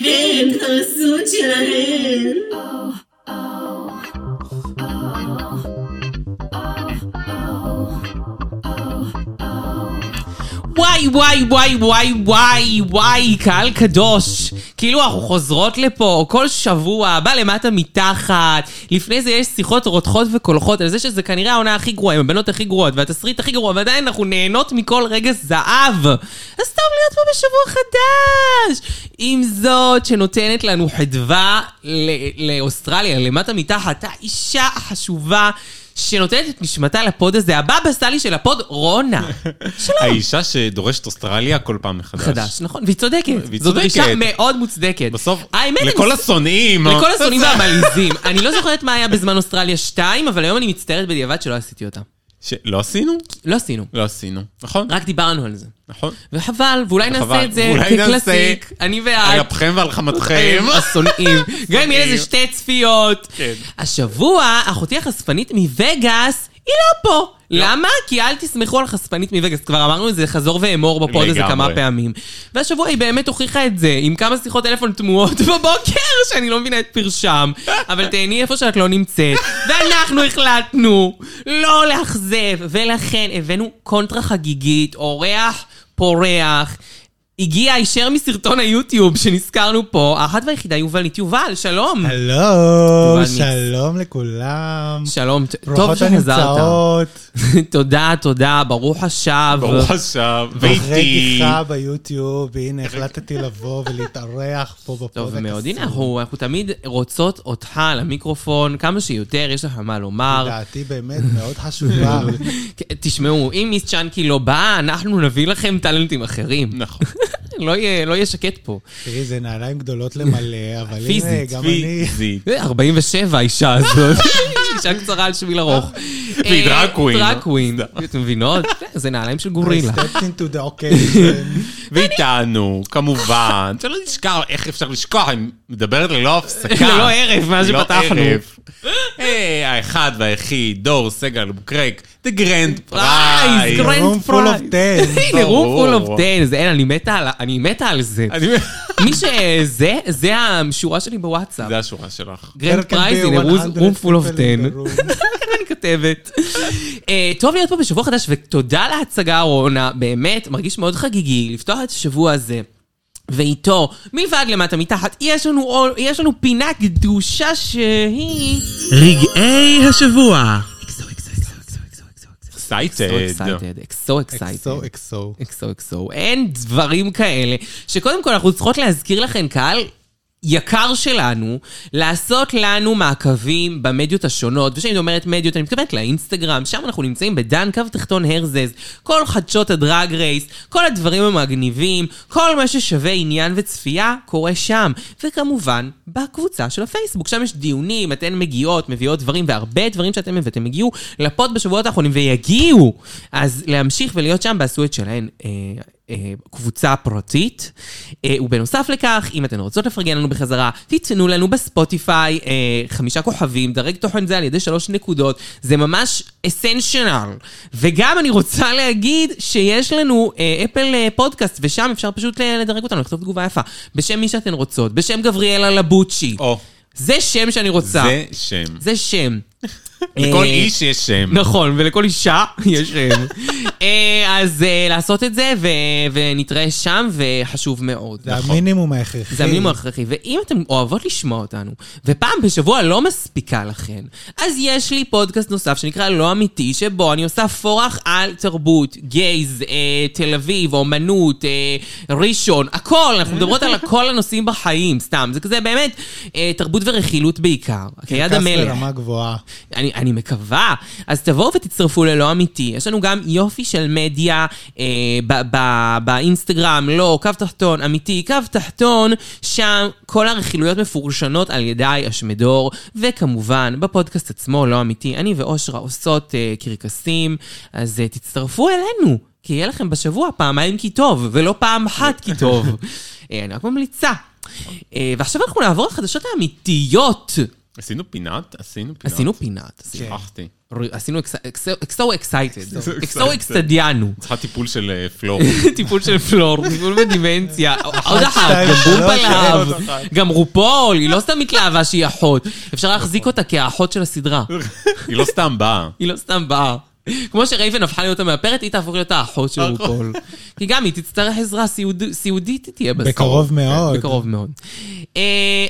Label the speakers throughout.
Speaker 1: ההתרסות שלהם.
Speaker 2: וואי וואי וואי וואי וואי וואי קהל קדוש כאילו אנחנו חוזרות לפה כל שבוע בא למטה מתחת לפני זה יש שיחות רותחות וקולחות על זה שזה כנראה העונה הכי גרועה עם הבנות הכי גרועות והתסריט הכי גרוע ועדיין אנחנו נהנות מכל רגע זהב אז טוב להיות פה בשבוע חדש עם זאת שנותנת לנו חדווה ל- לאוסטרליה למטה מתחת האישה החשובה שנותנת את נשמתה לפוד הזה, הבבא סאלי של הפוד, רונה.
Speaker 3: האישה שדורשת אוסטרליה כל פעם מחדש.
Speaker 2: חדש, נכון, והיא צודקת.
Speaker 3: והיא
Speaker 2: זו
Speaker 3: צודקת.
Speaker 2: דרישה מאוד מוצדקת.
Speaker 3: בסוף,
Speaker 2: האמת, אני
Speaker 3: לכל
Speaker 2: מס-
Speaker 3: השונאים.
Speaker 2: לכל השונאים והמלעיזים. אני לא זוכרת מה היה בזמן אוסטרליה 2, אבל היום אני מצטערת בדיעבד שלא עשיתי אותה.
Speaker 3: ש- לא עשינו?
Speaker 2: לא עשינו,
Speaker 3: לא עשינו. נכון?
Speaker 2: רק דיברנו על זה.
Speaker 3: נכון.
Speaker 2: וחבל, ואולי נעשה
Speaker 3: וחבל.
Speaker 2: את זה
Speaker 3: אולי נעשה-
Speaker 2: כקלאסיק, אני
Speaker 3: על
Speaker 2: ואת.
Speaker 3: אפכם ועל חמתכם.
Speaker 2: השונאים. גם אם יהיה איזה שתי צפיות.
Speaker 3: כן.
Speaker 2: השבוע, אחותי החשפנית מווגאס, היא לא פה. למה? כי אל תסמכו על חשפנית מווגאס. כבר אמרנו את זה חזור ואמור בפוד הזה
Speaker 3: לגמרי.
Speaker 2: כמה פעמים. והשבוע היא באמת הוכיחה את זה, עם כמה שיחות טלפון תמוהות בבוקר, שאני לא מבינה את פרשם. אבל תהני איפה שאת לא נמצאת. ואנחנו החלטנו לא לאכזב, ולכן הבאנו קונטרה חגיגית, אורח פורח. הגיע הישר מסרטון היוטיוב שנזכרנו פה, האחת והיחידה יובלנית יובל, שלום.
Speaker 4: הלו,
Speaker 2: יובל ניץ.
Speaker 4: שלום לכולם.
Speaker 2: שלום, ט- טוב
Speaker 4: ברוכות
Speaker 2: שחזרת.
Speaker 4: הנמצאות.
Speaker 2: תודה, תודה, ברוך השב.
Speaker 3: ברוך השב,
Speaker 4: אחרי
Speaker 3: ואיתי.
Speaker 4: גיחה ביוטיוב, הנה החלטתי לבוא ולהתארח פה בפודקאסט.
Speaker 2: טוב מאוד, הנה אנחנו, אנחנו תמיד רוצות אותך על המיקרופון, כמה שיותר, יש לך מה לומר.
Speaker 4: דעתי באמת מאוד חשובה.
Speaker 2: כן, תשמעו, אם מיס צ'אנקי לא באה, אנחנו נביא לכם טאלנטים אחרים.
Speaker 3: נכון.
Speaker 2: לא יהיה לא יהיה שקט פה.
Speaker 4: תראי, זה נעליים גדולות למלא, אבל הנה,
Speaker 2: פיזית,
Speaker 4: גם אני...
Speaker 3: פיזית.
Speaker 2: זה 47 אה, האישה הזאת, אישה קצרה על שביל ארוך. אה,
Speaker 3: והיא דרג קווין. לא
Speaker 2: דרג קווין, אתם מבינות? אה, זה נעליים של גורילה.
Speaker 4: I stepped into the occasion.
Speaker 3: ואיתנו, כמובן. שלא נשכח, איך אפשר לשכוח, אני מדברת ללא הפסקה.
Speaker 2: ללא הרף, מאז
Speaker 3: ללא
Speaker 2: לא שפתחנו.
Speaker 3: הרף. היי, האחד והיחיד, דור סגל בוקרק, the grand
Speaker 2: פרייז,
Speaker 3: prize.
Speaker 2: grand
Speaker 4: room full
Speaker 2: prize.
Speaker 4: of ten.
Speaker 2: הנה, room
Speaker 3: ברור.
Speaker 2: full of 10, זה אין, אני מתה על- אני מתה על זה.
Speaker 3: אני-
Speaker 2: מי שזה, זה השורה שלי בוואטסאפ.
Speaker 3: זה השורה שלך.
Speaker 2: גרנד
Speaker 4: There can
Speaker 2: פרייז,
Speaker 4: be
Speaker 2: הנה,
Speaker 4: 100
Speaker 2: room full
Speaker 4: people
Speaker 2: of
Speaker 4: in
Speaker 2: 10.
Speaker 4: the room.
Speaker 2: ככה אני כותבת. אה, טוב להיות פה בשבוע חדש, ותודה להצגה, רונה. באמת, מרגיש מאוד חגיגי לפתוח את השבוע הזה. ואיתו, מלבד למטה מתחת, יש לנו, עול- יש לנו פינה קדושה שהיא...
Speaker 5: רגעי השבוע.
Speaker 3: אקסייטד.
Speaker 2: אקסו אקסייטד.
Speaker 4: אקסו אקסו.
Speaker 2: אקסו אקסו. אין דברים כאלה. שקודם כל אנחנו צריכות להזכיר לכם, קהל יקר שלנו, לעשות לנו מעקבים במדיות השונות. וכשאני אומרת מדיות, אני מתכוונת לאינסטגרם, שם אנחנו נמצאים בדן קו תחתון הרזז. כל חדשות הדרג רייס, כל הדברים המגניבים, כל מה ששווה עניין וצפייה קורה שם. וכמובן, בקבוצה של הפייסבוק, שם יש דיונים, אתן מגיעות, מביאות דברים, והרבה דברים שאתם הבאתם הגיעו לפוד בשבועות האחרונים ויגיעו. אז להמשיך ולהיות שם, ועשו את שלהן אה, אה, קבוצה פרטית. אה, ובנוסף לכך, אם אתן רוצות לפרגן לנו בחזרה, תיתנו לנו בספוטיפיי אה, חמישה כוכבים, דרג תוכן זה על ידי שלוש נקודות, זה ממש אסנשיונל. וגם אני רוצה להגיד שיש לנו אה, אפל אה, פודקאסט, ושם אפשר פשוט אה, לדרג אותנו, לכתוב תגובה יפה. בשם מי שאתן רוצות, בשם גבריאלה לבוצ'י.
Speaker 3: או,
Speaker 2: זה שם שאני רוצה.
Speaker 3: Oh, זה שם.
Speaker 2: זה שם.
Speaker 3: לכל
Speaker 2: אה,
Speaker 3: איש יש שם.
Speaker 2: נכון, ולכל אישה יש שם. אה, אז אה, לעשות את זה, ו- ונתראה שם, וחשוב מאוד.
Speaker 4: זה המינימום ההכרחי.
Speaker 2: נכון. זה המינימום ההכרחי, ואם אתן אוהבות לשמוע אותנו, ופעם בשבוע לא מספיקה לכן, אז יש לי פודקאסט נוסף שנקרא לא אמיתי, שבו אני עושה פורח על תרבות, גייז, אה, תל אביב, אומנות, אה, ראשון, הכל, אנחנו מדברות על כל הנושאים בחיים, סתם, זה כזה באמת אה, תרבות ורכילות בעיקר, כיד
Speaker 4: קרקס
Speaker 2: המלך.
Speaker 4: ברמה גבוהה.
Speaker 2: אני, אני מקווה. אז תבואו ותצטרפו ללא אמיתי. יש לנו גם יופי של מדיה אה, ב- ב- באינסטגרם, לא, קו תחתון, אמיתי, קו תחתון, שם כל הרכילויות מפורשנות על ידי אשמדור, וכמובן, בפודקאסט עצמו, לא אמיתי, אני ואושרה עושות אה, קרקסים, אז אה, תצטרפו אלינו. כי יהיה לכם בשבוע פעמיים כי טוב, ולא פעם אחת כי טוב. אה, אני רק ממליצה. אה, ועכשיו אנחנו נעבור לחדשות האמיתיות.
Speaker 3: עשינו פינת? עשינו פינת.
Speaker 2: עשינו פינת.
Speaker 3: שכחתי.
Speaker 2: עשינו אקסו אקסייטד, אקסו
Speaker 3: excited.
Speaker 2: אקסטדיאנו.
Speaker 3: צריכה טיפול של אה, פלור.
Speaker 2: טיפול של פלור, טיפול בדימנציה, עוד אחת, גם בום
Speaker 4: שתיים, שלוש,
Speaker 2: בלהב,
Speaker 3: עוד אחת.
Speaker 2: גם רופול, היא לא סתם מתלהבה שהיא אחות, אפשר להחזיק אותה כאחות של הסדרה,
Speaker 3: היא לא סתם באה.
Speaker 2: היא לא סתם באה. כמו שרייבן הפכה להיות המאפרת, היא תהפוך להיות האחות של
Speaker 4: נכון.
Speaker 2: רופול. כי גם היא תצטרך עזרה סיעוד- סיעודית, היא תהיה בסוף. כן,
Speaker 4: בקרוב מאוד.
Speaker 2: בקרוב מאוד. אה,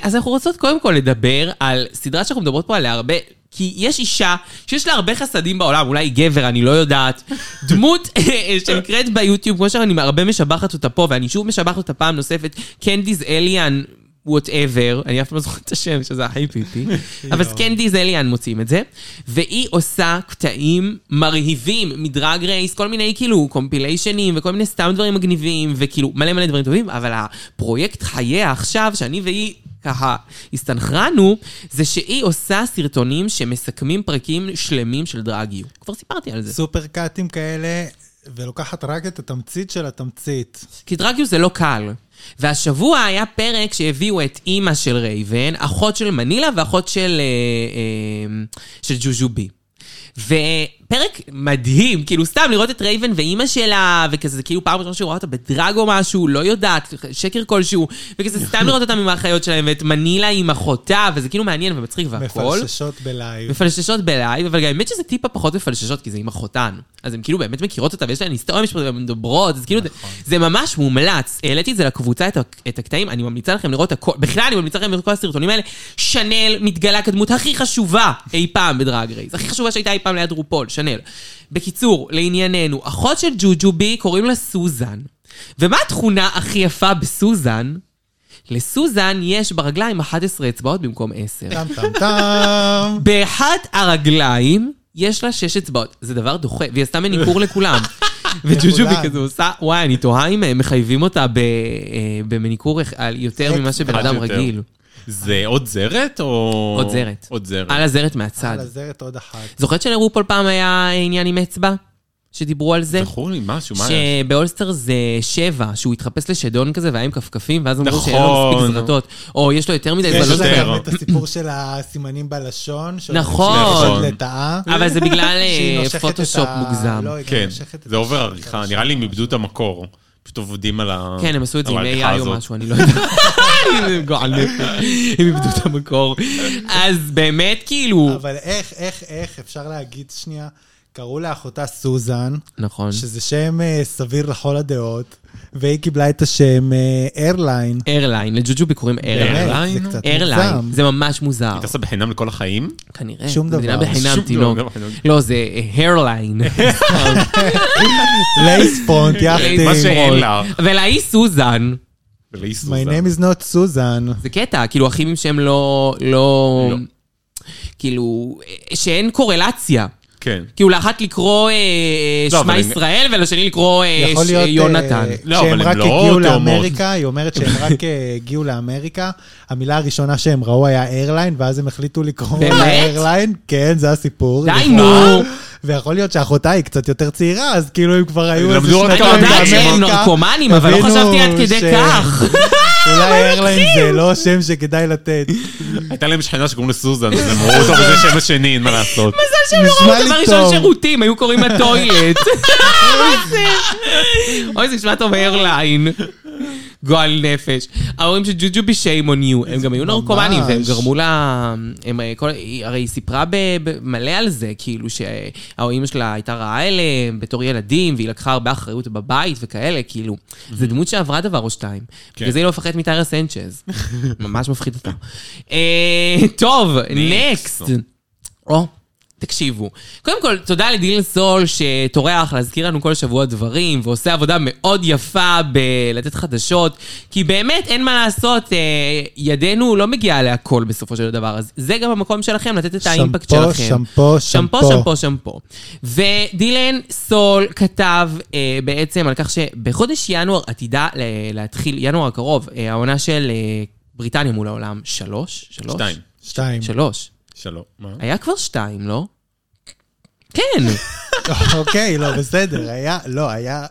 Speaker 2: אז אנחנו רוצות קודם כל לדבר על סדרה שאנחנו מדברות פה עליה הרבה, כי יש אישה שיש לה הרבה חסדים בעולם, אולי היא גבר, אני לא יודעת. דמות אה, שנקראת ביוטיוב, כמו שאני הרבה משבחת אותה פה, ואני שוב משבחת אותה פעם נוספת, קנדיז אליאן. וואטאבר, אני אף פעם לא זוכרת את השם, שזה הכי פיפי, אבל קנדי זליאן מוצאים את זה, והיא עושה קטעים מרהיבים מדרג רייס, כל מיני כאילו קומפיליישנים וכל מיני סתם דברים מגניבים, וכאילו מלא מלא דברים טובים, אבל הפרויקט חייה עכשיו, שאני והיא ככה הסתנכרנו, זה שהיא עושה סרטונים שמסכמים פרקים שלמים של דרג יו. כבר סיפרתי על זה.
Speaker 4: סופר קאטים כאלה, ולוקחת רק את התמצית של התמצית.
Speaker 2: כי דרג יו זה לא קל. והשבוע היה פרק שהביאו את אימא של רייבן, אחות של מנילה ואחות של, אה, אה, של ג'וג'ובי. ופרק מדהים, כאילו סתם לראות את רייבן ואימא שלה, וכזה כאילו פעם ראשונה שהיא רואה אותה בדרג או משהו, לא יודעת, שקר כלשהו, וכזה סתם לראות אותה עם האחיות שלהם, ואת מנילה עם אחותה, וזה כאילו מעניין ומצחיק והכל.
Speaker 4: מפלששות בלייב.
Speaker 2: מפלששות בלייב, אבל גם האמת שזה טיפה פחות מפלששות, כי זה עם אחותן. אז הן כאילו באמת מכירות אותה, ויש להן היסטוריה משפטית, והן מדברות, אז כאילו זה, זה ממש מומלץ. העליתי את זה לקבוצה, את, ה- את הקטעים, אני ממליצה לכם לראות הכל, בכלל אני ממליצה לכם לראות כל הסרטונים האלה. שנל מתגלה כדמות הכי חשובה אי פעם בדרג רייס, הכי חשובה שהייתה אי פעם ליד רופול, שנל. בקיצור, לענייננו, אחות של ג'וג'ובי קוראים לה סוזן. ומה התכונה הכי יפה בסוזן? לסוזן יש ברגליים 11 אצבעות במקום 10.
Speaker 4: טם טם טם.
Speaker 2: באחת הרגליים יש לה שש אצבעות. זה דבר דוחה, והיא עשתה מניקור לכולם. וג'וג'ובי
Speaker 4: לכולם.
Speaker 2: כזה עושה, וואי, אני תוהה אם אה, מחייבים אותה ב- אה, במניקור אח- על יותר
Speaker 4: אחד
Speaker 2: ממה שבן אדם
Speaker 3: יותר.
Speaker 2: רגיל.
Speaker 3: זה עוד זרת או...
Speaker 2: עוד זרת.
Speaker 3: עוד זרת.
Speaker 2: על הזרת מהצד.
Speaker 4: כן. על הזרת עוד אחת.
Speaker 2: זוכרת שלרופול פעם היה עניין עם אצבע? שדיברו על זה?
Speaker 3: זכור לי משהו, מה היה?
Speaker 2: שבאולסטר זה שבע, שהוא התחפש לשדון כזה והיה עם כפכפים, ואז אמרו שאין לו
Speaker 3: נכון.
Speaker 2: מספיק זרטות. או יש לו יותר מדי,
Speaker 4: יש
Speaker 2: זמן, לא
Speaker 3: יותר.
Speaker 2: זוכר.
Speaker 4: להם את הסיפור של הסימנים בלשון. שעוד-
Speaker 2: נכון.
Speaker 4: שעוד לטאה.
Speaker 2: אבל זה בגלל
Speaker 4: שהיא
Speaker 2: אה,
Speaker 4: נושכת את
Speaker 2: פוטושופ
Speaker 4: ה-
Speaker 2: מוגזם.
Speaker 4: לא, היא גם
Speaker 3: כן,
Speaker 4: נושכת את
Speaker 3: זה עובר
Speaker 4: הש-
Speaker 3: עריכה, נראה לי הם איבדו את המקור. פשוט עובדים על ה...
Speaker 2: כן, הם עשו את זה עם
Speaker 3: על העריכה
Speaker 2: AI או
Speaker 3: אה. הזאת.
Speaker 2: משהו, אני לא יודע. הם גועל נפש. הם איבדו את המקור. אז באמת, כאילו...
Speaker 4: אבל איך, איך, איך, אפשר להגיד שנייה, קראו לאחותה סוזן,
Speaker 2: נכון.
Speaker 4: שזה שם אה, סביר לכל הדעות, והיא קיבלה את השם אה, איירליין.
Speaker 2: איירליין, לג'וג'ובי קוראים איירליין.
Speaker 4: באמת,
Speaker 3: איירליין?
Speaker 4: זה קצת
Speaker 2: איירליין,
Speaker 4: מוגזם.
Speaker 2: זה ממש מוזר.
Speaker 3: היא טסה בחינם לכל החיים?
Speaker 2: כנראה.
Speaker 4: שום דבר.
Speaker 2: מדינה בחינם,
Speaker 3: שום
Speaker 2: תינוק.
Speaker 3: דבר, בחינם.
Speaker 2: לא, זה הריין.
Speaker 4: לייספונט,
Speaker 3: מה
Speaker 4: יאכטים.
Speaker 3: שאין לה.
Speaker 2: ולהיא סוזן.
Speaker 3: ולאי סוזן.
Speaker 4: My name is not סוזן.
Speaker 2: זה קטע, כאילו אחים שהם לא... לא...
Speaker 3: לא.
Speaker 2: כאילו, אה, שאין קורלציה.
Speaker 3: כן.
Speaker 2: כאילו לאחת לקרוא אה,
Speaker 3: לא,
Speaker 2: שמע
Speaker 3: אבל הם-
Speaker 2: ישראל ולשני לקרוא אה,
Speaker 4: יכול
Speaker 2: ש-
Speaker 4: להיות,
Speaker 2: יונתן.
Speaker 4: אה,
Speaker 3: לא,
Speaker 4: כשהם
Speaker 3: אבל הם
Speaker 4: רק
Speaker 3: לא
Speaker 4: הגיעו
Speaker 3: תאומות.
Speaker 4: לאמריקה, היא אומרת שהם רק אה, הגיעו לאמריקה, המילה הראשונה שהם ראו היה איירליין, ואז הם החליטו לקרוא
Speaker 2: באמת?
Speaker 4: לה איירליין, כן, זה הסיפור.
Speaker 2: די,
Speaker 4: נכון.
Speaker 2: נו.
Speaker 4: ויכול להיות שאחותה היא קצת יותר צעירה, אז כאילו הם כבר היו
Speaker 3: למדו
Speaker 4: איזה
Speaker 3: עוד
Speaker 4: שנתיים
Speaker 2: אני
Speaker 3: כמה
Speaker 2: יודעת שהם
Speaker 4: באמריקה,
Speaker 2: נרקומנים, אבל לא
Speaker 4: הבינו
Speaker 2: חשבתי עד
Speaker 4: ש-
Speaker 2: כדי כך.
Speaker 4: אולי איירליין זה לא שם שכדאי לתת.
Speaker 3: הייתה להם שכנה שקוראים לה סוזן, אז הם ראו אותה וזה שם השני, אין מה לעשות.
Speaker 2: מזל שהם לא
Speaker 4: נשמע
Speaker 2: ראו
Speaker 4: לי
Speaker 2: דבר
Speaker 4: טוב.
Speaker 2: ראשון שירותים, היו קוראים לה טוילט. מה זה? אוי, זה נשמע טוב איירליין. גועל נפש. ההורים של ג'וג'ובי שיים on you, הם גם היו נרקומנים, והם
Speaker 4: ממש.
Speaker 2: גרמו לה... הם, אה, כל- היא- הרי היא סיפרה ב- ב- מלא על זה, כאילו שהאימא שלה הייתה רעה אליהם בתור ילדים, והיא לקחה הרבה אחריות בבית וכאלה, כאילו.
Speaker 4: Mm-hmm.
Speaker 2: זו דמות שעברה דבר או שתיים.
Speaker 4: כן.
Speaker 2: בגלל זה היא לא מפחדת מטיירה סנצ'ז. ממש מפחיד אותה. אה, טוב, נקסט. או, תקשיבו. קודם כל, תודה לדיל סול שטורח להזכיר לנו כל שבוע דברים, ועושה עבודה מאוד יפה בלתת חדשות, כי באמת אין מה לעשות, אה, ידנו לא מגיעה להכל בסופו של דבר, אז זה גם המקום שלכם לתת את האימפקט
Speaker 4: שמפו,
Speaker 2: שלכם.
Speaker 4: שמפו,
Speaker 2: שמפו, שמפו,
Speaker 4: שמפו.
Speaker 2: שמפו. ודילן סול כתב אה, בעצם על כך שבחודש ינואר עתידה ל- להתחיל, ינואר הקרוב, אה, העונה של אה, בריטניה מול העולם, שלוש? שלוש?
Speaker 3: שתיים.
Speaker 4: שתיים.
Speaker 2: שלוש.
Speaker 3: שלום. מה?
Speaker 2: היה כבר שתיים, לא? כן.
Speaker 4: אוקיי, לא, בסדר, היה, לא, היה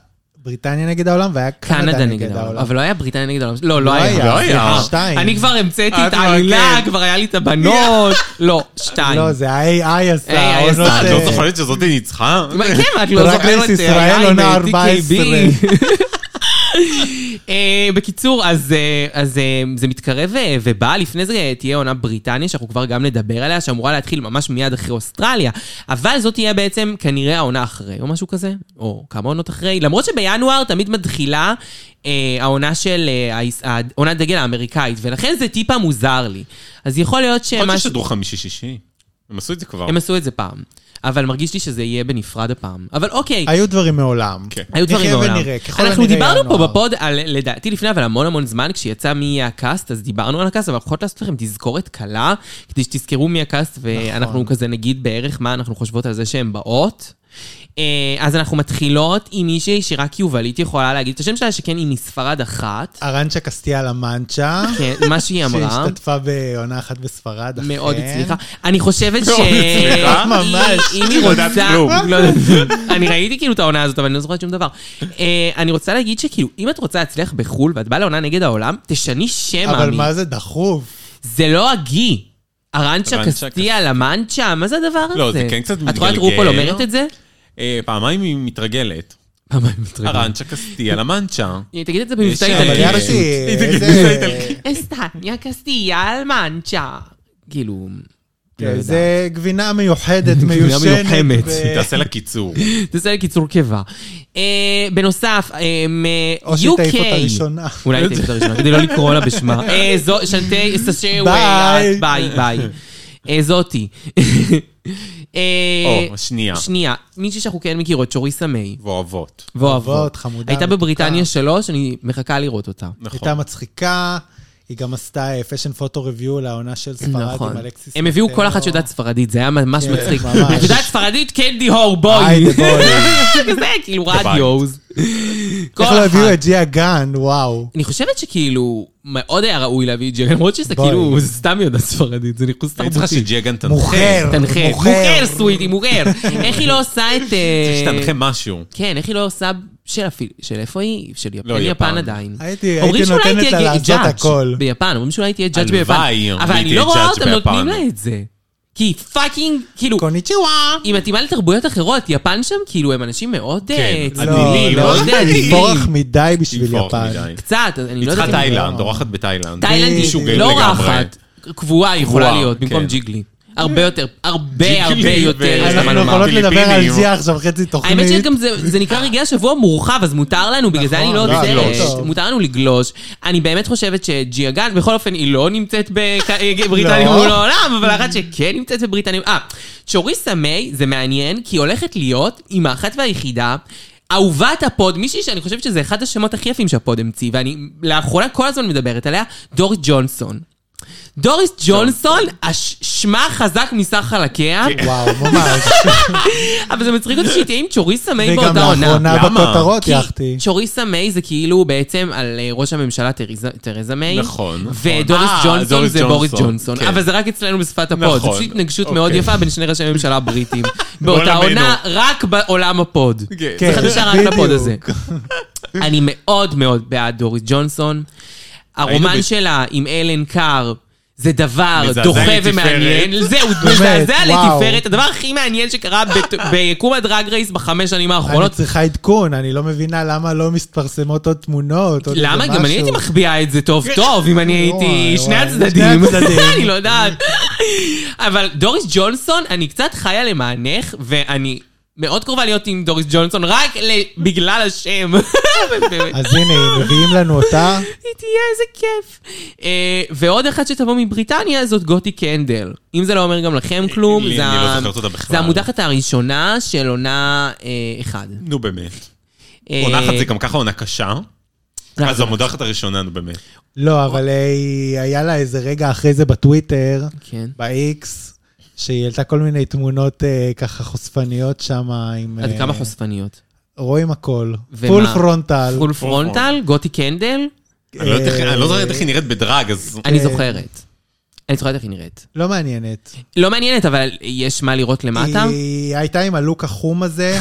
Speaker 4: בריטניה נגד העולם והיה
Speaker 2: קנדה נגד העולם. אבל לא היה בריטניה נגד העולם. לא, לא
Speaker 4: לא
Speaker 2: היה.
Speaker 4: היה,
Speaker 3: לא היה.
Speaker 4: סליחה, שתיים.
Speaker 2: אני כבר המצאתי
Speaker 3: את
Speaker 2: את
Speaker 3: כבר,
Speaker 2: העלילה,
Speaker 3: כן.
Speaker 2: כבר היה לי את הבנות. לא, שתיים.
Speaker 4: לא, זה ה-AI עשה.
Speaker 2: AI
Speaker 4: עונות,
Speaker 2: עשה,
Speaker 3: אה, את לא
Speaker 4: אה,
Speaker 3: זוכרת שזאת ניצחה?
Speaker 2: מה, כן, מה, את לא
Speaker 4: רק
Speaker 2: זוכרת
Speaker 4: רייס ישראל
Speaker 2: היה
Speaker 4: עונה
Speaker 2: עם, אה,
Speaker 4: 14.
Speaker 2: TKB. אה, בקיצור, אז, אה, אז אה, זה מתקרב אה, ובא, לפני זה תהיה עונה בריטניה, שאנחנו כבר גם נדבר עליה, שאמורה להתחיל ממש מיד אחרי אוסטרליה. אבל זאת תהיה בעצם כנראה העונה אחרי, או משהו כזה, או כמה עונות אחרי. למרות שבינואר תמיד מתחילה אה, העונה של אה, היס- ה- עונת דגל האמריקאית, ולכן זה טיפה מוזר לי. אז יכול להיות
Speaker 3: יכול להיות
Speaker 2: שמשהו...
Speaker 3: ששידרו חמישי-שישי. הם עשו את זה כבר.
Speaker 2: הם עשו את זה פעם. אבל מרגיש לי שזה יהיה בנפרד הפעם. אבל אוקיי,
Speaker 4: היו דברים מעולם.
Speaker 3: כן.
Speaker 2: היו דברים
Speaker 4: נחיה
Speaker 2: מעולם.
Speaker 4: ונראה, ככל
Speaker 2: אנחנו
Speaker 4: הנראה
Speaker 2: דיברנו פה
Speaker 4: ינואר.
Speaker 2: בפוד, על, לדעתי לפני, אבל המון המון זמן, כשיצא מי יהיה הקאסט, אז דיברנו על הקאסט, אבל לפחות לעשות לכם תזכורת קלה, כדי שתזכרו מי הקאסט, ואנחנו
Speaker 4: נכון.
Speaker 2: כזה נגיד בערך מה אנחנו חושבות על זה שהן באות. אה, אז אנחנו מתחילות עם מישהי שרק יובלית יכולה להגיד את השם שלה, שכן היא מספרד אחת.
Speaker 4: ארנצ'ה קסטיה לה מנצ'ה,
Speaker 2: כן, מה שהיא אמרה.
Speaker 4: שהשתתפה בעונה אחת בספרד, אכן.
Speaker 2: מאוד הצליחה. אני חושבת ש...
Speaker 3: מאוד הצליחה.
Speaker 4: ממש.
Speaker 2: אם היא
Speaker 3: לא יודעת
Speaker 2: רוצה...
Speaker 3: כלום.
Speaker 2: לא יודעת. אני ראיתי כאילו את העונה הזאת, אבל אני לא זוכרת שום דבר. אה, אני רוצה להגיד שכאילו, אם את רוצה להצליח בחו"ל ואת באה לעונה נגד העולם, תשני שם,
Speaker 4: אבל
Speaker 2: עמי.
Speaker 4: מה זה דחוף?
Speaker 2: זה לא הגי. ארנצ'ה
Speaker 3: ארנצ'ה
Speaker 2: קסטיה, לה מנצ'ה, מה זה הדבר הזה?
Speaker 3: לא, זה כן קצת
Speaker 2: את רואה את
Speaker 3: מתגלגל.
Speaker 2: רופול אומרת את זה?
Speaker 3: אה, פעמיים היא מתרגלת.
Speaker 2: אה,
Speaker 3: ארנצ'ה קסטיה למאנצ'ה.
Speaker 2: תגיד את זה במבטא
Speaker 3: יש,
Speaker 4: אבל
Speaker 3: אה,
Speaker 2: איטלקי.
Speaker 4: יחסי,
Speaker 3: היא תגיד, זה
Speaker 4: איזה-
Speaker 3: איטלקי.
Speaker 2: אסטניה קסטיה, מנצ'ה. כאילו... לא
Speaker 4: כן,
Speaker 2: יודעת.
Speaker 4: זה גבינה מיוחדת, מיושנת.
Speaker 2: מיוחמת.
Speaker 4: ו-
Speaker 3: תעשה לה קיצור.
Speaker 2: תעשה לי קיצור קיבה. אה, בנוסף, אה, מ-
Speaker 4: או
Speaker 2: UK.
Speaker 4: שתעיף אותה ראשונה.
Speaker 2: אולי תעיף אותה ראשונה, כדי לא לקרוא לה בשמה. אה, זו, שלטי, סשי, ביי,
Speaker 4: ביי.
Speaker 2: ביי. אה, זאתי. אה,
Speaker 3: או, השנייה.
Speaker 2: שנייה, מישהי שאנחנו כן מכירות, שוריסה מיי.
Speaker 3: ואוהבות.
Speaker 2: ואוהבות.
Speaker 4: אוהבות, חמודה,
Speaker 2: הייתה
Speaker 4: מתוקה.
Speaker 2: בבריטניה שלוש, אני מחכה לראות אותה.
Speaker 3: נכון.
Speaker 4: הייתה מצחיקה, היא גם עשתה אה, פשן פוטו ריוויו לעונה של ספרד
Speaker 2: נכון.
Speaker 4: עם אלכסיס.
Speaker 2: הם הביאו
Speaker 4: מטרו.
Speaker 2: כל אחת שיודעת ספרדית, זה היה ממש
Speaker 4: כן,
Speaker 2: מצחיק.
Speaker 4: ממש.
Speaker 2: את יודעת ספרדית? קנדי הור, בואי.
Speaker 4: היידה, בואי.
Speaker 2: כזה, כאילו רדיוז. כל
Speaker 4: איך לא הביאו
Speaker 2: אחת.
Speaker 4: את ג'יה גן, וואו.
Speaker 2: אני חושבת שכאילו, מאוד היה ראוי להביא את ג'ק, למרות שזה
Speaker 4: בואי.
Speaker 2: כאילו, זה סתם יודעת ספרדית, זה ניחוס
Speaker 3: אני צריכה
Speaker 2: תרבותי.
Speaker 3: שג'גן תנחה.
Speaker 4: מוכר,
Speaker 2: תנחה,
Speaker 4: כן, מוכר.
Speaker 2: מוכר סוויטי, מוכר. איך היא לא עושה את... אה,
Speaker 3: צריך שתנחה משהו.
Speaker 2: כן, איך היא לא עושה של אפילו, של איפה היא? של יפן,
Speaker 3: לא,
Speaker 2: יפן
Speaker 3: יפן.
Speaker 2: עדיין.
Speaker 4: הייתי-
Speaker 2: אומרים
Speaker 4: הייתי
Speaker 2: שאולי
Speaker 4: נותנת
Speaker 2: תהיה
Speaker 4: לה
Speaker 2: גי-
Speaker 4: לעשות
Speaker 2: judge
Speaker 4: הכל.
Speaker 2: ביפן, אומרים שאולי תהיה ג'אדג' ביפן.
Speaker 3: הלוואי,
Speaker 2: אבל
Speaker 3: והיא
Speaker 2: אני
Speaker 3: תהיה
Speaker 2: לא רואה
Speaker 3: judge
Speaker 2: אותם נותנים
Speaker 3: ביפן.
Speaker 2: לה את זה. כי היא פאקינג, כאילו,
Speaker 4: קוניצ'יווה.
Speaker 2: היא מתאימה לתרבויות אחרות, יפן שם כאילו הם אנשים מאוד
Speaker 3: כן,
Speaker 2: אה,
Speaker 3: עדינים,
Speaker 2: צנועים,
Speaker 3: לא,
Speaker 2: מאוד
Speaker 3: לא,
Speaker 2: עדינים.
Speaker 4: תבורך מדי בשביל
Speaker 3: תבעור
Speaker 4: יפן.
Speaker 3: מדי.
Speaker 2: קצת, אז אני
Speaker 3: היא
Speaker 2: לא יודעת
Speaker 3: צריכה
Speaker 2: אם-
Speaker 3: תאילנד, אורחת בתאילנד.
Speaker 2: תאילנד היא
Speaker 3: משוגעים
Speaker 2: לא
Speaker 3: לגמרי.
Speaker 2: רחת, קבועה יכולה
Speaker 3: קבועה,
Speaker 2: להיות במקום
Speaker 3: כן.
Speaker 2: ג'יגלי. הרבה יותר, הרבה
Speaker 3: ג'יגלי
Speaker 2: הרבה יותר
Speaker 3: ו-
Speaker 2: יש לה מה
Speaker 4: אנחנו
Speaker 2: לומר.
Speaker 4: יכולות לדבר על
Speaker 3: פיליפינים.
Speaker 4: זה עכשיו חצי תוכנית.
Speaker 2: האמת שגם זה זה נקרא רגעי השבוע מורחב, אז מותר לנו, בגלל זה אני לא
Speaker 4: נכון,
Speaker 3: לא,
Speaker 2: עוצרת.
Speaker 4: לגלוש.
Speaker 2: מותר לנו לגלוש. אני באמת חושבת שג'יה גן, בכל אופן, היא לא נמצאת בבריטניה
Speaker 4: לא.
Speaker 2: מול העולם, אבל אחת שכן נמצאת בבריטניה... אה, צ'וריסה מיי, זה מעניין, כי היא הולכת להיות עם האחת והיחידה. אהובת הפוד, מישהי שאני חושבת שזה אחד השמות הכי יפים שהפוד המציא, ואני לאחרונה כל הזמן מדברת עליה, דורית ג'ונסון. דוריס ג'ונסון, הש- שמה חזק מסך חלקיה,
Speaker 4: וואו, ממש.
Speaker 2: אבל זה מצחיק אותי שהיא תהיה עם צ'וריסה מיי
Speaker 4: וגם
Speaker 2: באותה עונה.
Speaker 4: לאחרונה
Speaker 3: למה?
Speaker 4: בכותרות
Speaker 2: כי
Speaker 4: יחתי.
Speaker 2: צ'וריסה מיי זה כאילו בעצם על אה, ראש הממשלה תריזה- תרזה מיי.
Speaker 3: נכון, נכון.
Speaker 2: ודוריס
Speaker 3: אה,
Speaker 2: ג'ונסון
Speaker 3: דוריס
Speaker 2: זה בוריס
Speaker 3: ג'ונסון,
Speaker 2: ג'ונסון.
Speaker 3: כן.
Speaker 2: אבל זה רק אצלנו בשפת הפוד. זו
Speaker 3: נכון,
Speaker 2: פשוט התנגשות
Speaker 3: אוקיי.
Speaker 2: מאוד יפה בין שני ראשי הממשלה הבריטים. באותה
Speaker 3: בעולמנו.
Speaker 2: עונה, רק בעולם הפוד.
Speaker 3: כן.
Speaker 2: זה חדשה רק
Speaker 4: בדיוק.
Speaker 2: לפוד הזה. אני מאוד מאוד בעד דוריס ג'ונסון. הרומן
Speaker 3: ב-
Speaker 2: שלה עם אלן קאר. זה דבר
Speaker 3: מזעזע
Speaker 2: דוחה
Speaker 3: לתפארת.
Speaker 2: ומעניין, זהו, מזעזע
Speaker 4: וואו.
Speaker 2: לתפארת, הדבר הכי מעניין שקרה בת- ביקום הדרג רייס בחמש שנים
Speaker 4: אני
Speaker 2: האחרונות,
Speaker 4: צריכה עדכון, אני לא מבינה למה לא מתפרסמות עוד תמונות. עוד
Speaker 2: למה?
Speaker 4: איזה
Speaker 2: גם אני
Speaker 4: משהו.
Speaker 2: הייתי מחביאה את זה טוב טוב, אם אני הייתי
Speaker 4: וואי,
Speaker 2: שני
Speaker 4: וואי.
Speaker 2: הצדדים.
Speaker 4: שני הצדדים.
Speaker 2: אני לא יודעת. אבל דוריס ג'ונסון, אני קצת חיה למענך, ואני מאוד קרובה להיות עם דוריס ג'ונסון, רק ל- בגלל השם. באמת.
Speaker 4: אז הנה, אם מביאים לנו אותה.
Speaker 2: היא תהיה, איזה כיף. אה, ועוד אחת שתבוא מבריטניה זאת גותי קנדל. אם זה לא אומר גם לכם כלום,
Speaker 3: לי-
Speaker 2: זה
Speaker 3: אני לא
Speaker 2: ה-
Speaker 3: זוכרת אותה בכלל.
Speaker 2: זה המודחת הראשונה של עונה אה, אחד.
Speaker 3: נו באמת.
Speaker 2: אה,
Speaker 3: עונה אחת זה גם ככה עונה קשה.
Speaker 2: נכון.
Speaker 3: אז המודחת הראשונה, נו באמת.
Speaker 4: לא, אבל אה, היא- היה לה איזה רגע אחרי זה בטוויטר,
Speaker 2: כן.
Speaker 4: באיקס, שהיא העלתה כל מיני תמונות אה, ככה חושפניות שם עם...
Speaker 2: עד
Speaker 4: אה,
Speaker 2: כמה חושפניות.
Speaker 4: רואים הכל.
Speaker 2: ומה?
Speaker 4: פול פרונטל.
Speaker 2: פול פרונטל, גותי קנדל,
Speaker 4: כן.
Speaker 3: אני לא יודעת איך- אני לא זוכרת איך היא נראית בדרג, אז...
Speaker 2: אני זוכרת. אני זוכרת איך היא נראית.
Speaker 4: לא מעניינת.
Speaker 2: לא מעניינת, אבל יש מה לראות למטה.
Speaker 4: היא הייתה עם הלוק החום הזה,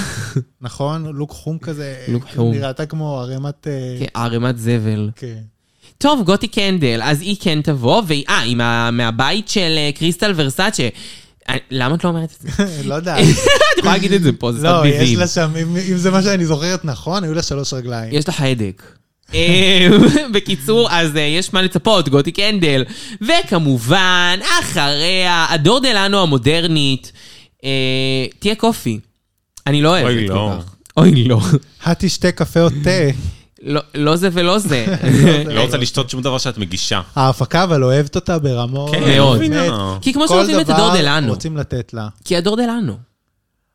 Speaker 4: נכון? לוק חום כזה. אה,
Speaker 2: לוק חום. כן.
Speaker 4: נראתה כמו ערימת... אה,
Speaker 2: כערימת זבל.
Speaker 4: כן.
Speaker 2: טוב, גותי קנדל, אז היא כן תבוא, והיא, אה, היא מה- מהבית של אה, קריסטל ורסאצ'ה. אה, למה את לא אומרת את זה?
Speaker 4: לא יודע.
Speaker 2: את יכולה להגיד את זה פה, זה
Speaker 4: לא,
Speaker 2: סתם
Speaker 4: יש
Speaker 2: ביבים.
Speaker 4: לה שם, אם- אם זה מה שאני זוכרת נכון, היו לה שלוש רגליים.
Speaker 2: יש לך הדק. אה, בקיצור, אז אה, יש מה לצפות, גותי קנדל. וכמובן, אחריה, הדור דלנו המודרנית, אה, תהיה קופי. אני לא אוהבת
Speaker 3: אוי, לא.
Speaker 2: כל כך. אוי, לא.
Speaker 4: התשתה קפה או תה.
Speaker 2: לא. לא זה ולא זה.
Speaker 3: לא רוצה לשתות שום דבר שאת מגישה.
Speaker 4: ההפקה אבל אוהבת אותה ברמות.
Speaker 3: כן,
Speaker 2: מאוד.
Speaker 4: באמת.
Speaker 2: כי כמו
Speaker 4: כל
Speaker 2: שנותנים את
Speaker 4: דבר
Speaker 2: הדור דלנו.
Speaker 4: רוצים לתת לה.
Speaker 2: כי הדור דלנו.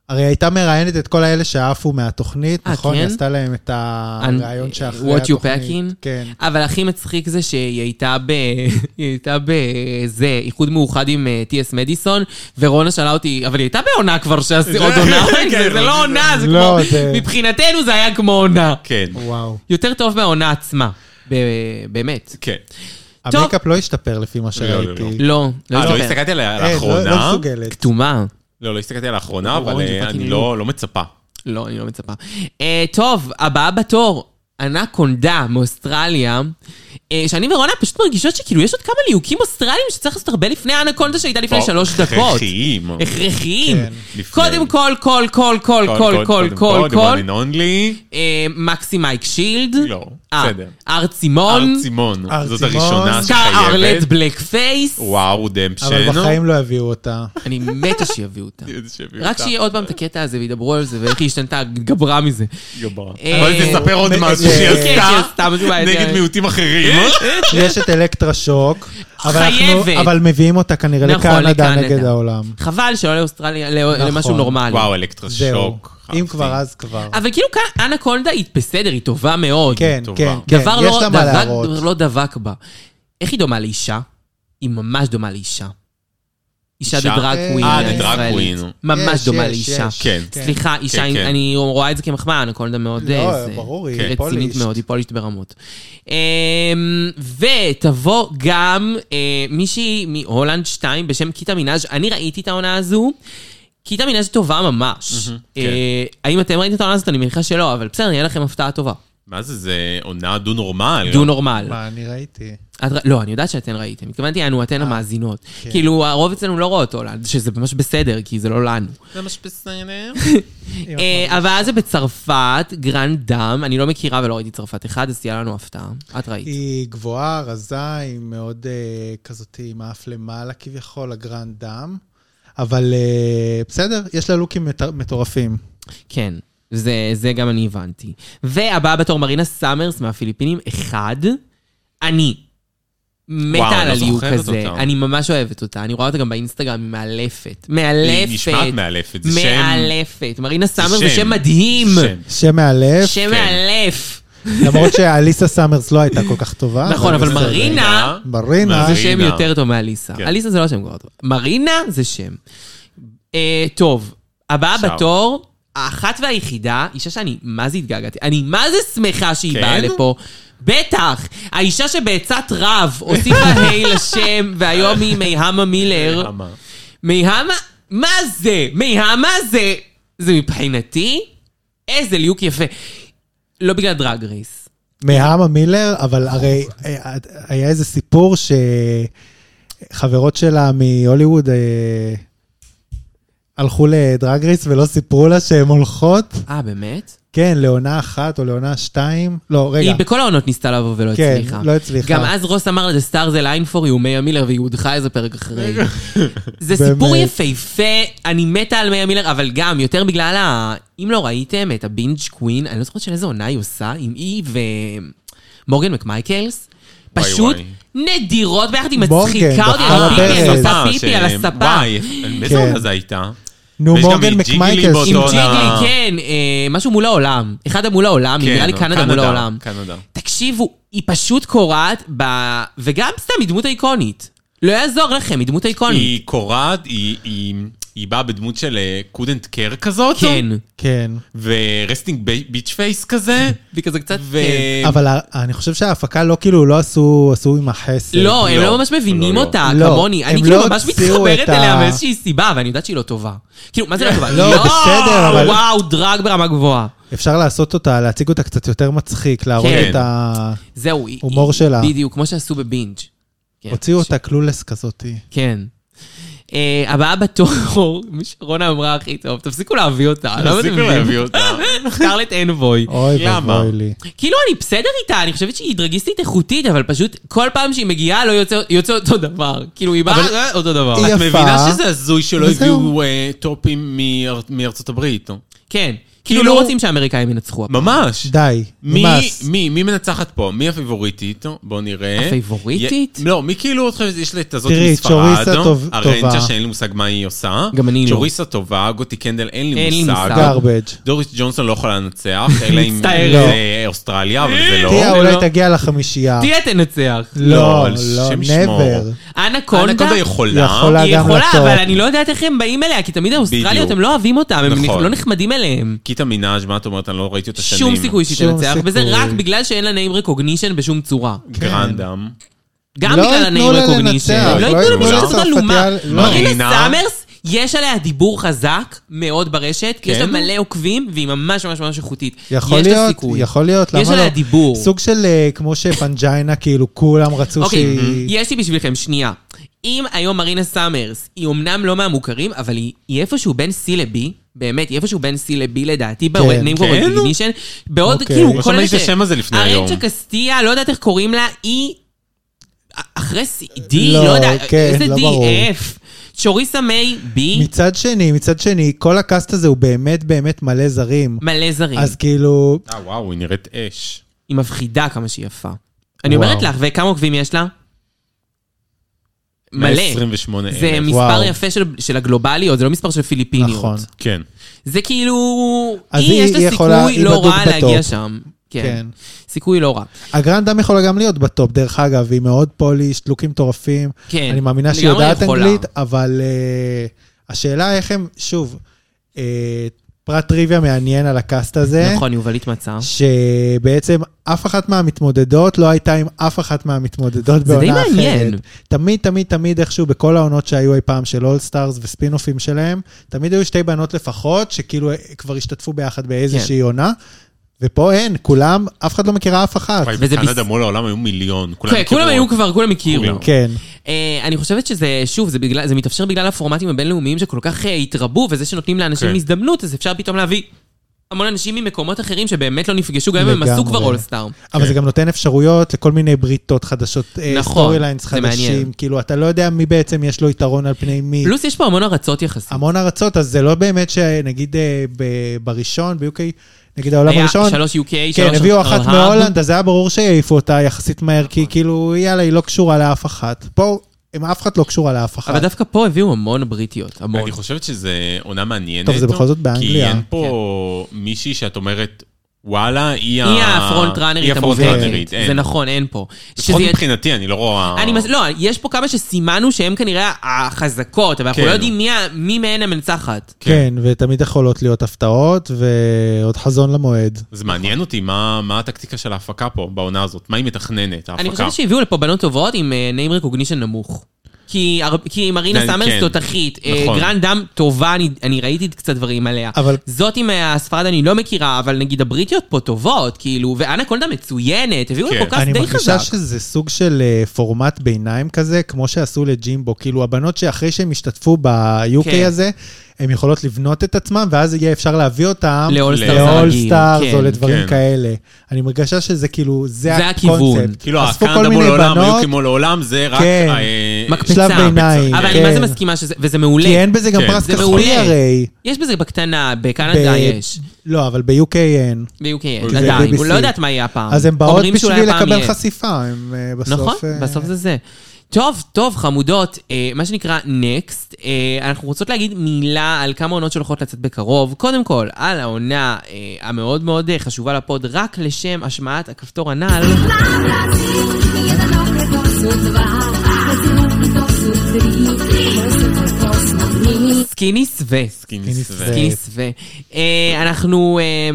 Speaker 4: הרי הייתה מראיינת את כל האלה שעפו מהתוכנית,
Speaker 2: אה,
Speaker 4: נכון? היא
Speaker 2: כן?
Speaker 4: עשתה להם את הראיון
Speaker 2: And-
Speaker 4: אה, שאחרי
Speaker 2: What you
Speaker 4: התוכנית.
Speaker 2: packing?
Speaker 4: כן.
Speaker 2: אבל הכי מצחיק זה שהיא הייתה ב... היא הייתה בזה, איחוד מאוחד עם אה, טי.אס מדיסון, ורונה שאלה אותי, אבל היא הייתה בעונה כבר שעשי עוד עונה,
Speaker 3: כן,
Speaker 2: זה- זה לא עונה, זה
Speaker 4: לא,
Speaker 2: כמו...
Speaker 4: זה-
Speaker 2: מבחינתנו זה היה כמו עונה.
Speaker 3: כן,
Speaker 4: וואו.
Speaker 2: יותר טוב מהעונה עצמה, ב- באמת.
Speaker 3: כן.
Speaker 2: טוב.
Speaker 4: המייקאפ לא השתפר לפי מה
Speaker 3: לא, לא,
Speaker 4: שראיתי.
Speaker 2: לא, לא
Speaker 3: אה, לא
Speaker 2: הסתבר.
Speaker 3: הסתכלתי עליה
Speaker 4: אין, לא-
Speaker 3: לאחרונה.
Speaker 4: לא מסוגלת.
Speaker 2: כתומה.
Speaker 3: לא, לא הסתכלתי על האחרונה,
Speaker 2: אורנג'
Speaker 3: אבל אה,
Speaker 2: ופאקינג
Speaker 3: אני לא לא מצפה.
Speaker 2: לא, אני לא מצפה. אה, טוב, הבאה בתור, אנקונדה מאוסטרליה, אה, שאני ורונה פשוט מרגישות שכאילו יש עוד כמה ליהוקים אוסטרליים שצריך לעשות הרבה לפני האנקונדה שהייתה לפני
Speaker 3: או,
Speaker 2: שלוש דקות.
Speaker 3: הכרחיים.
Speaker 2: הכרחיים.
Speaker 4: כן,
Speaker 3: לפני.
Speaker 2: קודם כל, כל, כל, כל, כל, כל, כל, כל,
Speaker 3: אונלי.
Speaker 2: אה, מקסי מייק שילד.
Speaker 3: לא,
Speaker 2: אה,
Speaker 3: בסדר.
Speaker 2: ארצימון.
Speaker 3: ארצימון.
Speaker 4: ארצימון.
Speaker 3: זאת הראשונה
Speaker 2: סקאר ארלט
Speaker 3: שחייבת.
Speaker 2: בלק פייס.
Speaker 3: וואו, דמפשן.
Speaker 4: אבל בחיים לא יביאו אותה.
Speaker 2: אני מתה שיביאו אותה. רק שיהיה עוד פעם את הקטע הזה וידברו על זה ואיך היא השתנתה, גברה מזה. אה,
Speaker 3: אבל תספר עוד
Speaker 4: אה,
Speaker 3: משהו
Speaker 4: אה,
Speaker 3: שהיא
Speaker 4: כן,
Speaker 2: שהיא
Speaker 3: עשתה
Speaker 2: עשתה משהו בעייתי.
Speaker 3: נגד מיעוטים אחרים.
Speaker 4: יש את אלקטרה שוק. אבל אנחנו-
Speaker 2: חייבת.
Speaker 4: אבל מביאים אותה כנראה
Speaker 2: נכון,
Speaker 4: לקנדה
Speaker 2: לקנדה.
Speaker 4: נגד העולם.
Speaker 2: חבל שלא לאוסטרליה, לא-
Speaker 4: נכון.
Speaker 2: למשהו נורמלי.
Speaker 3: וואו, אלקטרה
Speaker 4: זהו.
Speaker 3: שוק.
Speaker 4: אם
Speaker 3: חפתי.
Speaker 4: כבר, אז כבר.
Speaker 2: אבל כאילו כאן אנקונדה היא בסדר, היא טובה מאוד.
Speaker 4: כן,
Speaker 3: טובה.
Speaker 4: כן, כן.
Speaker 2: דבר
Speaker 4: יש
Speaker 2: לא,
Speaker 4: לה מה
Speaker 2: דבק,
Speaker 4: להראות.
Speaker 2: לא דבק בה. איך היא דומה לאישה? היא ממש דומה לאישה. אישה
Speaker 3: אישה?
Speaker 2: דה דרג
Speaker 4: אה,
Speaker 2: ווין.
Speaker 4: אה,
Speaker 3: דה דרג
Speaker 2: הישראלית.
Speaker 3: ווין.
Speaker 2: ממש
Speaker 4: יש,
Speaker 2: דומה
Speaker 4: יש,
Speaker 2: לאישה.
Speaker 4: יש.
Speaker 3: כן.
Speaker 4: כן.
Speaker 2: סליחה, אישה,
Speaker 3: כן.
Speaker 2: אני רואה את זה כמחמאה, אנקונדה מאוד... אה,
Speaker 4: לא,
Speaker 2: זה-
Speaker 4: ברור, היא
Speaker 2: היא רצינית
Speaker 4: פולישט.
Speaker 2: מאוד, היא פולישט ברמות. אמ, ותבוא גם אה, מישהי מהולנד 2 בשם קיטה מנאז', אני ראיתי את העונה הזו. קיטה מנאז' טובה ממש. אה,
Speaker 3: כן.
Speaker 2: האם אתם ראיתם את העונה הזאת? אני מניחה שלא, אבל בסדר, נהיה לכם הפתעה טובה.
Speaker 3: מה זה, זה עונה דו נורמל.
Speaker 2: דו נורמל.
Speaker 4: מה, אני ראיתי.
Speaker 2: את ר- לא, אני יודעת שאתן ראיתם. התכוונתי, אנו
Speaker 4: אה,
Speaker 2: אתן המאזינות.
Speaker 4: כן.
Speaker 2: כאילו, הרוב אצלנו לא רואות הולנד, שזה ממש בסדר, כי זה לא לנו.
Speaker 3: זה ממש בסדר.
Speaker 2: אה, אבל אז זה בצרפת, גרנד דאם, אני לא מכירה ולא ראיתי צרפת אחד, אז תהיה לנו הפתעה. את ראית.
Speaker 4: היא גבוהה, רזה, היא מאוד אה, כזאת עם האף למעלה כביכול, הגרנד דם. אבל אה, בסדר, יש לה לוקים מטר- מטורפים.
Speaker 2: כן, זה, זה גם אני הבנתי. והבאה בתור מרינה סאמרס מהפיליפינים, אחד, אני. מתה
Speaker 3: וואו,
Speaker 2: על
Speaker 3: לא
Speaker 2: הליהוק
Speaker 3: זוכרת
Speaker 2: הזה,
Speaker 3: אותה.
Speaker 2: אני ממש אוהבת אותה, אני רואה אותה גם באינסטגרם, היא מאלפת. מאלפת.
Speaker 3: היא נשמעת מאלפת, זה שם.
Speaker 2: מאלפת. מרינה סאמר זה
Speaker 3: שם.
Speaker 2: שם מדהים.
Speaker 3: שם.
Speaker 4: שם מאלף,
Speaker 2: שם
Speaker 3: כן.
Speaker 2: מאלף.
Speaker 4: למרות שאליסה סאמרס לא הייתה כל כך טובה.
Speaker 2: נכון, אבל
Speaker 4: בסדר.
Speaker 2: מרינה,
Speaker 4: מרינה,
Speaker 2: זה
Speaker 3: מרינה.
Speaker 2: שם יותר טוב מאליסה.
Speaker 3: כן.
Speaker 2: אליסה זה לא שם כבר טוב. מרינה זה שם. אה, טוב, הבאה
Speaker 3: עכשיו.
Speaker 2: בתור, האחת והיחידה, אישה שאני, מה זה התגעגעתי? אני מה זה שמחה שהיא
Speaker 3: כן?
Speaker 2: באה לפה. בטח, האישה שבעצת רב הוסיפה ה' לשם, והיום היא מיהמה מילר.
Speaker 3: למה?
Speaker 2: מיהמה, מה זה? מיהמה זה, זה מבחינתי, איזה ליהוק יפה. לא בגלל דרג רייס.
Speaker 4: מהמה מילר, אבל הרי אה, היה איזה סיפור שחברות שלה מהוליווד אה, הלכו לדרג רייס ולא סיפרו לה שהן הולכות.
Speaker 2: אה, באמת?
Speaker 4: כן, לעונה אחת או לעונה שתיים. לא, רגע.
Speaker 2: היא בכל העונות ניסתה לבוא ולא
Speaker 4: כן,
Speaker 2: הצליחה.
Speaker 4: לא הצליחה.
Speaker 2: גם אז רוס אמר לה, The Star זה ליין for you, מאיה מילר, והיא הודחה איזה פרק אחרי. זה סיפור
Speaker 4: באמת.
Speaker 2: יפהפה, אני מתה על מאיה מילר, אבל גם, יותר בגלל ה... אם לא ראיתם את הבינג' קווין, אני לא זוכרת של איזה עונה היא עושה, עם היא ומורגן מקמייקלס,
Speaker 3: וואי,
Speaker 2: פשוט
Speaker 3: וואי.
Speaker 2: נדירות ביחד, היא
Speaker 4: מורגן,
Speaker 2: מצחיקה אותי על
Speaker 4: אה,
Speaker 2: הפיפי, אני
Speaker 4: פרז.
Speaker 2: עושה פיפי על
Speaker 3: שם.
Speaker 2: הספה.
Speaker 3: וואי, באיזה
Speaker 4: כן.
Speaker 3: עונה זה הייתה?
Speaker 4: נו,
Speaker 3: ויש גם
Speaker 4: מורגן
Speaker 3: את ג'יגלי
Speaker 4: מקמייקלס.
Speaker 2: עם
Speaker 3: באותו
Speaker 2: ג'יגלי,
Speaker 3: עונה.
Speaker 2: כן, אה, משהו מול העולם. אחד המול העולם, נראה לי
Speaker 3: כן,
Speaker 2: קנדה מול העולם.
Speaker 3: קנדה.
Speaker 2: תקשיבו, היא פשוט קורעת ב... וגם סתם היא דמות איקונית. לא יעזור לכם, היא דמות איקונית.
Speaker 3: היא קורעת, היא- היא- היא באה בדמות של קודנט קר כזאת.
Speaker 2: כן.
Speaker 4: כן.
Speaker 3: ורסטינג ביץ' פייס כזה.
Speaker 2: והיא כזה קצת...
Speaker 3: ו...
Speaker 2: כן.
Speaker 4: אבל ה- אני חושב שההפקה לא כאילו, לא עשו, עשו עם החסד.
Speaker 2: לא, הם
Speaker 3: לא,
Speaker 2: לא ממש מבינים
Speaker 3: לא, לא.
Speaker 2: אותה,
Speaker 4: לא,
Speaker 2: כמוני. אני
Speaker 4: הם
Speaker 2: כאילו
Speaker 4: לא
Speaker 2: ממש
Speaker 4: הוציאו
Speaker 2: מתחברת
Speaker 4: את ה-
Speaker 2: אליה מאיזושהי סיבה, ואני יודעת שהיא לא טובה. כאילו, מה זה לא טובה?
Speaker 4: לא,
Speaker 2: היא
Speaker 4: בסדר, אבל-
Speaker 2: וואו, דרג ברמה גבוהה.
Speaker 4: אפשר לעשות אותה, להציג אותה קצת יותר מצחיק, להראות
Speaker 2: כן.
Speaker 4: את ה...
Speaker 2: זהו, היא...
Speaker 4: הומור
Speaker 2: היא-
Speaker 4: שלה.
Speaker 2: בדיוק, כמו שעשו בבינג'. כן,
Speaker 4: הוציאו
Speaker 2: ש-
Speaker 4: אותה קלולס כזאתי.
Speaker 2: כן. אה, הבאה בתור, מי שרונה אמרה הכי טוב, תפסיקו להביא אותה. למה אתם
Speaker 3: תפסיקו
Speaker 2: מביאים?
Speaker 3: לא להביא אותה.
Speaker 2: סקרלט אנבוי.
Speaker 4: אוי
Speaker 3: למה?
Speaker 4: ואבוי לי.
Speaker 2: כאילו, אני בסדר איתה, אני חושבת שהיא דרגיסטית איכותית, אבל פשוט כל פעם שהיא מגיעה לא יוצא- יוצא אותו דבר. כאילו, היא באה אה, אותו דבר.
Speaker 4: היא
Speaker 3: את
Speaker 4: יפה.
Speaker 3: מבינה שזה הזוי שלא
Speaker 4: וזהו.
Speaker 3: הביאו אה, טופים מאר- מארצות הברית? נו?
Speaker 2: כן. כאילו, לא רוצים שהאמריקאים ינצחו.
Speaker 3: ממש.
Speaker 4: די,
Speaker 3: מי,
Speaker 4: נמאס.
Speaker 3: מי, מי מנצחת פה? מי הפייבוריטית? בואו נראה.
Speaker 2: הפייבוריטית?
Speaker 3: י... לא, מי כאילו, את חושבת, יש לי את הזאת
Speaker 4: תראי,
Speaker 3: מספרד, לא?
Speaker 4: צ'וריסה טוב-
Speaker 3: הרנצ'ה
Speaker 4: טובה.
Speaker 3: שאין לי מושג מה היא עושה.
Speaker 2: גם אני לא.
Speaker 3: צ'וריסה טובה, גוטי קנדל אין לי
Speaker 2: אין לי
Speaker 3: מושג.
Speaker 2: מושג.
Speaker 4: גרבג'.
Speaker 3: דוריס ג'ונסון לא יכולה לנצח, אלא אם
Speaker 2: מצטערת.
Speaker 3: זה אוסטרליה, אבל זה לא.
Speaker 4: תהיה,
Speaker 2: לא.
Speaker 4: אולי תגיע לחמישייה.
Speaker 2: תהיה תנצח.
Speaker 4: לא,
Speaker 3: לא,
Speaker 4: לא,
Speaker 3: השם ישמור.
Speaker 4: never.
Speaker 2: אנה
Speaker 3: אנה
Speaker 2: קונדה?
Speaker 3: קונדה יכולה.
Speaker 4: יכולה.
Speaker 2: היא
Speaker 4: גם
Speaker 2: יכולה,
Speaker 4: לטופ.
Speaker 2: אבל אני לא יודעת איך הם באים אליה, כי תמיד האוסטרליות
Speaker 3: בדיוק.
Speaker 2: הם לא אוהבים אותם, הם
Speaker 3: נכון.
Speaker 2: לא נחמדים אליהם.
Speaker 3: קיטה מנאז', מה את אומרת? אני לא ראיתי אותה שנים.
Speaker 2: שום סיכוי שהיא
Speaker 4: שום
Speaker 2: תנצח,
Speaker 4: סיכוי.
Speaker 2: וזה רק בגלל שאין לה name recognition בשום צורה. כן.
Speaker 3: גרנדם.
Speaker 2: גם
Speaker 4: לא
Speaker 2: בגלל
Speaker 4: ייתנו לה
Speaker 2: ה-name recognition.
Speaker 4: לנצח,
Speaker 2: לא
Speaker 4: לא
Speaker 2: ייתנו לה
Speaker 4: ייתנו
Speaker 2: מישהו
Speaker 4: לה.
Speaker 2: לעשות
Speaker 4: צרפתיה,
Speaker 2: אלומה.
Speaker 4: לא.
Speaker 2: מרינה
Speaker 3: מרינה?
Speaker 2: סאמרס, יש עליה דיבור חזק מאוד ברשת, כי יש לה
Speaker 3: כן?
Speaker 2: מלא עוקבים, והיא ממש ממש ממש איכותית.
Speaker 4: יכול
Speaker 2: יש לה
Speaker 4: להיות,
Speaker 2: סיכוי.
Speaker 4: יכול להיות, למה לא?
Speaker 2: יש עליה דיבור.
Speaker 4: סוג של אה, כמו שפנג'יינה, כאילו כולם רצו
Speaker 2: אוקיי,
Speaker 4: שהיא...
Speaker 2: יש לי בשבילכם, שנייה. אם היום מרינה סאמרס, היא אמנם לא מהמוכרים, אבל היא, היא איפשהו בין C ל-B, באמת, היא איפשהו בין C ל-B לדעתי, ב-name for
Speaker 3: כן?
Speaker 2: recognition, בעוד
Speaker 4: אוקיי.
Speaker 2: כאילו, כל
Speaker 4: לא
Speaker 3: שמעתי
Speaker 2: אלה
Speaker 3: את השם הזה לפני היום.
Speaker 2: ארנצ'ה קסטיה, לא יודעת איך קוראים לה, היא אחרי C, D, לא,
Speaker 4: לא,
Speaker 2: יודעת,
Speaker 4: כן,
Speaker 2: איזה
Speaker 4: לא
Speaker 2: D,
Speaker 4: ברור.
Speaker 2: F, צ'וריסה מיי, B,
Speaker 4: מצד שני, מצד שני, כל הקאסט הזה הוא באמת באמת מלא זרים.
Speaker 2: מלא זרים.
Speaker 4: אז כאילו,
Speaker 3: אה, וואו, היא נראית אש.
Speaker 2: היא מפחידה כמה שהיא יפה. אני
Speaker 4: וואו.
Speaker 2: אומרת לך, וכמה עוקבים יש לה? מלא.
Speaker 3: 28 אלף.
Speaker 2: זה מספר
Speaker 4: וואו.
Speaker 2: יפה של, של הגלובליות, זה לא מספר של פיליפיניות. נכון.
Speaker 4: נכון.
Speaker 3: כן.
Speaker 2: זה כאילו,
Speaker 4: אז
Speaker 2: היא,
Speaker 4: היא-
Speaker 2: יש לה
Speaker 4: היא
Speaker 2: סיכוי
Speaker 4: יכולה- היא
Speaker 2: לא
Speaker 4: בדוק
Speaker 2: רע
Speaker 4: בטופ.
Speaker 2: להגיע שם. כן.
Speaker 4: כן.
Speaker 2: סיכוי לא רע.
Speaker 4: הגרנדם יכולה גם להיות בטופ, דרך אגב, היא מאוד פוליש, לוקים מטורפים.
Speaker 2: כן,
Speaker 4: אני מאמינה שהיא
Speaker 2: לגמרי
Speaker 4: יודעת
Speaker 2: יכולה.
Speaker 4: אנגלית, אבל אה, השאלה איך הם, שוב, אה, פרט טריוויה מעניין על הקאסט הזה.
Speaker 2: נכון, יובלית מצא.
Speaker 4: שבעצם אף אחת מהמתמודדות לא הייתה עם אף אחת מהמתמודדות
Speaker 2: זה די
Speaker 4: בעונה אחרת.
Speaker 2: מעניין.
Speaker 4: תמיד, תמיד, תמיד איכשהו בכל העונות שהיו אי פעם של אול סטארס וספינופים שלהם, תמיד היו שתי בנות לפחות, שכאילו אה, כבר השתתפו ביחד באיזושהי
Speaker 2: כן.
Speaker 4: עונה, ופה אין, כולם, אף אחד לא מכירה אף אחת.
Speaker 3: וואי,
Speaker 2: וזה
Speaker 3: בקנדה
Speaker 2: בס-
Speaker 3: מול העולם היו מיליון. כולם
Speaker 2: כן, כולם
Speaker 3: הכירו.
Speaker 2: היו כבר, כולם הכירו.
Speaker 3: כולם.
Speaker 4: כן,
Speaker 2: אה, אני חושבת שזה, שוב, זה, בגלל, זה מתאפשר בגלל הפורמטים הבינלאומיים שכל כך אה, התרבו, וזה שנותנים לאנשים
Speaker 3: כן.
Speaker 2: הזדמנות, אז אפשר פתאום להביא המון אנשים ממקומות אחרים שבאמת לא נפגשו, גם אם הם
Speaker 4: לגמרי.
Speaker 2: עשו כבר אולסטאר.
Speaker 4: אבל זה גם נותן אפשרויות לכל מיני בריתות חדשות,
Speaker 2: נכון,
Speaker 4: סטורי ליינס
Speaker 2: זה מעניין.
Speaker 4: חדשים, כאילו, אתה לא יודע מי בעצם יש לו יתרון על פני מי.
Speaker 2: פלוס יש פה המון ארצות יחסית.
Speaker 4: המון ארצות, אז זה לא באמת שנגיד אה, ב- בראשון, ב-UK, נגיד העולם
Speaker 2: היה
Speaker 4: הראשון,
Speaker 2: שלוש UK, שלוש...
Speaker 4: כן, הביאו אחת
Speaker 2: ארה"ב.
Speaker 4: מהולנד, אז היה ברור שיעיפו אותה יחסית מהר, כי
Speaker 2: נכון.
Speaker 4: כאילו, יאללה, היא לא קשורה לאף אחת. פה, אם אף אחת לא קשורה לאף
Speaker 2: אבל
Speaker 4: אחת.
Speaker 2: דווקא פה הביאו המון בריטיות, המון.
Speaker 3: אני חושב שזה עונה מעניינת.
Speaker 4: טוב, זה בכל זאת באנגליה. כן.
Speaker 3: כי אין פה מישהי שאת אומרת, וואלה, היא ה...
Speaker 2: היא הפרונט-ראנרית
Speaker 3: היא
Speaker 2: המובהקת.
Speaker 3: הפרונט-ראנרית,
Speaker 2: זה
Speaker 3: אין.
Speaker 2: נכון, אין פה.
Speaker 3: לפחות
Speaker 2: שזה-
Speaker 3: מבחינתי, אני לא רואה...
Speaker 2: אני מס... לא, יש פה כמה שסימנו שהן כנראה החזקות, אבל אנחנו
Speaker 3: כן.
Speaker 2: לא יודעים מי, ה- מי מהן המנצחת.
Speaker 4: כן, ותמיד יכולות להיות הפתעות, ועוד חזון למועד.
Speaker 3: זה מעניין אותי, מה מה הטקטיקה של ההפקה פה, בעונה הזאת? מה היא מתכננת,
Speaker 2: אני
Speaker 3: ההפקה?
Speaker 2: חושבת שהביאו לפה בנות טובות עם אה, name recognition נמוך. כי, הר... כי מרינה
Speaker 3: כן,
Speaker 2: סאמרס
Speaker 3: כן.
Speaker 2: תותחית, אה,
Speaker 3: נכון.
Speaker 2: גרנד דם טובה, אני, אני ראיתי קצת דברים עליה.
Speaker 4: אבל-
Speaker 2: זאת עם הספרד אני לא מכירה, אבל נגיד הבריטיות פה טובות, כאילו, ואנה קונדה מצוינת, הביאו
Speaker 3: כן.
Speaker 2: לפה קאסט
Speaker 4: אני
Speaker 2: די חזק.
Speaker 4: מרגישה שזה סוג של אה, פורמט ביניים כזה, כמו שעשו לג'ימבו. כאילו, הבנות שאחרי שהן השתתפו ב-UK
Speaker 2: כן.
Speaker 4: הזה, הן יכולות לבנות את עצמן, ואז יהיה אפשר להביא אותן
Speaker 2: לאולסטארס הרגיל,
Speaker 4: לאולסטארס או
Speaker 2: כן,
Speaker 4: לדברים
Speaker 3: כן.
Speaker 4: כאלה. אני מרגישה שזה כאילו, זה
Speaker 2: זה הכיוון.
Speaker 4: הקונספט.
Speaker 3: כאילו,
Speaker 4: אספו כל
Speaker 3: הקנדה
Speaker 4: מיני
Speaker 3: מול העולם,
Speaker 4: בנות,
Speaker 3: היו כמו לעולם, זה רק...
Speaker 4: כן.
Speaker 3: אה,
Speaker 2: מקפצה.
Speaker 4: שלב ביניים,
Speaker 2: אבל אני
Speaker 4: כן.
Speaker 2: מה זה מסכימה שזה, וזה מעולה.
Speaker 4: כי אין בזה גם
Speaker 3: כן,
Speaker 4: פרס
Speaker 2: זה מעולה.
Speaker 4: כספי הרי.
Speaker 2: יש בזה בקטנה, בקנדה
Speaker 4: ב-
Speaker 2: יש.
Speaker 4: לא, אבל ב-UK אין.
Speaker 2: ב-UK אין,
Speaker 4: זה
Speaker 2: עדיין, הוא
Speaker 4: BBC.
Speaker 2: לא יודעת מה יהיה הפעם.
Speaker 4: אז הן באות
Speaker 2: אומרים שאולי
Speaker 4: בשביל
Speaker 2: הפעם
Speaker 4: לקבל
Speaker 2: יהיה.
Speaker 4: חשיפה, הם אה, בסוף...
Speaker 2: נכון,
Speaker 4: אה,
Speaker 2: בסוף זה זה. טוב, טוב, חמודות, אה, מה שנקרא נקסט, אה, אנחנו רוצות להגיד מילה על כמה עונות שהולכות לצאת בקרוב. קודם כל, על העונה אה, המאוד מאוד אה, חשובה לפוד, רק לשם השמעת הכפתור הנ"ל.
Speaker 6: Zabrać ci jeden okres, to są dwa, to są to
Speaker 2: סקיני סווה.
Speaker 3: סקיני
Speaker 4: סקיני
Speaker 3: סווה.
Speaker 4: סווה.
Speaker 2: סקיני סווה. אה, אנחנו אה, אה,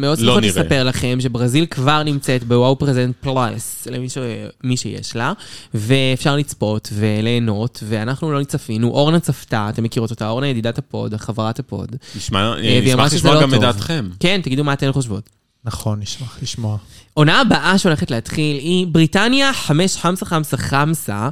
Speaker 2: מאוד
Speaker 3: לא
Speaker 2: שמחות
Speaker 3: נראה.
Speaker 2: לספר לכם שברזיל כבר נמצאת בוואו פרזנט פלאס, למי ש- מי שיש לה, ואפשר לצפות וליהנות, ואנחנו לא צפינו, אורנה צפתה, אתם מכירות אותה, אורנה ידידת הפוד, חברת הפוד. אה,
Speaker 3: נשמע,
Speaker 2: והיא אמרה
Speaker 3: נשמח
Speaker 2: שזה
Speaker 3: לשמוע
Speaker 2: לא
Speaker 3: גם את
Speaker 2: טוב.
Speaker 3: דעתכם.
Speaker 2: כן, תגידו מה אתן חושבות.
Speaker 4: נכון, נשמח לשמוע.
Speaker 2: עונה הבאה שהולכת להתחיל היא בריטניה חמש חמסה חמסה חמסה,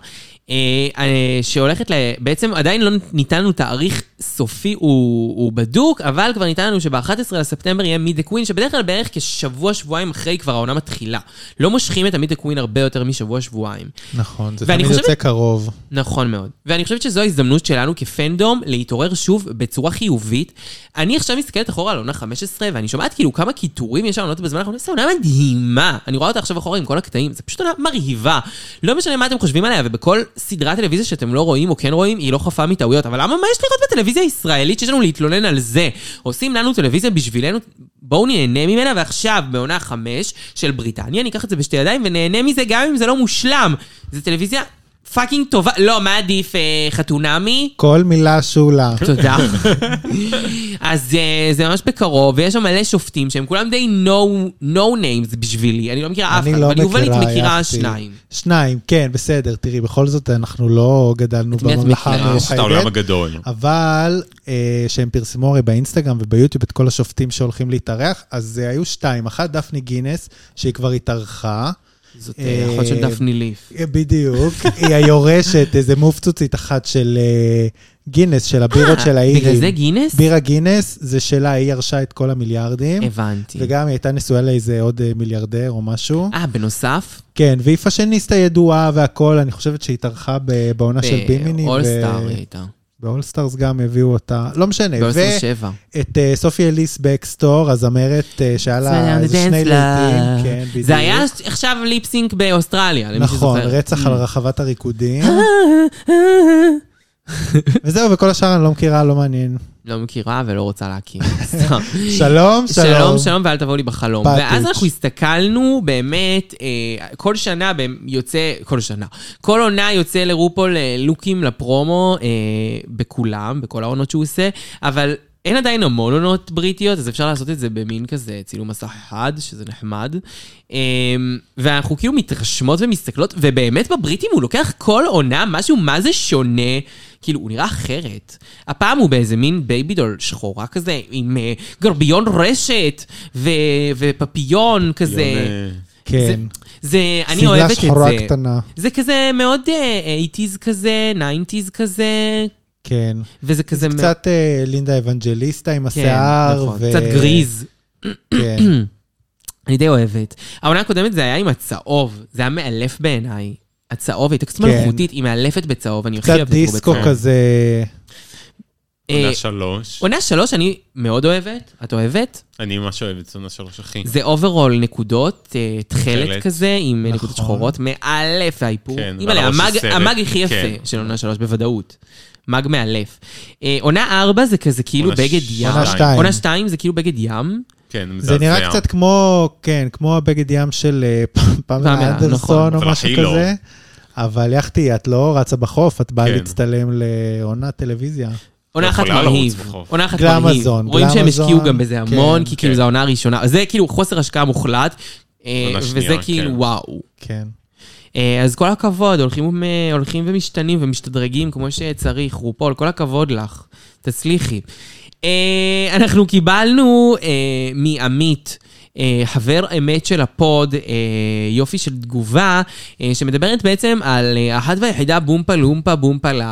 Speaker 2: אה, אה, שהולכת ל... בעצם עדיין לא ניתן לנו תאריך סופי הוא, הוא בדוק, אבל כבר ניתן לנו שב-11 לספטמבר יהיה מיד הקווין, שבדרך כלל בערך כשבוע, שבועיים אחרי כבר העונה מתחילה. לא מושכים את המיד הקווין הרבה יותר משבוע, שבועיים.
Speaker 4: נכון, זה
Speaker 2: ואני
Speaker 4: תמיד
Speaker 2: חושבת-
Speaker 4: יוצא קרוב.
Speaker 2: נכון מאוד. ואני חושבת שזו ההזדמנות שלנו כפנדום להתעורר שוב בצורה חיובית. אני עכשיו מסתכלת אחורה על עונה 15, ואני שומעת כאילו כמה קיטורים יש על עונות בזמן האחרון, זו עונה מדהימה. אני רואה אותה עכשיו אחורה עם כל הקטעים, זו פשוט עונה מרהיבה. לא משנה מה אתם חושבים עליה, ובכל סדרת טלוויזיה שאתם לא רואים או כן רואים, היא לא חפה מטעויות. אבל למה, מה יש לראות בטלוויזיה הישראלית שיש לנו להתלונן על זה? עושים לנו טלוויזיה בשבילנו, בואו נהנה ממנה, ועכשיו, בעונה 5 של בריטניה, ניקח את זה בשתי ידיים ונהנה מזה גם אם זה לא מושלם. זו טלוויזיה פאקינג טובה, לא, מה עדיף, אה, חתונמי?
Speaker 4: כל מילה שולה.
Speaker 2: תודה. אז אה, זה ממש בקרוב, ויש שם מלא שופטים שהם כולם די no, no names בשבילי, אני לא מכירה אף אחד,
Speaker 4: אני לא
Speaker 2: אבל
Speaker 4: מכירה,
Speaker 2: יובלית מכירה
Speaker 4: יפתי.
Speaker 2: שניים.
Speaker 4: שניים, כן, בסדר. תראי, בכל זאת אנחנו לא גדלנו
Speaker 2: את מי את
Speaker 4: בממלכה
Speaker 2: מכירה?
Speaker 3: יש את העולם
Speaker 4: המאוחדת,
Speaker 3: הגדול.
Speaker 4: אבל אה, שהם פרסמו הרי באינסטגרם וביוטיוב את כל השופטים שהולכים להתארח, אז אה, היו שתיים. אחת, דפני גינס, שהיא כבר התארחה.
Speaker 2: זאת אה, אחות של
Speaker 4: אה,
Speaker 2: דפני ליף.
Speaker 4: אה, בדיוק. היא היורשת, איזה מופצוצית אחת של אה, גינס, של הבירות
Speaker 2: אה,
Speaker 4: של האירים.
Speaker 2: בגלל זה גינס?
Speaker 4: בירה גינס זה שלה, היא ירשה את כל המיליארדים.
Speaker 2: הבנתי.
Speaker 4: וגם היא הייתה נשואה לאיזה עוד אה, מיליארדר או משהו.
Speaker 2: אה, בנוסף?
Speaker 4: כן, והיא פאשיניסטה ידועה והכול, אני חושבת שהתארחה ב- בעונה
Speaker 2: אה,
Speaker 4: של בימיני. אה,
Speaker 2: באולסטאר הייתה.
Speaker 4: באולסטארס גם הביאו אותה, לא משנה.
Speaker 2: באולסטאר 7.
Speaker 4: ואת אה, סופי אליס בקסטור, הזמרת אה, שהיה לה איזה שני לידים. כן, בדיוק.
Speaker 2: זה היה עכשיו ליפסינק באוסטרליה, למי שזוכר.
Speaker 4: נכון, רצח
Speaker 2: Mm.
Speaker 4: על רחבת הריקודים. וזהו, וכל השאר אני לא מכירה, לא מעניין.
Speaker 2: לא מכירה ולא רוצה להכיר. סתם.
Speaker 4: שלום,
Speaker 2: שלום,
Speaker 4: שלום.
Speaker 2: שלום, ואל תבואו לי בחלום.
Speaker 4: פטיץ'.
Speaker 2: ואז אנחנו הסתכלנו, באמת, אה, כל שנה בהם יוצא, כל שנה, כל עונה יוצא לרופול אה, לוקים לפרומו, אה, בכולם, בכל העונות שהוא עושה, אבל אין עדיין המון עונות בריטיות, אז אפשר לעשות את זה במין כזה צילום מסך אחד, שזה נחמד. אה, ואנחנו כאילו מתרשמות ומסתכלות, ובאמת בבריטים הוא לוקח כל עונה משהו, מה זה שונה? כאילו, הוא נראה אחרת. הפעם הוא באיזה מין בייבידול שחורה כזה, עם אה, גרביון רשת ו- ופפיון כזה.
Speaker 3: יונה.
Speaker 4: כן.
Speaker 2: זה, זה, אני
Speaker 4: שמלה
Speaker 2: אוהבת את
Speaker 4: שחורה
Speaker 2: זה.
Speaker 4: קטנה.
Speaker 2: זה כזה מאוד אה, 80's כזה, 90's כזה,
Speaker 4: כן.
Speaker 2: וזה כזה... מ-
Speaker 4: קצת אה, לינדה אבנג'ליסטה עם
Speaker 2: כן,
Speaker 4: השיער.
Speaker 2: נכון,
Speaker 4: ו-
Speaker 2: קצת גריז.
Speaker 4: כן.
Speaker 2: אני די אוהבת. העונה הקודמת זה היה עם הצהוב, זה היה מאלף בעיניי. הצהוב הייתה קצת
Speaker 4: כן.
Speaker 2: מלכותית, היא מאלפת בצהוב, אני הכי
Speaker 4: קצת
Speaker 2: אוהבת את זה כן.
Speaker 4: דיסקו
Speaker 2: בצהוב.
Speaker 4: כזה.
Speaker 2: אה,
Speaker 3: עונה שלוש.
Speaker 2: עונה שלוש אני מאוד אוהבת, את אוהבת?
Speaker 3: אני ממש אוהב את עונה שלוש, אחי.
Speaker 2: זה אוברול נקודות, אה, תכלת
Speaker 3: תכלת.
Speaker 2: כזה, עם נכון. נקודות
Speaker 4: נכון.
Speaker 2: שחורות, מאלף האיפור.
Speaker 3: כן,
Speaker 2: אימא'לה,
Speaker 3: ועל הראש
Speaker 2: המאג,
Speaker 3: הסרט.
Speaker 2: המאג הכי יפה
Speaker 3: כן.
Speaker 2: של עונה שלוש, בוודאות. מאג מאלף. אה, עונה ארבע זה כזה כאילו
Speaker 3: עונה
Speaker 2: בגד
Speaker 3: ש-
Speaker 2: ים.
Speaker 4: עונה שתיים.
Speaker 2: עונה שתיים זה כאילו בגד ים.
Speaker 3: כן, מזעזע.
Speaker 4: זה נראה קצת כמו, כן, כמו הבגד ים של אה, פ-
Speaker 2: פמלה,
Speaker 4: פמלה
Speaker 2: נכון.
Speaker 4: אנדרסון או
Speaker 3: אבל
Speaker 4: משהו
Speaker 3: הכי לא.
Speaker 4: כזה. אבל יחתי, את לא רצה בחוף, את באה
Speaker 3: כן.
Speaker 4: להצטלם לעונת טלוויזיה.
Speaker 2: עונה
Speaker 3: לא
Speaker 2: אחת
Speaker 3: יכולה לרוץ
Speaker 2: מרהיב,
Speaker 3: בחוף.
Speaker 2: עונה אחת
Speaker 4: גלאמזון,
Speaker 2: מרהיב. רואים שהם
Speaker 4: גלאמזון,
Speaker 2: השקיעו גם בזה המון,
Speaker 4: כן,
Speaker 2: כי כאילו
Speaker 3: כן.
Speaker 2: זו העונה הראשונה. זה כאילו חוסר השקעה מוחלט, אה,
Speaker 3: עונה
Speaker 2: וזה
Speaker 3: שנייה,
Speaker 2: כאילו
Speaker 3: כן.
Speaker 2: וואו.
Speaker 4: כן.
Speaker 2: אה, אז כל הכבוד, הולכים, ומ- הולכים ומשתנים ומשתדרגים כמו שצריך, רופול, כל הכבוד לך, תצליחי. אה, אנחנו קיבלנו אה, מעמית, אה, חבר אמת של הפוד, אה, יופי של תגובה, אה, שמדברת בעצם על אה, האחת והיחידה בומפה לומפה בומפה לאו,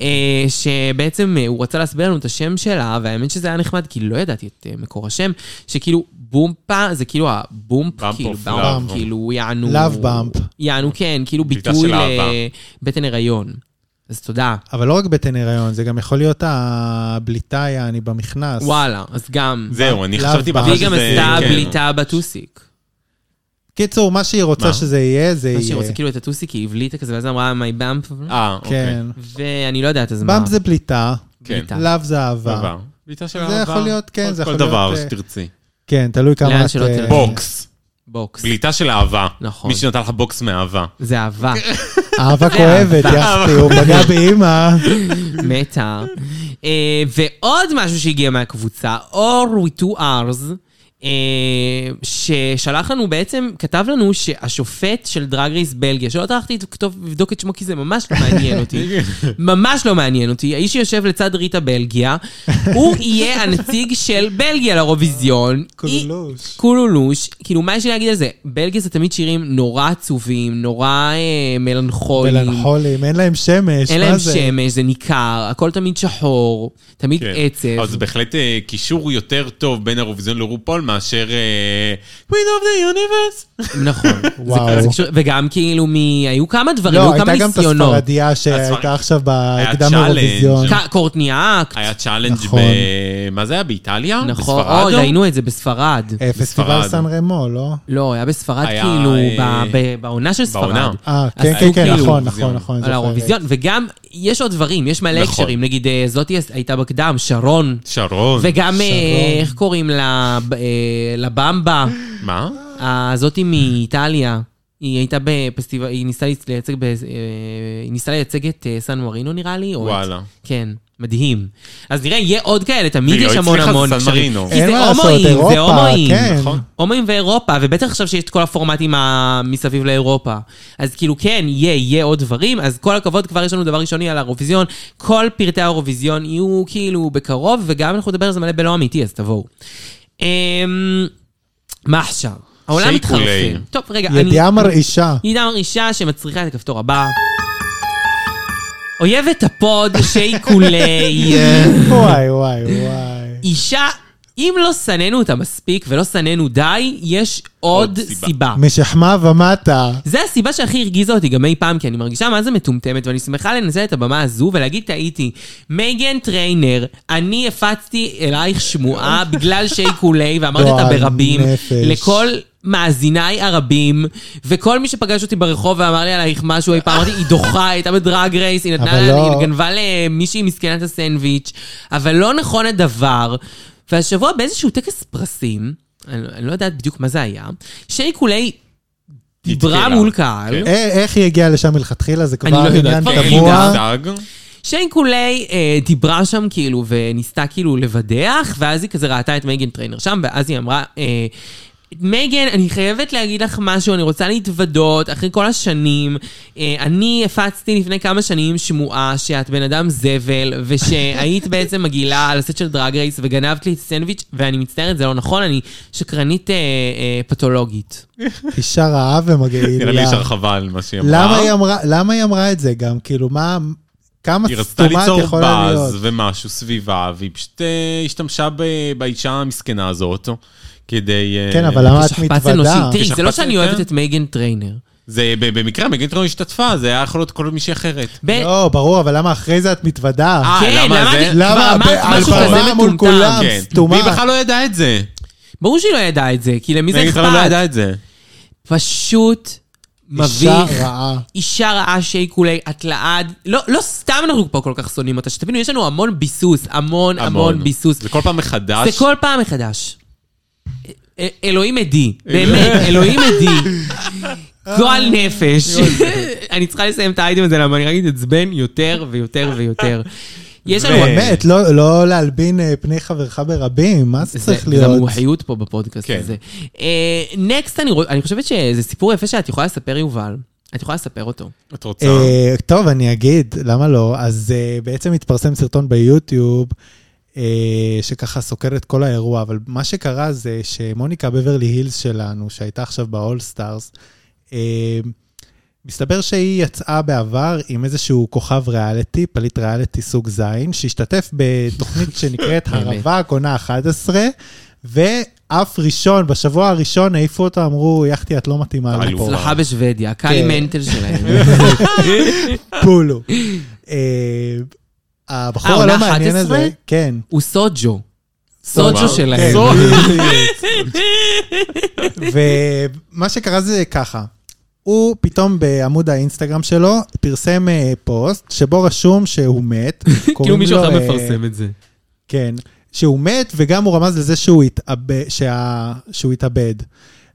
Speaker 2: אה, שבעצם אה, הוא רצה להסביר לנו את השם שלה, והאמת שזה היה נחמד, כי לא ידעתי את אה, מקור השם, שכאילו בומפה זה כאילו הבומפ,
Speaker 3: Bump
Speaker 2: כאילו,
Speaker 3: of
Speaker 2: bump,
Speaker 3: love.
Speaker 2: כאילו, יענו...
Speaker 4: Love bump.
Speaker 2: יענו, כן, כאילו
Speaker 3: קליטה
Speaker 2: ביטוי
Speaker 3: של אהבה.
Speaker 2: לבטן הריון. אז תודה.
Speaker 4: אבל לא רק בטן הריון, זה גם יכול להיות הבליטה יעני במכנס.
Speaker 2: וואלה, אז גם.
Speaker 3: כן. זהו, אני
Speaker 4: לאו
Speaker 3: חשבתי
Speaker 4: בר.
Speaker 3: בהתחלה
Speaker 2: והיא
Speaker 4: אז
Speaker 2: גם
Speaker 3: שזה-
Speaker 2: עשתה
Speaker 3: כן.
Speaker 2: בליטה בטוסיק.
Speaker 4: קיצור, מה שהיא רוצה
Speaker 3: מה?
Speaker 4: שזה יהיה, זה
Speaker 2: מה שהיא רוצה,
Speaker 4: יהיה.
Speaker 2: כאילו את הטוסיק, היא הבליטה כזה, ואז אמרה מי באמפ,
Speaker 3: אה, אוקיי.
Speaker 4: כן.
Speaker 2: ואני לא יודעת אז מה.
Speaker 4: באמפ זה בליטה,
Speaker 3: כן.
Speaker 2: בליטה.
Speaker 4: לאו זה אהבה.
Speaker 3: עבר. בעיטה של
Speaker 4: זה
Speaker 3: אהבה.
Speaker 4: יכול להיות, כן,
Speaker 3: כל-
Speaker 4: זה יכול
Speaker 3: כל
Speaker 4: להיות,
Speaker 3: דבר
Speaker 4: אה,
Speaker 3: שתרצי.
Speaker 4: כן, תלוי
Speaker 2: לאן
Speaker 4: כמה את...
Speaker 2: שלא
Speaker 4: אה,
Speaker 2: תלך.
Speaker 3: בוקס.
Speaker 2: בוקס.
Speaker 3: בליטה של אהבה.
Speaker 2: נכון.
Speaker 3: מי שנתן לך בוקס מאהבה.
Speaker 2: זה אהבה.
Speaker 4: אהבה כואבת,
Speaker 2: אהבה.
Speaker 4: יחתי, הוא פגע באימא.
Speaker 2: מתה. אה, ועוד משהו שהגיע מהקבוצה, אור with two R's, אה, ששלח לנו בעצם, כתב לנו שהשופט של דרג רייס בלגיה, שלא טרחתי לכתוב- לבדוק את שמו כי זה ממש לא מעניין אותי, ממש לא מעניין אותי, האיש שיושב לצד ריטה בלגיה, הוא יהיה הנציג של בלגיה לאירוויזיון.
Speaker 4: קולולוש.
Speaker 2: קולולוש, כאילו מה יש לי להגיד על זה? בלגיה זה תמיד שירים נורא עצובים, נורא אה, מלנכוליים.
Speaker 4: מלנכולים, אין להם שמש,
Speaker 2: אין
Speaker 4: מה
Speaker 2: להם
Speaker 4: זה?
Speaker 2: שמש, זה ניכר, הכל תמיד שחור, תמיד
Speaker 3: כן.
Speaker 2: עצב.
Speaker 3: אז בהחלט אה, קישור יותר טוב בין האירוויזיון לרופול מאשר אה, Queen of the Universe.
Speaker 2: נכון.
Speaker 4: וואו.
Speaker 2: זה- זה קשור- וגם כאילו, מ- היו כמה דברים,
Speaker 4: לא,
Speaker 2: היו כמה
Speaker 4: הייתה גם את
Speaker 2: ניסיונות.
Speaker 4: הספרדיה
Speaker 3: הספרד-
Speaker 4: שהייתה עכשיו בקדם
Speaker 3: challenge.
Speaker 4: אירוויזיון.
Speaker 2: ק- קורטניאק,
Speaker 3: היה צ'אלנג'
Speaker 4: נכון.
Speaker 3: ב... מה זה היה? באיטליה?
Speaker 2: נכון,
Speaker 3: בספרד?
Speaker 2: אוי, ראינו את זה בספרד.
Speaker 4: אה,
Speaker 3: בספרד.
Speaker 4: פסטיבל סן רמו, לא?
Speaker 2: לא, היה בספרד
Speaker 3: היה,
Speaker 2: כאילו,
Speaker 3: אה,
Speaker 2: ב- ב- בעונה של
Speaker 3: בעונה.
Speaker 2: ספרד.
Speaker 4: אה, כן,
Speaker 2: עשו
Speaker 4: כן, כן,
Speaker 2: כאילו
Speaker 4: נכון,
Speaker 3: אירוויזיון.
Speaker 4: נכון, נכון.
Speaker 2: על
Speaker 4: זוכר.
Speaker 2: האירוויזיון, וגם יש עוד דברים, יש מלא
Speaker 3: נכון.
Speaker 2: הקשרים, נגיד אה, זאתי הייתה בקדם, שרון,
Speaker 3: שרון.
Speaker 2: וגם אה,
Speaker 4: שרון.
Speaker 2: איך קוראים לה, ב- אה, לבמבה,
Speaker 3: מה?
Speaker 2: אה, זאתי מאיטליה, היא הייתה בפסטיבל, היא ניסתה לייצג, ב- אה, היא ניסתה לייצג את אה, סן מרינו נראה לי, או את-
Speaker 3: וואלה.
Speaker 2: כן. מדהים. אז נראה, יהיה עוד כאלה, תמיד
Speaker 3: והיא
Speaker 2: יש
Speaker 3: לא
Speaker 2: המון
Speaker 3: הצליחה, זה
Speaker 2: המון.
Speaker 3: סן
Speaker 2: קשרים.
Speaker 3: מרינו.
Speaker 2: כי
Speaker 4: אין
Speaker 2: זה
Speaker 4: מה לעשות,
Speaker 2: הומואים, זה
Speaker 4: אירופה,
Speaker 2: הומואים.
Speaker 4: כן.
Speaker 3: נכון.
Speaker 2: הומואים ואירופה, ובטח עכשיו שיש את כל הפורמטים ה- מסביב לאירופה. אז כאילו, כן, יהיה, יהיה עוד דברים. אז כל הכבוד, כבר יש לנו דבר ראשוני על האירוויזיון. כל פרטי האירוויזיון יהיו כאילו בקרוב, וגם אנחנו נדבר על זה מלא בלא אמיתי, אז תבואו. אמ, מה עכשיו? העולם
Speaker 3: שייק אולי.
Speaker 2: מתחרפן. טוב, רגע, אני...
Speaker 4: ידיעה מרעישה.
Speaker 2: ידיעה מרעישה שמצריכה את הכפתור הבא. אויבת הפוד, שייקולי.
Speaker 4: וואי, וואי, וואי.
Speaker 2: אישה, אם לא שנאנו אותה מספיק ולא שנאנו די, יש עוד,
Speaker 3: עוד
Speaker 2: סיבה.
Speaker 3: סיבה.
Speaker 4: משכמה ומטה.
Speaker 2: זה הסיבה שהכי הרגיזה אותי גם אי פעם, כי אני מרגישה מה זה מטומטמת, ואני שמחה לנצל את הבמה הזו ולהגיד, טעיתי. מייגן טריינר, אני הפצתי אלייך שמועה בגלל שייקולי, ואמרתי אותה
Speaker 4: גועל
Speaker 2: ברבים,
Speaker 4: נפש.
Speaker 2: לכל מאזיניי הרבים, וכל מי שפגש אותי ברחוב ואמר לי עלייך משהו אי פעם, אמרתי, היא דוחה, היא הייתה בדרג רייס, היא נתנה
Speaker 4: אבל
Speaker 2: לה,
Speaker 4: לא.
Speaker 2: היא גנבה למישהי מסכנת הסנדוויץ', אבל לא נכון הדבר. והשבוע באיזשהו טקס פרסים, אני, אני לא יודעת בדיוק מה זה היה, שייקולי דיברה
Speaker 3: נתקלה.
Speaker 2: מול קהל,
Speaker 3: כן.
Speaker 4: אה, איך היא הגיעה לשם מלכתחילה? זה
Speaker 2: אני
Speaker 4: כבר
Speaker 2: לא יודעת,
Speaker 4: עניין
Speaker 2: כבר
Speaker 3: אין
Speaker 4: תמוה.
Speaker 3: מושג.
Speaker 2: שיין קולי אה, דיברה שם כאילו וניסתה כאילו לבדח, ואז היא כזה ראתה את מייגן טריינר שם, ואז היא אמרה, אה, מייגן, אני חייבת להגיד לך משהו, אני רוצה להתוודות, אחרי כל השנים, אה, אני הפצתי לפני כמה שנים שמועה שאת בן אדם זבל, ושהיית בעצם מגעילה על הסט של דרג רייס, וגנבת לי את הסנדוויץ', ואני מצטערת, זה לא נכון, אני שקרנית אה, אה, פתולוגית.
Speaker 4: אישה רעה
Speaker 3: נראה לי
Speaker 4: ומגעילה.
Speaker 3: יש הרחבה על מה שהיא אמרה.
Speaker 4: למה היא אמרה- למה היא אמרה את זה גם? כאילו, מה... כמה
Speaker 3: היא רצתה
Speaker 4: סתומה את
Speaker 3: ליצור
Speaker 4: יכולה
Speaker 3: באז
Speaker 4: להיות?
Speaker 3: ומשהו סביבה, והיא פשוט אה, השתמשה ב- באישה המסכנה הזאת כדי... אה,
Speaker 4: כן, אבל למה את
Speaker 2: כשכפ"ץ אנושי.
Speaker 4: מתוודה? כן.
Speaker 2: תראי, זה לא
Speaker 3: כשכפ"ץ
Speaker 2: שאני
Speaker 3: יותר?
Speaker 2: אוהבת את מייגן טריינר.
Speaker 3: זה ב- במקרה, מגנטרון לא השתתפה, זה היה יכול להיות כל מישהי אחרת.
Speaker 2: ב-
Speaker 4: לא, ברור, אבל למה אחרי זה את מתוודה?
Speaker 3: אה,
Speaker 2: כן,
Speaker 3: למה
Speaker 2: למה
Speaker 3: זה?
Speaker 2: אני- כבר
Speaker 4: למה?
Speaker 2: אמרת
Speaker 4: על
Speaker 2: משהו
Speaker 3: כזה
Speaker 4: במה מול
Speaker 2: מטומטם.
Speaker 4: כולם,
Speaker 3: כן.
Speaker 4: סתומה.
Speaker 3: והיא בכלל לא ידעה את זה.
Speaker 2: ברור שהיא לא ידעה את זה, כי למי זה
Speaker 3: מגנטרון לא
Speaker 2: אכפת?
Speaker 3: ידעה את זה.
Speaker 2: פשוט
Speaker 4: אישה
Speaker 2: מביך.
Speaker 4: רעה.
Speaker 2: אישה רעה שייקולי, את לעד. לא, לא סתם אנחנו פה כל כך שונאים אותה, שתבינו, יש לנו המון ביסוס, המון המון ביסוס.
Speaker 3: זה כל פעם מחדש.
Speaker 2: זה כל פעם מחדש. אה, אלוהים עדי, באמת, אלוהים עדי. גועל נפש. אני צריכה לסיים את האייטם הזה, למה אני רק אתעצבן יותר ויותר ויותר. יש לנו...
Speaker 4: באמת, לא- לא להלבין אה, פני חברך ברבים, מה זה צריך
Speaker 2: זה
Speaker 4: להיות?
Speaker 2: המומחיות פה בפודקאסט
Speaker 3: כן.
Speaker 2: הזה. נקסט, אני חושבת שזה סיפור יפה שאת יכולה לספר, יובל. את יכולה לספר אותו.
Speaker 3: את רוצה?
Speaker 4: אה, טוב, אני אגיד, למה לא? אז אה, בעצם התפרסם סרטון ביוטיוב, אה, שככה סוקר את כל האירוע, אבל מה שקרה זה שמוניקה בברלי הילס שלנו, שהייתה עכשיו באולסטארס, אה, מסתבר שהיא יצאה בעבר עם איזשהו כוכב ריאליטי, פליט ריאליטי סוג זין, שהשתתף בתוכנית שנקראת הרווק, עונה 11, ואף ראשון, בשבוע הראשון העיפו אותו, אמרו, יחתי, את לא מתאימה
Speaker 3: אלופה.
Speaker 4: לפה.
Speaker 2: הצלחה בשוודיה, קאלי
Speaker 4: כן.
Speaker 2: מנטל שלהם.
Speaker 4: פולו. אה,
Speaker 2: אה,
Speaker 4: הבחור
Speaker 2: עונה
Speaker 4: הלא מעניין
Speaker 2: 11?
Speaker 4: הזה, כן.
Speaker 2: הוא סוג'ו. סוג'ו
Speaker 3: מה?
Speaker 2: שלהם.
Speaker 4: סוג'ו.
Speaker 3: זו-
Speaker 4: כן. ומה שקרה זה ככה, הוא פתאום בעמוד האינסטגרם שלו פרסם אה, פוסט שבו רשום שהוא מת.
Speaker 2: כאילו
Speaker 4: קוראים
Speaker 2: מישהו
Speaker 4: לו,
Speaker 2: אחר
Speaker 4: אה,
Speaker 2: מפרסם את זה.
Speaker 4: כן, שהוא מת וגם הוא רמז לזה שהוא אה, התאבד, שה... שהוא התאבד.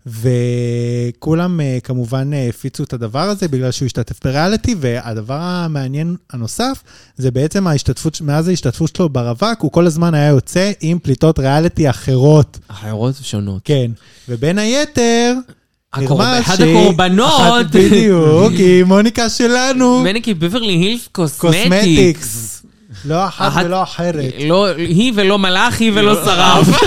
Speaker 4: וכולם אה, כמובן אה, הפיצו את הדבר הזה בגלל שהוא השתתף בריאליטי, והדבר המעניין הנוסף זה בעצם ההשתתפות, ש- מאז ההשתתפות שלו ברווק, הוא כל הזמן היה יוצא עם פליטות ריאליטי אחרות.
Speaker 2: החיירות שונות.
Speaker 4: כן, ובין היתר,
Speaker 2: הקורבן-
Speaker 4: נרמז
Speaker 2: אחת
Speaker 4: שהיא-
Speaker 2: הקורבנות.
Speaker 4: אחת- בדיוק, היא מוניקה שלנו,
Speaker 2: מניקי ביברלי הילף קוסמטיקס.
Speaker 4: קוסמטיקס. לא אחת
Speaker 2: אחת-
Speaker 4: ולא אחרת.
Speaker 2: לא, היא ולא מלאך, היא ולא שרף.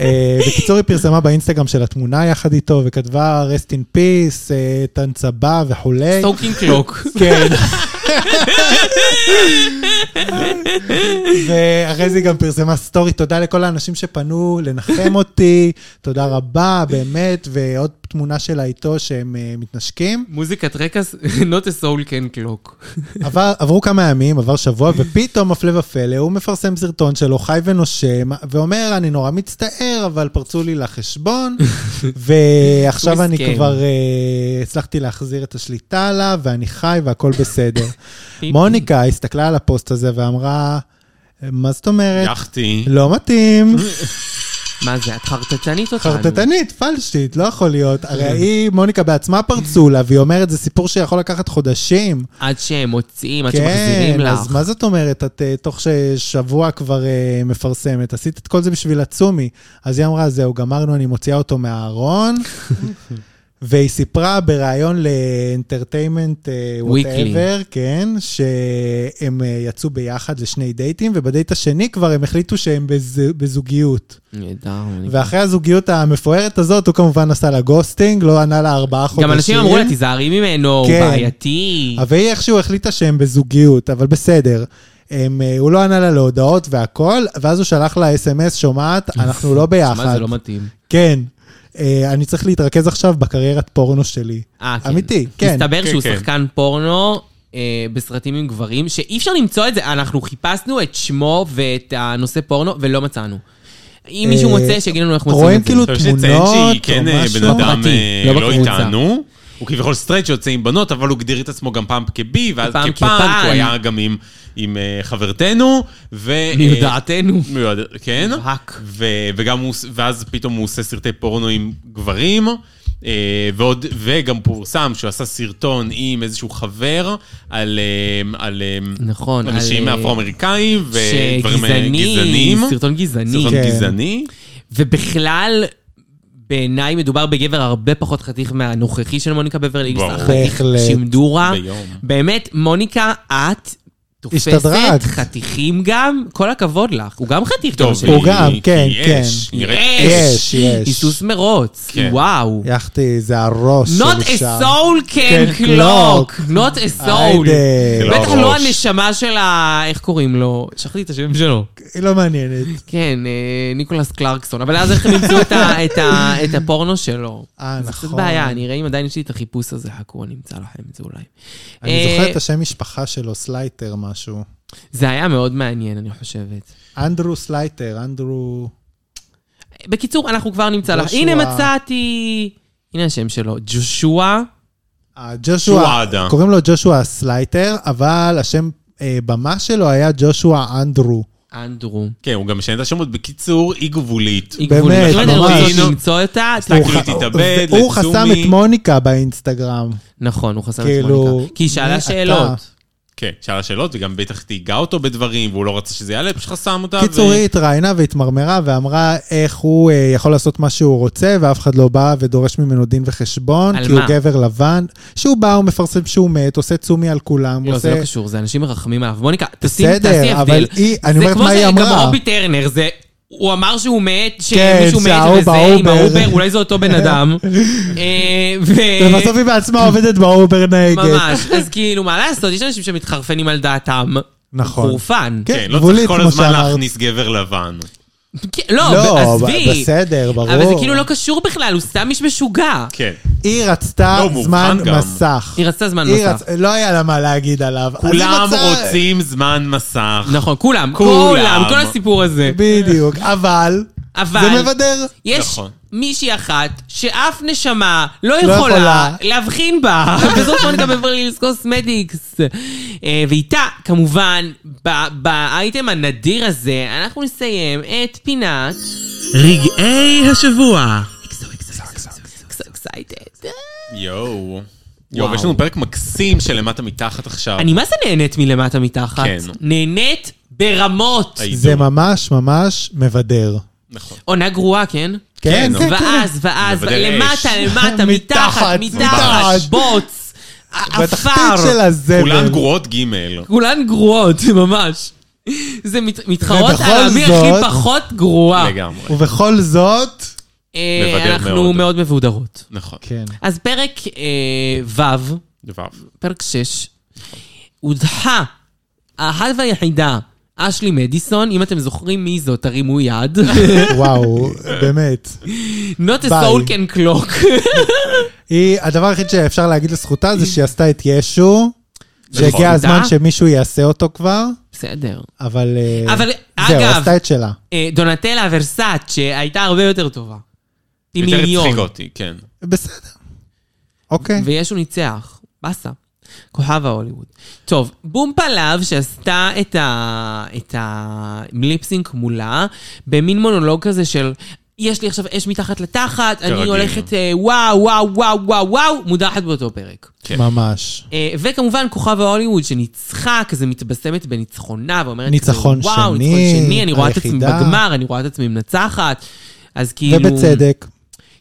Speaker 4: אה, בקיצור, היא פרסמה באינסטגרם של התמונה יחד איתו, וכתבה rest in peace, אה, תנצבה וכולי.
Speaker 2: סטוקינג קלוק.
Speaker 4: כן. ואחרי זה היא גם פרסמה סטורי, תודה לכל האנשים שפנו לנחם אותי, תודה רבה, באמת, ועוד תמונה שלה איתו שהם אה, מתנשקים.
Speaker 2: מוזיקת רקע, Not a soul can clock.
Speaker 4: עבר, עברו כמה ימים, עבר שבוע, ופתאום, הפלא ופלא, הוא מפרסם סרטון שלו, חי ונושם, ואומר, אני נורא מצטער, אבל פרצו לי לחשבון, ועכשיו
Speaker 2: הוא
Speaker 4: אני
Speaker 2: מסכן.
Speaker 4: כבר uh, הצלחתי להחזיר את השליטה עליו, ואני חי והכל בסדר. מוניקה הסתכלה על הפוסט הזה ואמרה, מה זאת אומרת?
Speaker 3: יחתי.
Speaker 4: לא מתאים,
Speaker 2: מה זה, את חרטטנית אותנו.
Speaker 4: חרטטנית, פלשתית, לא יכול להיות.
Speaker 2: כן.
Speaker 4: הרי היא, מוניקה בעצמה פרצו לה, והיא אומרת, זה סיפור שיכול לקחת חודשים.
Speaker 2: עד שהם מוציאים, עד
Speaker 4: כן,
Speaker 2: שמחזירים לך.
Speaker 4: אז מה זאת אומרת? את אה, תוך שבוע כבר אה, מפרסמת, עשית את כל זה בשביל הצומי. אז היא אמרה, זהו, גמרנו, אני מוציאה אותו מהארון. והיא סיפרה בריאיון לאנטרטיימנט וואטאבר,
Speaker 2: Weekly.
Speaker 4: כן, שהם אה, יצאו ביחד לשני דייטים, ובדייט השני כבר הם החליטו שהם בז- בזוגיות.
Speaker 2: נהדר. אני-
Speaker 4: ואחרי הזוגיות המפוארת הזאת, הוא כמובן עשה לה גוסטינג, לא ענה לה ארבעה חודשים.
Speaker 2: גם אנשים אמרו לה, תיזהרי ממנו, הוא
Speaker 4: כן.
Speaker 2: בעייתי.
Speaker 4: אבל היא איכשהו החליטה שהם בזוגיות, אבל בסדר. הם, אה, הוא לא ענה לה להודעות והכל, ואז הוא שלח לה אס.אם.אס, שומעת, אנחנו לא
Speaker 2: מה
Speaker 4: ביחד.
Speaker 2: זה לא מתאים.
Speaker 4: כן. אה, אני צריך להתרכז עכשיו בקריירת פורנו שלי.
Speaker 2: אה, כן.
Speaker 4: אמיתי, כן.
Speaker 2: מסתבר
Speaker 3: כן,
Speaker 2: שהוא
Speaker 3: כן.
Speaker 2: שחקן פורנו אה, בסרטים עם גברים, שאי אפשר למצוא את זה. אנחנו חיפשנו את שמו ואת הנושא פורנו, ולא מצאנו. אם מישהו
Speaker 4: אה,
Speaker 2: מוצא, שיגיד לנו איך מוצאים
Speaker 4: רואים
Speaker 2: את זה.
Speaker 4: כאילו
Speaker 3: אתה חושב שציין
Speaker 4: תמונות
Speaker 3: שהיא כן
Speaker 4: או
Speaker 3: אה,
Speaker 4: משהו?
Speaker 3: בן אדם
Speaker 2: פרטי,
Speaker 3: אה,
Speaker 2: לא
Speaker 3: לא
Speaker 2: בקבוצה.
Speaker 3: איתנו. הוא כביכול סטרייט שיוצא עם בנות, אבל הוא הגדיר את עצמו גם פאמפ כבי, ואז
Speaker 2: פעם
Speaker 3: כפאמפ,
Speaker 2: כפאמפ.
Speaker 3: הוא היה גם עם- עם אה, חברתנו, ו... אה,
Speaker 4: כאילו-
Speaker 2: מיודעתנו.
Speaker 3: מיודע- כן.
Speaker 2: מובהק.
Speaker 3: ו- וגם הוא, ואז פתאום הוא עושה סרטי פורנו עם גברים, אה, ועוד, וגם פורסם שהוא עשה סרטון עם איזשהו חבר על, אה, על אה,
Speaker 2: נכון, על,
Speaker 3: אנשים
Speaker 2: אה,
Speaker 3: אפרו-אמריקאים, ודברים אה,
Speaker 2: שגזעני,
Speaker 3: גזענים.
Speaker 2: סרטון גזעני.
Speaker 3: סרטון
Speaker 4: כן.
Speaker 3: גזעני.
Speaker 2: ובכלל, בעיניי מדובר בגבר הרבה פחות חתיך מהנוכחי של מוניקה בברלי.
Speaker 3: ברור.
Speaker 2: חתיך
Speaker 4: בהחלט.
Speaker 2: שימדורה.
Speaker 3: ביום.
Speaker 2: באמת, מוניקה, את תופסת
Speaker 4: השתדרגת.
Speaker 2: חתיכים גם, כל הכבוד לך. הוא גם חתיך, גם
Speaker 3: טוב,
Speaker 2: שלי.
Speaker 4: הוא גם,
Speaker 3: כי
Speaker 4: כן,
Speaker 3: יש, נראה-
Speaker 4: יש, יש.
Speaker 2: היסוס מרוץ,
Speaker 3: כן.
Speaker 2: וואו.
Speaker 4: יחתי, זה הראש
Speaker 2: Not
Speaker 4: שלי
Speaker 2: a
Speaker 4: שם.
Speaker 2: soul
Speaker 4: כן,
Speaker 2: can
Speaker 4: clock.
Speaker 2: clock, not a soul.
Speaker 4: היידה,
Speaker 3: לא
Speaker 2: בטח לא
Speaker 3: הראש.
Speaker 2: הנשמה של ה... איך קוראים לו? שכחתי את השם שלו.
Speaker 4: היא לא מעניינת.
Speaker 2: כן, אה, ניקולס קלרקסון. אבל אז איך הם ימצאו את ה- את ה- את הפורנו שלו?
Speaker 4: אה,
Speaker 2: זה קצת
Speaker 4: נכון.
Speaker 2: בעיה, אני אראה אם עדיין יש לי את החיפוש הזה, חכו, אני אמצא לכם את זה אולי.
Speaker 4: אני
Speaker 2: אה,
Speaker 4: זוכר את השם משפחה שלו, סלייטר משהו.
Speaker 2: זה היה מאוד מעניין, אני חושבת.
Speaker 4: אנדרו סלייטר, אנדרו...
Speaker 2: בקיצור, אנחנו כבר נמצא לך.
Speaker 4: ג'ושוע.
Speaker 2: הנה מצאתי... הנה השם שלו, ג'ושוע.
Speaker 4: אה, ג'ושוע,
Speaker 3: שועדה.
Speaker 4: קוראים לו ג'ושוע סלייטר, אבל השם אה, במה שלו היה ג'ושוע אנדרו.
Speaker 2: אנדרו.
Speaker 3: כן, הוא גם משנה את השמות. בקיצור, היא גבולית.
Speaker 2: היא גבולית.
Speaker 4: באמת,
Speaker 2: אם אתן רוצות
Speaker 4: ממש.
Speaker 2: למצוא אותה,
Speaker 3: הוא
Speaker 2: תסתכלו.
Speaker 3: כאילו תתאבד,
Speaker 4: הוא
Speaker 3: לצומי.
Speaker 4: חסם את מוניקה באינסטגרם.
Speaker 2: נכון, הוא חסם את
Speaker 4: כאילו,
Speaker 2: מוניקה. כי היא
Speaker 4: מי
Speaker 2: שאלה
Speaker 4: אתה?
Speaker 2: שאלות.
Speaker 3: כן, שאלה שאלות, וגם בטח תהיגה אותו בדברים, והוא לא רצה שזה יעלה, פשוט חסם אותה.
Speaker 4: קיצור,
Speaker 3: ו-
Speaker 4: היא התראיינה והתמרמרה ואמרה איך הוא אה, יכול לעשות מה שהוא רוצה, ואף אחד לא בא ודורש ממנו דין וחשבון,
Speaker 2: על
Speaker 4: כי הוא
Speaker 2: מה?
Speaker 4: גבר לבן. שהוא בא, הוא מפרסם שהוא מת, עושה צומי על כולם,
Speaker 2: לא, זה
Speaker 4: עושה...
Speaker 2: לא קשור, זה אנשים מרחמים עליו. מוניקה, תשים- תעשי
Speaker 4: בסדר,
Speaker 2: הבדל.
Speaker 4: אבל היא, אני אומרת מה היא
Speaker 2: זה כמו שגם
Speaker 4: אמרה.
Speaker 2: רובי טרנר, זה... הוא אמר שהוא מת,
Speaker 4: כן,
Speaker 2: שמישהו מת
Speaker 4: שההוא
Speaker 2: וזה עם
Speaker 4: באובר.
Speaker 2: האובר, אולי זה אותו בן אדם. אה, ו-
Speaker 4: ובסוף לא היא בעצמה עובדת באובר נהגת.
Speaker 2: ממש, אז כאילו, מה לעשות, יש אנשים שמתחרפנים על דעתם.
Speaker 4: נכון.
Speaker 2: חורפן.
Speaker 4: כן,
Speaker 3: כן, לא
Speaker 4: גבולית,
Speaker 3: צריך כל
Speaker 4: כמו
Speaker 3: הזמן
Speaker 4: שאמרת.
Speaker 3: להכניס גבר לבן.
Speaker 2: כן, לא,
Speaker 4: לא, ב-
Speaker 2: עזבי.
Speaker 4: בסדר, ברור.
Speaker 2: אבל זה כאילו לא קשור בכלל, הוא סתם איש משוגע.
Speaker 3: כן.
Speaker 4: היא רצתה
Speaker 3: לא, הוא מובחן
Speaker 4: זמן
Speaker 3: גם.
Speaker 4: מסך.
Speaker 2: היא רצתה זמן
Speaker 4: היא
Speaker 2: מסך.
Speaker 4: רצ- לא היה לה מה להגיד עליו. אז היא
Speaker 3: כולם
Speaker 4: מצאה-
Speaker 3: רוצים זמן מסך.
Speaker 2: נכון, כולם,
Speaker 3: כולם.
Speaker 2: כולם, כל הסיפור הזה.
Speaker 4: בדיוק, אבל...
Speaker 2: אבל-
Speaker 4: זה מבדר.
Speaker 2: יש
Speaker 3: נכון.
Speaker 2: מישהי אחת שאף נשמה לא
Speaker 4: לא
Speaker 2: יכולה
Speaker 4: יכולה.
Speaker 2: להבחין בה, וזאת מוניקה בברלי הילס קוסמטיקס. אה, ואיתה, כמובן, ב- באייטם הנדיר הזה, אנחנו נסיים את פינת
Speaker 5: רגעי השבוע.
Speaker 2: אקסוטי. excited.
Speaker 3: יואו. יואו, ויש לנו פרק מקסים של למטה מתחת עכשיו.
Speaker 2: אני מה זה נהנית מלמטה מתחת?
Speaker 3: כן.
Speaker 2: נהנית ברמות.
Speaker 3: היי.
Speaker 4: זה ממש ממש מבדר.
Speaker 3: נכון.
Speaker 2: עונה גרועה, כן?
Speaker 4: כן,
Speaker 3: כן,
Speaker 4: כן, כן.
Speaker 2: ואז, ואז,
Speaker 3: מבדל אש.
Speaker 2: למטה, למטה, מתחת,
Speaker 4: מתחת,
Speaker 2: מתחת,
Speaker 4: מתחת.
Speaker 2: בוץ,
Speaker 4: בתחתית
Speaker 2: עפר.
Speaker 4: של הזבל.
Speaker 3: כולן גרועות ג'
Speaker 2: כולן גרועות, ממש. זה מת- מתחרות
Speaker 4: ובכל
Speaker 2: על המי
Speaker 4: זאת-
Speaker 2: הכי פחות גרועה.
Speaker 3: לגמרי.
Speaker 4: ובכל זאת...
Speaker 2: אה,
Speaker 3: מבדר
Speaker 2: אנחנו
Speaker 3: מאוד.
Speaker 2: מאוד מבודרות.
Speaker 3: נכון.
Speaker 4: כן.
Speaker 2: אז פרק אה, ו',
Speaker 3: וו.
Speaker 2: פרק 6, הודחה האחת והיחידה, אשלי מדיסון, אם אתם זוכרים מי זאת, תרימו יד.
Speaker 4: וואו, באמת.
Speaker 2: Not a
Speaker 4: ביי.
Speaker 2: soul can clock.
Speaker 4: היא, הדבר היחיד שאפשר להגיד לזכותה זה שהיא עשתה את ישו,
Speaker 2: נכון.
Speaker 4: שהגיע הזמן שמישהו יעשה אותו כבר,
Speaker 2: בסדר.
Speaker 4: אבל... אה,
Speaker 2: אבל,
Speaker 4: זהו,
Speaker 2: אגב-
Speaker 4: עשתה את שלה.
Speaker 2: אה, דונטלה ורסאצ'ה הייתה הרבה יותר טובה. עם
Speaker 3: יותר
Speaker 2: מיליון.
Speaker 3: הצחיק אותי, כן.
Speaker 4: בסדר. אוקיי.
Speaker 2: ויש הוא ניצח. באסה. כוכב ההוליווד. טוב, בום פלאב שעשתה את ה... את הליפסינק מולה, במין מונולוג כזה של... יש לי עכשיו אש מתחת לתחת, אני
Speaker 3: כרגיל.
Speaker 2: הולכת אה, וואו, וואו, וואו, וואו, וואו, מודחת באותו פרק.
Speaker 3: כן.
Speaker 4: ממש.
Speaker 2: אה, וכמובן כוכב ההוליווד שניצחה, כזה מתבשמת בניצחונה, ואומרת
Speaker 4: ניצחון
Speaker 2: כזה, וואו,
Speaker 4: שני,
Speaker 2: ניצחון שני, אני רואה את עצמי
Speaker 4: היחידה."
Speaker 2: בגמר, אני רואה את עצמי מנצחת. אז כאילו...
Speaker 4: ובצדק.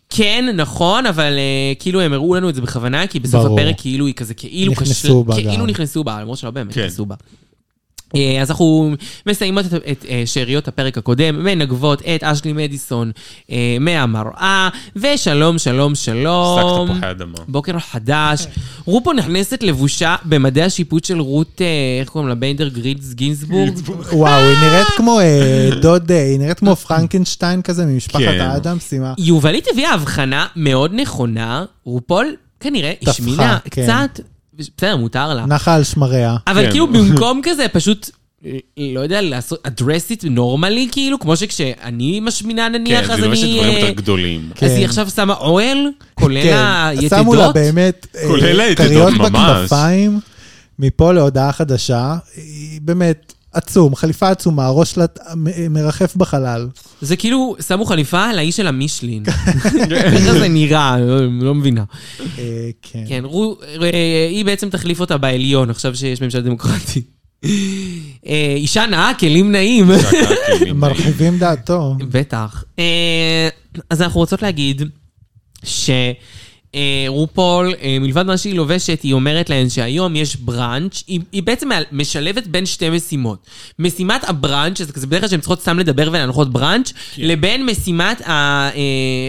Speaker 2: כן, נכון, אבל אה, כאילו הם הראו לנו את זה בכוונה, כי בסוף
Speaker 4: ברור.
Speaker 2: הפרק כאילו היא כזה, כאילו
Speaker 4: נכנסו
Speaker 2: כשל-
Speaker 4: בה
Speaker 2: כאילו
Speaker 4: גם.
Speaker 2: נכנסו בה, למרות שלא באמת
Speaker 3: כן.
Speaker 2: נכנסו בה. אה, אז אנחנו מסיימות את, את אה, שאריות הפרק הקודם, מנגבות את אשלי מדיסון אה, מהמראה, ושלום, שלום, שלום.
Speaker 3: הפסקת
Speaker 2: אמ,
Speaker 3: תפוחי אדמה.
Speaker 2: בוקר חדש. רופו נכנסת לבושה במדי השיפוט של רות, אה, איך קוראים לה? ביינדר גרידס גינסבורג?
Speaker 4: וואו, היא נראית כמו אה, דוד, אה, היא נראית כמו פרנקנשטיין כזה ממשפחת
Speaker 3: כן.
Speaker 4: האדמס, עם ה-
Speaker 2: אה. יובלית הביאה הבחנה מאוד נכונה, רופול כנראה
Speaker 4: טפחה,
Speaker 2: השמינה
Speaker 4: כן.
Speaker 2: קצת, בסדר, מותר לה.
Speaker 4: נחה על שמריה.
Speaker 2: אבל
Speaker 3: כן.
Speaker 2: כאילו במקום כזה, פשוט, אה, לא יודע, לעשות address it normally, כאילו, כמו שכשאני משמינה נניח,
Speaker 3: כן,
Speaker 2: אז
Speaker 3: זה לובשת
Speaker 2: אני...
Speaker 3: דברים
Speaker 2: אה,
Speaker 3: יותר גדולים.
Speaker 2: אז היא
Speaker 4: כן.
Speaker 2: עכשיו שמה אוהל,
Speaker 4: כן,
Speaker 2: כולל
Speaker 4: שמו לה
Speaker 2: היתדות.
Speaker 4: באמת אה,
Speaker 3: כולל היתדות,
Speaker 4: כריות
Speaker 3: ממש.
Speaker 4: בכנפיים, מפה להודעה חדשה, היא באמת עצום, חליפה עצומה, הראש שלה מ- אה, מרחף בחלל.
Speaker 2: זה כאילו, שמו חליפה על האיש של המישלין. ככה זה נראה, לא- לא מבינה.
Speaker 4: אה, כן.
Speaker 2: כן, רו, אה, היא בעצם תחליף אותה בעליון, עכשיו שיש ממשל דמוקרטי. אה, אישה נאה, כלים נעים.
Speaker 3: אה,
Speaker 4: מרחיבים דעתו.
Speaker 2: בטח. אה, אז אנחנו רוצות להגיד ש... אה, רופול, אה, מלבד מה שהיא לובשת, היא אומרת להן שהיום יש בראנץ', היא, היא בעצם מעל- משלבת בין שתי משימות. משימת הבראנץ', שזה כזה בדרך כלל שהן צריכות סתם לדבר ולהנחות בראנץ', לבין משימת ה... אה,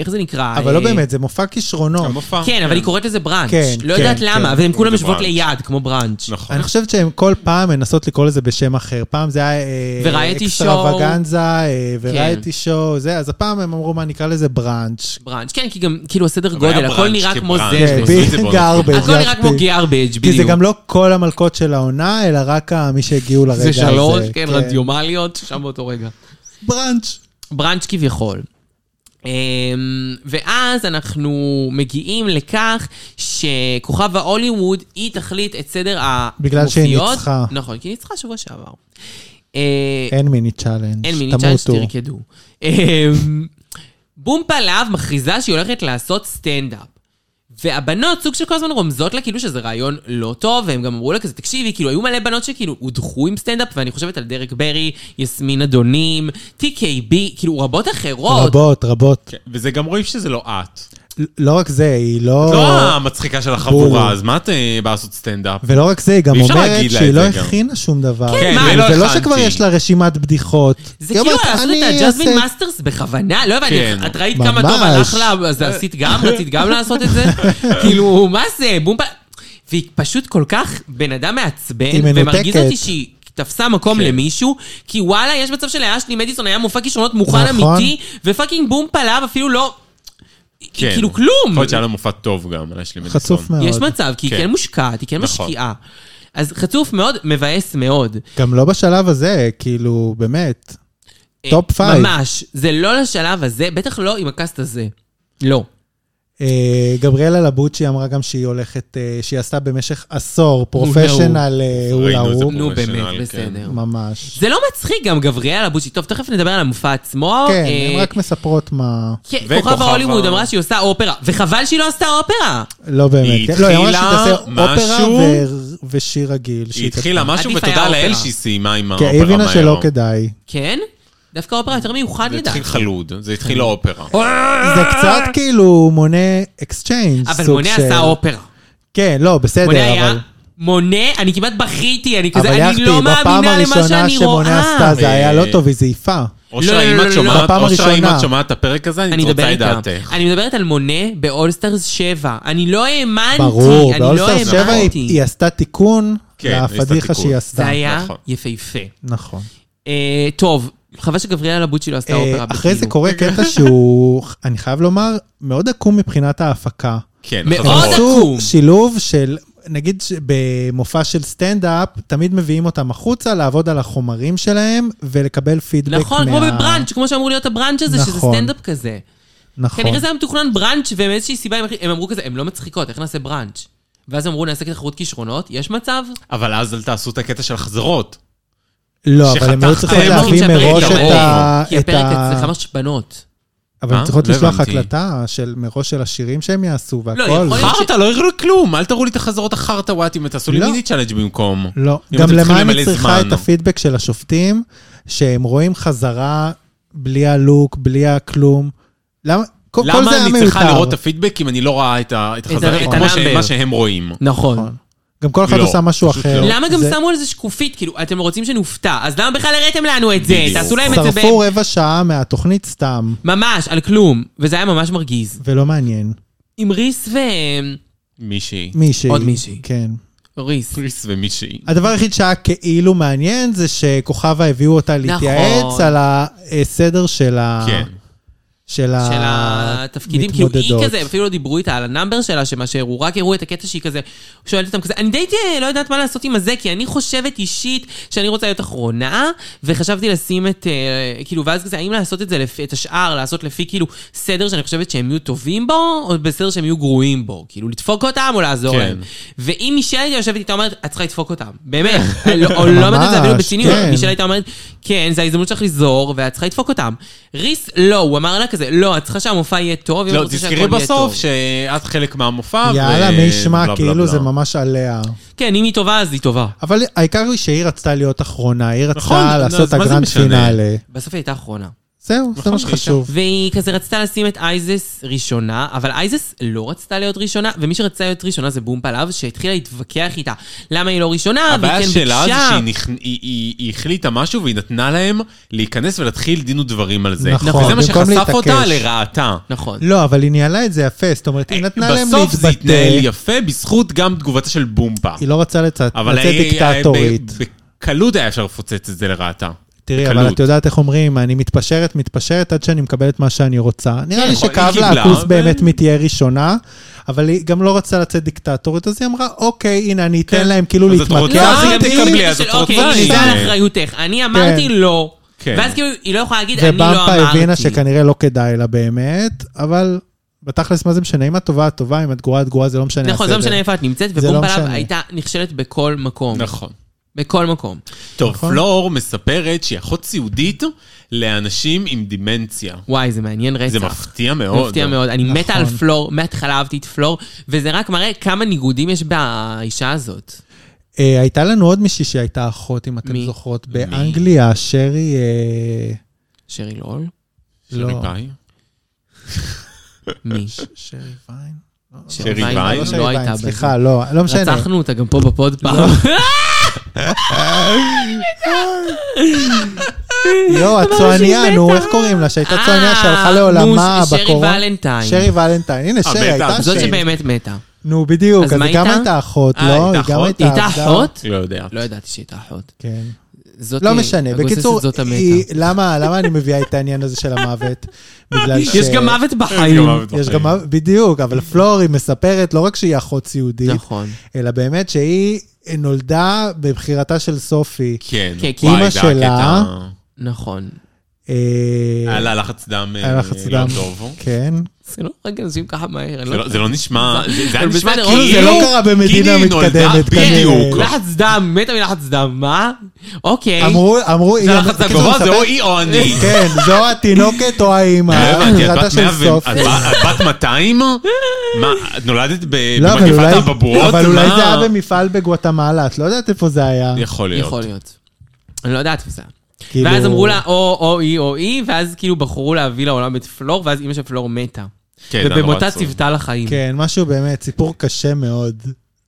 Speaker 2: איך זה נקרא?
Speaker 4: אבל לא
Speaker 2: אה,
Speaker 4: באמת, זה מופע כישרונות.
Speaker 3: המופע.
Speaker 2: כן, אבל היא קוראת לזה בראנץ'.
Speaker 4: כן,
Speaker 2: לא
Speaker 4: כן,
Speaker 2: יודעת
Speaker 4: כן.
Speaker 2: למה, אבל הן כולן
Speaker 3: זה
Speaker 2: יושבות
Speaker 3: בראנץ'.
Speaker 2: ליד, כמו בראנץ'.
Speaker 3: נכון.
Speaker 4: אני חושבת שהן כל פעם מנסות לקרוא לזה בשם אחר. פעם זה היה אה,
Speaker 2: Variety show. כן.
Speaker 4: אקסטרווגנזה, אה, וריאטי שואו, זה, אז הפעם הם אמרו, מה נקרא לזה בראנץ'.
Speaker 2: בראנץ', כן, כי גם, כאילו, הסדר
Speaker 3: אבל היה
Speaker 2: גודל, הכל
Speaker 3: בראנץ'
Speaker 2: נראה כמו
Speaker 3: כבראנץ'.
Speaker 2: זה.
Speaker 4: כן,
Speaker 3: הם עשו את זה
Speaker 4: ב-
Speaker 3: בעוד
Speaker 4: garbage,
Speaker 2: הכל לא נראה כמו
Speaker 4: garbage.
Speaker 2: גיארבג', בדיוק.
Speaker 4: כי זה גם לא כל המלכות של העונה, אלא רק מי שהגיעו לרגע
Speaker 2: זה
Speaker 4: הזה.
Speaker 2: שלוש, כן, רדיומליות, שם באותו רגע.
Speaker 4: בראנץ'.
Speaker 2: בראנץ' כביכול. אמ, ואז אנחנו מגיעים לכך שכוכב ההוליווד, היא תחליט את סדר המופיעות.
Speaker 4: בגלל שהיא ניצחה.
Speaker 2: נכון, כי היא ניצחה שבוע שעבר. אה,
Speaker 4: אין מיני צ'אלנג'.
Speaker 2: אין מיני כן. צ'אנס,
Speaker 4: תמותו.
Speaker 2: תרקדו. אמ, בום פלאב מכריזה שהיא הולכת לעשות סטנדאפ. והבנות סוג של כל הזמן רומזות לה כאילו שזה רעיון לא טוב, והם גם אמרו לה כזה, תקשיבי, כאילו היו מלא בנות שכאילו הודחו עם סטנדאפ, ואני חושבת על דרק ברי, יסמין אדונים, TKB, כאילו רבות אחרות.
Speaker 4: רבות, רבות.
Speaker 3: כן, וזה גם רואים שזה לא את.
Speaker 4: לא רק זה, היא לא...
Speaker 3: לא המצחיקה של
Speaker 4: בול.
Speaker 3: החבורה, אז מה את אה, באה לעשות סטנדאפ?
Speaker 4: ולא רק זה, היא גם
Speaker 3: ואי אפשר
Speaker 4: אומרת
Speaker 3: להגיד לה
Speaker 4: שהיא
Speaker 3: את
Speaker 4: לא
Speaker 3: זה גם.
Speaker 4: הכינה שום דבר.
Speaker 2: כן, מה?
Speaker 3: ולא
Speaker 4: זה לא שכבר
Speaker 3: הכנתי.
Speaker 4: יש לה רשימת בדיחות.
Speaker 2: זה
Speaker 4: היא
Speaker 2: כאילו
Speaker 4: אומרת,
Speaker 2: לעשות את
Speaker 4: "אני
Speaker 2: הג'אזמין
Speaker 4: אעשה-
Speaker 2: מאסטרס בכוונה, לא
Speaker 3: כן.
Speaker 2: הבנתי, את ראית כמה טוב
Speaker 4: ממש.
Speaker 2: הלך לה, אז עשית גם, רצית גם לעשות את זה? כאילו, מה זה, בומבה... והיא פשוט כל כך בן אדם
Speaker 4: היא
Speaker 2: מעצבן,
Speaker 4: מנותקת.
Speaker 2: ומרגיז אותי שהיא... תפסה מקום
Speaker 3: כן.
Speaker 2: למישהו, כי וואלה, יש מצב שלאשלי מדיסון היה מופע כישרונות מוכן
Speaker 4: נכון.
Speaker 2: אמיתי, ופאקינג בום פלאב אפילו לא...
Speaker 3: כן.
Speaker 2: כאילו כלום!
Speaker 3: יכול להיות שהיה לה מופע טוב גם, על אשלי מדיסון.
Speaker 4: חצוף מאוד.
Speaker 2: יש מצב, כי היא
Speaker 3: כן.
Speaker 2: כן מושקעת, היא כן
Speaker 3: נכון.
Speaker 2: משקיעה. אז חצוף מאוד, מבאס מאוד.
Speaker 4: גם לא בשלב הזה, כאילו, באמת.
Speaker 2: אה,
Speaker 4: טופ פייב.
Speaker 2: ממש. זה לא לשלב הזה, בטח לא עם הקאסט הזה. לא.
Speaker 4: אה, גבריאלה לבוצ'י אמרה גם שהיא הולכת, אה, שהיא עשתה במשך
Speaker 2: לא.
Speaker 4: עשור פרופשיונל אה, אולה
Speaker 3: ראינו את זה
Speaker 4: רום.
Speaker 2: נו באמת,
Speaker 3: פרופשיונל,
Speaker 2: בסדר.
Speaker 4: ממש.
Speaker 2: זה לא מצחיק גם, גבריאלה אבושי. טוב, תכף נדבר על המופע עצמו.
Speaker 4: כן,
Speaker 2: אה,
Speaker 4: הן רק מספרות מה...
Speaker 2: כן, כוכב
Speaker 3: וכוכב
Speaker 2: ההוליווד
Speaker 3: ה-
Speaker 2: אמרה שהיא עושה אופרה, וחבל שהיא לא עשתה אופרה.
Speaker 4: לא באמת.
Speaker 3: היא
Speaker 4: כן. לא, היא אמרה
Speaker 3: התחילה
Speaker 4: שהיא תעשה אופרה
Speaker 3: משהו-
Speaker 4: ו- ושיר רגיל.
Speaker 3: היא
Speaker 4: שהיא
Speaker 3: התחילה
Speaker 4: כתבה.
Speaker 3: משהו,
Speaker 2: עדיף היה
Speaker 3: ותודה לאל
Speaker 2: האופרה.
Speaker 3: שהיא סיימה עם
Speaker 4: כן,
Speaker 3: האופרה
Speaker 4: היא
Speaker 3: מהר.
Speaker 4: הבינה שלא כדאי.
Speaker 2: כן? דווקא אופרה יותר מיוחד
Speaker 3: זה
Speaker 2: לדעתי.
Speaker 3: התחיל חלוד, זה
Speaker 4: אה.
Speaker 3: התחיל האופרה.
Speaker 4: זה קצת כאילו מונה אקסצ'יינג.
Speaker 2: אבל
Speaker 4: סוג
Speaker 2: מונה
Speaker 4: של-
Speaker 2: עשה אופרה.
Speaker 4: כן, לא,
Speaker 2: מונה
Speaker 4: בסדר,
Speaker 2: היה...
Speaker 4: אבל...
Speaker 2: מונה, אני כמעט בכיתי, אני
Speaker 4: אבל
Speaker 2: כזה, אני לא
Speaker 4: בפעם
Speaker 2: מאמינה למה
Speaker 4: הראשונה
Speaker 2: שאני
Speaker 4: שמונה עשתה
Speaker 2: רואה.
Speaker 4: זה היה לא
Speaker 3: אה,
Speaker 4: טוב, היא זייפה.
Speaker 3: אושרה,
Speaker 2: לא,
Speaker 3: אם
Speaker 2: לא,
Speaker 3: את
Speaker 2: לא,
Speaker 3: שומעת-
Speaker 2: לא,
Speaker 4: בפעם
Speaker 3: אושרה, אם
Speaker 4: הראשונה.
Speaker 3: את שומעת את הפרק הזה,
Speaker 2: אני
Speaker 3: אני
Speaker 2: אדבר
Speaker 3: רוצה את
Speaker 2: איתה.
Speaker 3: דעתך.
Speaker 2: אני מדברת על מונה באולסטרס 7. אני לא האמנתי,
Speaker 4: ברור,
Speaker 2: אני לא
Speaker 4: באולסטר 7 היא-
Speaker 2: האמנתי.
Speaker 4: היא עשתה תיקון
Speaker 3: כן, היא עשתה
Speaker 4: לפדיחה
Speaker 3: תיקון.
Speaker 4: שהיא עשתה.
Speaker 2: זה היה
Speaker 3: נכון.
Speaker 2: יפהפה.
Speaker 4: נכון.
Speaker 2: אה, טוב, חבל שגבריאלה לבוצ'י לא עשתה
Speaker 4: אה,
Speaker 2: אופרה.
Speaker 4: אחרי זה
Speaker 2: בכאילו.
Speaker 4: קורה קטע שהוא, אני חייב לומר, מאוד עקום מבחינת ההפקה.
Speaker 3: כן,
Speaker 2: מאוד
Speaker 3: חזרות.
Speaker 2: עקום.
Speaker 4: עשו שילוב של, נגיד במופע של סטנדאפ, תמיד מביאים אותם החוצה לעבוד על החומרים שלהם ולקבל פידבק מה...
Speaker 2: נכון, כמו בבראנץ', כמו שאמור להיות הבראנץ' הזה, שזה
Speaker 4: נכון.
Speaker 2: סטנדאפ כזה.
Speaker 4: נכון.
Speaker 2: כנראה זה היה מתוכנן בראנץ', ומאיזושהי סיבה הם החליט- הם אמרו כזה, הם לא מצחיקות, איך נעשה בראנץ'? ואז אמרו, נעשה תחרות כישרונות, יש מצב?
Speaker 3: אבל אז אל תעשו את הקטע של החזרות.
Speaker 4: לא, אבל הם היו
Speaker 3: שחתכתם
Speaker 4: צריכות
Speaker 3: הם אומרים
Speaker 4: להביא
Speaker 2: שהפרק
Speaker 4: מראש
Speaker 2: גם
Speaker 4: את ה...
Speaker 2: כי
Speaker 4: אה, את
Speaker 2: הפרק
Speaker 4: ה-
Speaker 2: אצלך ממש בנות.
Speaker 4: אבל
Speaker 3: אה?
Speaker 4: הם צריכות
Speaker 3: לא
Speaker 4: לשלוח
Speaker 3: הבנתי.
Speaker 4: הקלטה של מראש של השירים שהם יעשו
Speaker 2: יכול
Speaker 4: והכל.
Speaker 2: להיות ש-
Speaker 3: חרטא, לא הראו לי כלום, אל תראו לי את החזרות החרטאוואטים, תעשו לי
Speaker 4: לא.
Speaker 3: מיני צ'אלנג' במקום.
Speaker 4: לא,
Speaker 3: אם
Speaker 4: גם
Speaker 3: אתם צריכים
Speaker 4: למה אני
Speaker 3: למלא
Speaker 4: צריכה
Speaker 3: זמן.
Speaker 4: את הפידבק של השופטים, שהם רואים חזרה בלי הלוק, בלי הכלום. למה? כל לא, כל זה
Speaker 3: למה
Speaker 4: היה מיותר.
Speaker 3: אני צריכה לראות את הפידבק אם אני לא רואה את ה- את החזרה,
Speaker 2: את
Speaker 3: את מה
Speaker 2: הנאמבר.
Speaker 3: שהם- מה שהם רואים?
Speaker 2: נכון.
Speaker 4: גם כל אחד
Speaker 3: לא,
Speaker 4: עושה משהו
Speaker 3: פשוט
Speaker 4: אחר.
Speaker 3: לא.
Speaker 2: למה גם
Speaker 4: זה-
Speaker 2: שמו על זה שקופית? כאילו, אתם רוצים שנופתע, אז למה בכלל הראיתם לנו את זה?
Speaker 3: בדיוק.
Speaker 2: תעשו להם את זה ב...
Speaker 4: שרפו רבע שעה מהתוכנית סתם,
Speaker 2: ממש, על כלום. וזה היה ממש מרגיז.
Speaker 4: ולא מעניין.
Speaker 2: עם ריס ו...
Speaker 3: מישהי.
Speaker 4: מישהי.
Speaker 2: עוד מישהי.
Speaker 4: כן.
Speaker 2: ריס.
Speaker 3: פריס ומישהי.
Speaker 4: הדבר היחיד שהיה כאילו מעניין זה שכוכבה הביאו אותה
Speaker 2: נכון.
Speaker 4: להתייעץ על הסדר של ה...
Speaker 3: כן.
Speaker 4: של ה...
Speaker 2: של התפקידים, כאילו היא
Speaker 4: מתמודדות.
Speaker 2: כזה, אפילו לא דיברו איתה על הנאמבר שלה, שמה שהראו, רק הראו את הקטע שהיא כזה, שואלת אותם כזה, אני די אה, לא יודעת מה לעשות עם הזה, כי אני חושבת אישית שאני רוצה להיות אחרונה, וחשבתי לשים את, אה, כאילו, ואז כזה, האם לעשות את זה, לפי, את השאר, לעשות לפי כאילו סדר שאני חושבת שהם יהיו טובים בו, או בסדר שהם יהיו גרועים בו, כאילו, לדפוק אותם או לעזור
Speaker 3: כן.
Speaker 2: להם. ואם מישל הייתה יושבת איתה אומרת, את צריכה לדפוק אותם, באמת, לא- או לא אומרת את זה אפילו
Speaker 4: ממש,
Speaker 2: בציניות,
Speaker 4: כן.
Speaker 2: מישל הייתה אומרת, כן, זו ההזדמנות שלך לזור, ואת צריכה לדפוק אותם. ריס, לא, הוא אמר לה כזה, לא, את צריכה שהמופע יהיה טוב, אם את
Speaker 3: לא,
Speaker 2: רוצה שהכל
Speaker 3: תזכרי
Speaker 2: יהיה
Speaker 3: בסוף
Speaker 2: טוב."
Speaker 3: שאת חלק מהמופע. ו-
Speaker 4: יאללה, מי ישמע,
Speaker 3: אה, בלה, בלה,
Speaker 4: כאילו
Speaker 3: בלה.
Speaker 4: זה ממש עליה.
Speaker 2: כן, אם היא טובה, אז היא טובה.
Speaker 4: אבל העיקר הוא שהיא רצתה להיות אחרונה, היא רצתה
Speaker 3: נכון, אז
Speaker 4: לעשות את
Speaker 3: מה זה
Speaker 4: הגרנד
Speaker 3: משנה?
Speaker 4: פינאלה.
Speaker 2: בסוף היא הייתה אחרונה.
Speaker 4: זהו, זה
Speaker 3: נכון,
Speaker 4: מה
Speaker 3: היא אישה.
Speaker 4: שחשוב.
Speaker 2: והיא כזה רצתה לשים את אייזס ראשונה, אבל אייזס לא רצתה להיות ראשונה, ומי שרצה להיות ראשונה זה בום פלאב, שהתחילה להתווכח איתה. למה היא לא ראשונה, והיא כן
Speaker 3: הבעיה
Speaker 2: ביקשה.
Speaker 3: שלה זה שהיא נכ- היא- היא- היא החליטה משהו והיא נתנה להם להיכנס ולהתחיל דין ודברים על זה.
Speaker 4: נכון,
Speaker 3: וזה מה
Speaker 4: במקום
Speaker 3: שחשף
Speaker 4: להתעקש.
Speaker 3: אותה לרעתה.
Speaker 2: נכון.
Speaker 4: לא, אבל היא ניהלה את זה יפה, זאת אומרת, היא נתנה להם
Speaker 3: אה, בסוף זה התנהל
Speaker 4: להתבטא.
Speaker 3: יפה בזכות גם תגובתה של בומפה.
Speaker 4: היא לא רצה לצאת
Speaker 3: אבל
Speaker 4: לצאת
Speaker 3: היה-
Speaker 4: דיקטטורית.
Speaker 3: ב- בקלות היה אפשר לפוצץ את זה לרעתה.
Speaker 4: תראי,
Speaker 3: בקלות.
Speaker 4: אבל את יודעת איך אומרים, אני מתפשרת, מתפשרת עד שאני מקבלת מה שאני רוצה. נראה
Speaker 3: כן,
Speaker 4: לי
Speaker 3: נכון,
Speaker 4: שכאב
Speaker 3: היא
Speaker 4: לה
Speaker 3: קיבלה,
Speaker 4: הכוס
Speaker 3: אבל-
Speaker 4: באמת מי תהיה ראשונה, אבל היא גם לא רצתה לצאת דיקטטורית, אז היא אמרה, אוקיי, הנה, אני אתן
Speaker 3: כן.
Speaker 4: להם כאילו
Speaker 3: אז את רוצה,
Speaker 2: לא,
Speaker 4: להתמקח
Speaker 3: אז
Speaker 2: זה
Speaker 3: גם
Speaker 2: גם
Speaker 4: איתי.
Speaker 3: תקבלי,
Speaker 2: בדיוק
Speaker 3: אז את
Speaker 2: של,
Speaker 3: רוצה,
Speaker 2: אוקיי,
Speaker 3: אני-
Speaker 2: זה על אחריותך. אני אמרתי
Speaker 4: כן.
Speaker 2: לא.
Speaker 3: כן.
Speaker 2: ואז כאילו, היא לא יכולה להגיד, אני לא אמרתי.
Speaker 4: ובמפה הבינה שכנראה לא כדאי לה באמת, אבל בתכלס מה זה משנה? אם את טובה, את טובה, אם את גרועה, את גרועה, זה לא משנה.
Speaker 2: נכון, זה לא
Speaker 4: הסדר.
Speaker 2: משנה איפה את נמצאת,
Speaker 4: זה לא
Speaker 2: ובום פלאב
Speaker 4: משנה.
Speaker 2: הייתה נכשלת בכל מקום.
Speaker 3: נכון.
Speaker 2: בכל מקום.
Speaker 3: טוב,
Speaker 4: נכון.
Speaker 3: פלור מספרת שהיא אחות סיעודית לאנשים עם דימנציה.
Speaker 2: וואי, זה מעניין רצח.
Speaker 3: זה מפתיע מאוד.
Speaker 2: מפתיע מאוד. אני מתה על
Speaker 4: נכון.
Speaker 2: פלור, מההתחלה אהבתי את פלור, וזה רק מראה כמה ניגודים יש באישה הזאת.
Speaker 4: אה, הייתה לנו עוד מישהי שהייתה אחות, אם
Speaker 2: מי?
Speaker 4: אתם זוכרות, באנגליה, שרי... אה,
Speaker 2: שרי לול?
Speaker 3: שרי
Speaker 4: לא.
Speaker 3: ביי.
Speaker 2: מי?
Speaker 4: שרי ויין?
Speaker 2: שרי
Speaker 3: ויין?
Speaker 2: ויין
Speaker 3: לא
Speaker 4: שרי
Speaker 2: לא הייתה
Speaker 4: ויין,
Speaker 2: בזה.
Speaker 4: סליחה, לא, לא משנה.
Speaker 2: רצחנו אותה גם פה בפוד פעם.
Speaker 4: לא, הצועניה,
Speaker 2: שהיא
Speaker 4: נו,
Speaker 2: מתה.
Speaker 4: איך קוראים לה? שהייתה
Speaker 2: אה,
Speaker 4: צועניה שהלכה
Speaker 2: נו,
Speaker 4: לעולמה
Speaker 2: ש- שרי
Speaker 4: בקורונה.
Speaker 2: ולנטיין.
Speaker 4: שרי ולנטיין, הנה,
Speaker 3: אה,
Speaker 4: שרי
Speaker 3: בטח,
Speaker 4: הייתה
Speaker 2: זאת
Speaker 4: שרי.
Speaker 2: שבאמת מתה.
Speaker 4: נו, בדיוק,
Speaker 2: אז
Speaker 4: אז
Speaker 2: מה
Speaker 4: היא גם
Speaker 2: הייתה?
Speaker 4: הייתה אחות,
Speaker 3: אה,
Speaker 4: לא?
Speaker 3: הייתה
Speaker 4: היא גם
Speaker 3: אחות?
Speaker 4: הייתה...
Speaker 2: היא הייתה
Speaker 4: עבדה.
Speaker 2: אחות?
Speaker 3: לא יודע.
Speaker 2: לא ידעתי שהיא הייתה אחות.
Speaker 4: כן.
Speaker 2: זאת
Speaker 4: לא
Speaker 2: היא-
Speaker 4: משנה,
Speaker 2: הגוססת
Speaker 4: בקיצור,
Speaker 2: זאת המתה.
Speaker 4: היא- למה למה אני מביאה את העניין הזה של המוות? בגלל ש...
Speaker 2: יש גם מוות
Speaker 3: לא
Speaker 2: בחיים.
Speaker 4: יש גם מוות, בדיוק, אבל פלור היא מספרת לא רק שהיא אחות סיעודית,
Speaker 2: נכון.
Speaker 4: אלא באמת שהיא נולדה בבחירתה של סופי.
Speaker 3: כן.
Speaker 2: כן,
Speaker 3: וואי,
Speaker 2: כי
Speaker 4: אמא
Speaker 3: זה היה
Speaker 4: שלה-
Speaker 3: קטע.
Speaker 2: נכון.
Speaker 4: אה,
Speaker 3: היה לה לחץ דם אה,
Speaker 4: היה לחץ
Speaker 3: לא
Speaker 4: דם.
Speaker 3: טוב.
Speaker 4: כן.
Speaker 2: זה לא רק אנשים ככה מהר, אני
Speaker 3: זה
Speaker 2: לא...
Speaker 3: לא- זה לא נשמע, זה- זה היה
Speaker 2: אבל
Speaker 3: נשמע
Speaker 2: בסדר,
Speaker 3: כאילו...
Speaker 2: זה לא
Speaker 4: קרה במדינה
Speaker 3: כאילו היא נולדה-
Speaker 4: מתקדמת, כנראה.
Speaker 3: בדיוק.
Speaker 2: לחץ דם, מתה מלחץ דם, מה? אוקיי.
Speaker 4: אמרו, אמרו,
Speaker 3: זה
Speaker 4: היא-
Speaker 3: לחץ דם
Speaker 4: בקיצור,
Speaker 3: גבוה, זה
Speaker 4: מספר-
Speaker 3: או היא או אני.
Speaker 4: כן, זו התינוקת או האימא,
Speaker 3: לא הבנתי, את
Speaker 4: החלטה
Speaker 3: בת
Speaker 4: של
Speaker 3: 100 ו...
Speaker 4: סוף.
Speaker 3: את בת- את בת 200? מה, את נולדת ב-
Speaker 4: לא, אבל
Speaker 3: במגפת
Speaker 4: אולי-
Speaker 3: הבבורות?
Speaker 4: אבל אולי
Speaker 3: מה?
Speaker 4: זה היה במפעל בגואטמלה, את לא יודעת איפה זה היה.
Speaker 3: יכול להיות.
Speaker 2: יכול להיות. אני לא יודעת וזה.
Speaker 4: כאילו-
Speaker 2: ואז אמרו לה או או היא או היא, ואז כאילו בחרו להביא לעולם את פלור, ואז אימא של פלור מתה.
Speaker 3: כן, זה היה נורא
Speaker 2: ובמותה
Speaker 3: עצוב.
Speaker 2: ציוותה לחיים.
Speaker 4: כן, משהו באמת, סיפור קשה מאוד.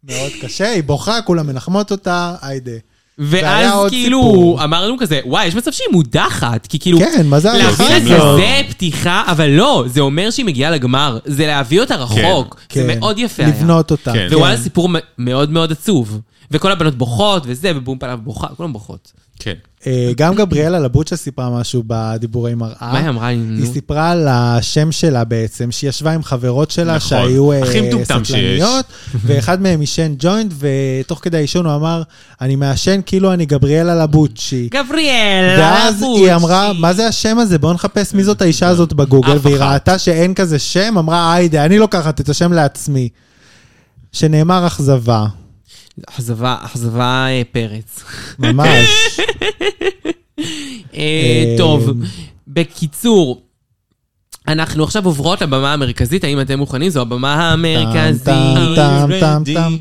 Speaker 4: מאוד קשה, היא בוכה, כולם מנחמות אותה, היידה. והיה
Speaker 2: ואז
Speaker 4: עוד
Speaker 2: כאילו
Speaker 4: סיפור.
Speaker 2: אמרנו כזה, וואי, יש מצב שהיא מודחת, כי כאילו...
Speaker 4: כן, מה זה לא. ההלכה
Speaker 2: להביא לה
Speaker 4: הזאת?
Speaker 2: כזה פתיחה, אבל לא, זה אומר שהיא מגיעה לגמר, זה להביא אותה רחוק, זה
Speaker 4: כן,
Speaker 2: מאוד יפה היה.
Speaker 4: לבנות אותה.
Speaker 3: כן.
Speaker 2: ווואלה, סיפור מ- מאוד מאוד עצוב. וכל הבנות בוכות וזה, ובום פלאב בוכה, כולם בוכות.
Speaker 3: כן.
Speaker 4: אה, גם גבריאלה לבוצ'ה סיפרה משהו בדיבורי מראה.
Speaker 2: מה היא אמרה לי? נו.
Speaker 4: אה? היא סיפרה על השם שלה בעצם, שהיא ישבה עם חברות שלה
Speaker 3: נכון.
Speaker 4: שהיו אה,
Speaker 3: הכי מטומטם שיש.
Speaker 4: סטלניות, ואחד מהם עישן ג'וינט, ותוך כדי העישון הוא אמר, אני מעשן כאילו אני גבריאלה לבוצ'י.
Speaker 2: גבריאל,
Speaker 4: ואז היא
Speaker 2: לבוצ'י.
Speaker 4: אמרה, מה זה השם הזה? בואו נחפש מי זאת האישה הזאת בגוגל,
Speaker 2: אף
Speaker 4: והיא
Speaker 2: אחת.
Speaker 4: ראתה שאין כזה שם, אמרה, היידה, אני לוקחת את השם לעצמי. שנאמר אכזבה,
Speaker 2: אכזבה, אכזבה אה, פרץ.
Speaker 4: ממש.
Speaker 2: אה,
Speaker 4: אה,
Speaker 2: טוב, בקיצור, אנחנו עכשיו עוברות לבמה המרכזית, האם אתם מוכנים? זו הבמה
Speaker 4: טאם,
Speaker 2: המרכזית.
Speaker 4: טאם, טאם, טאם.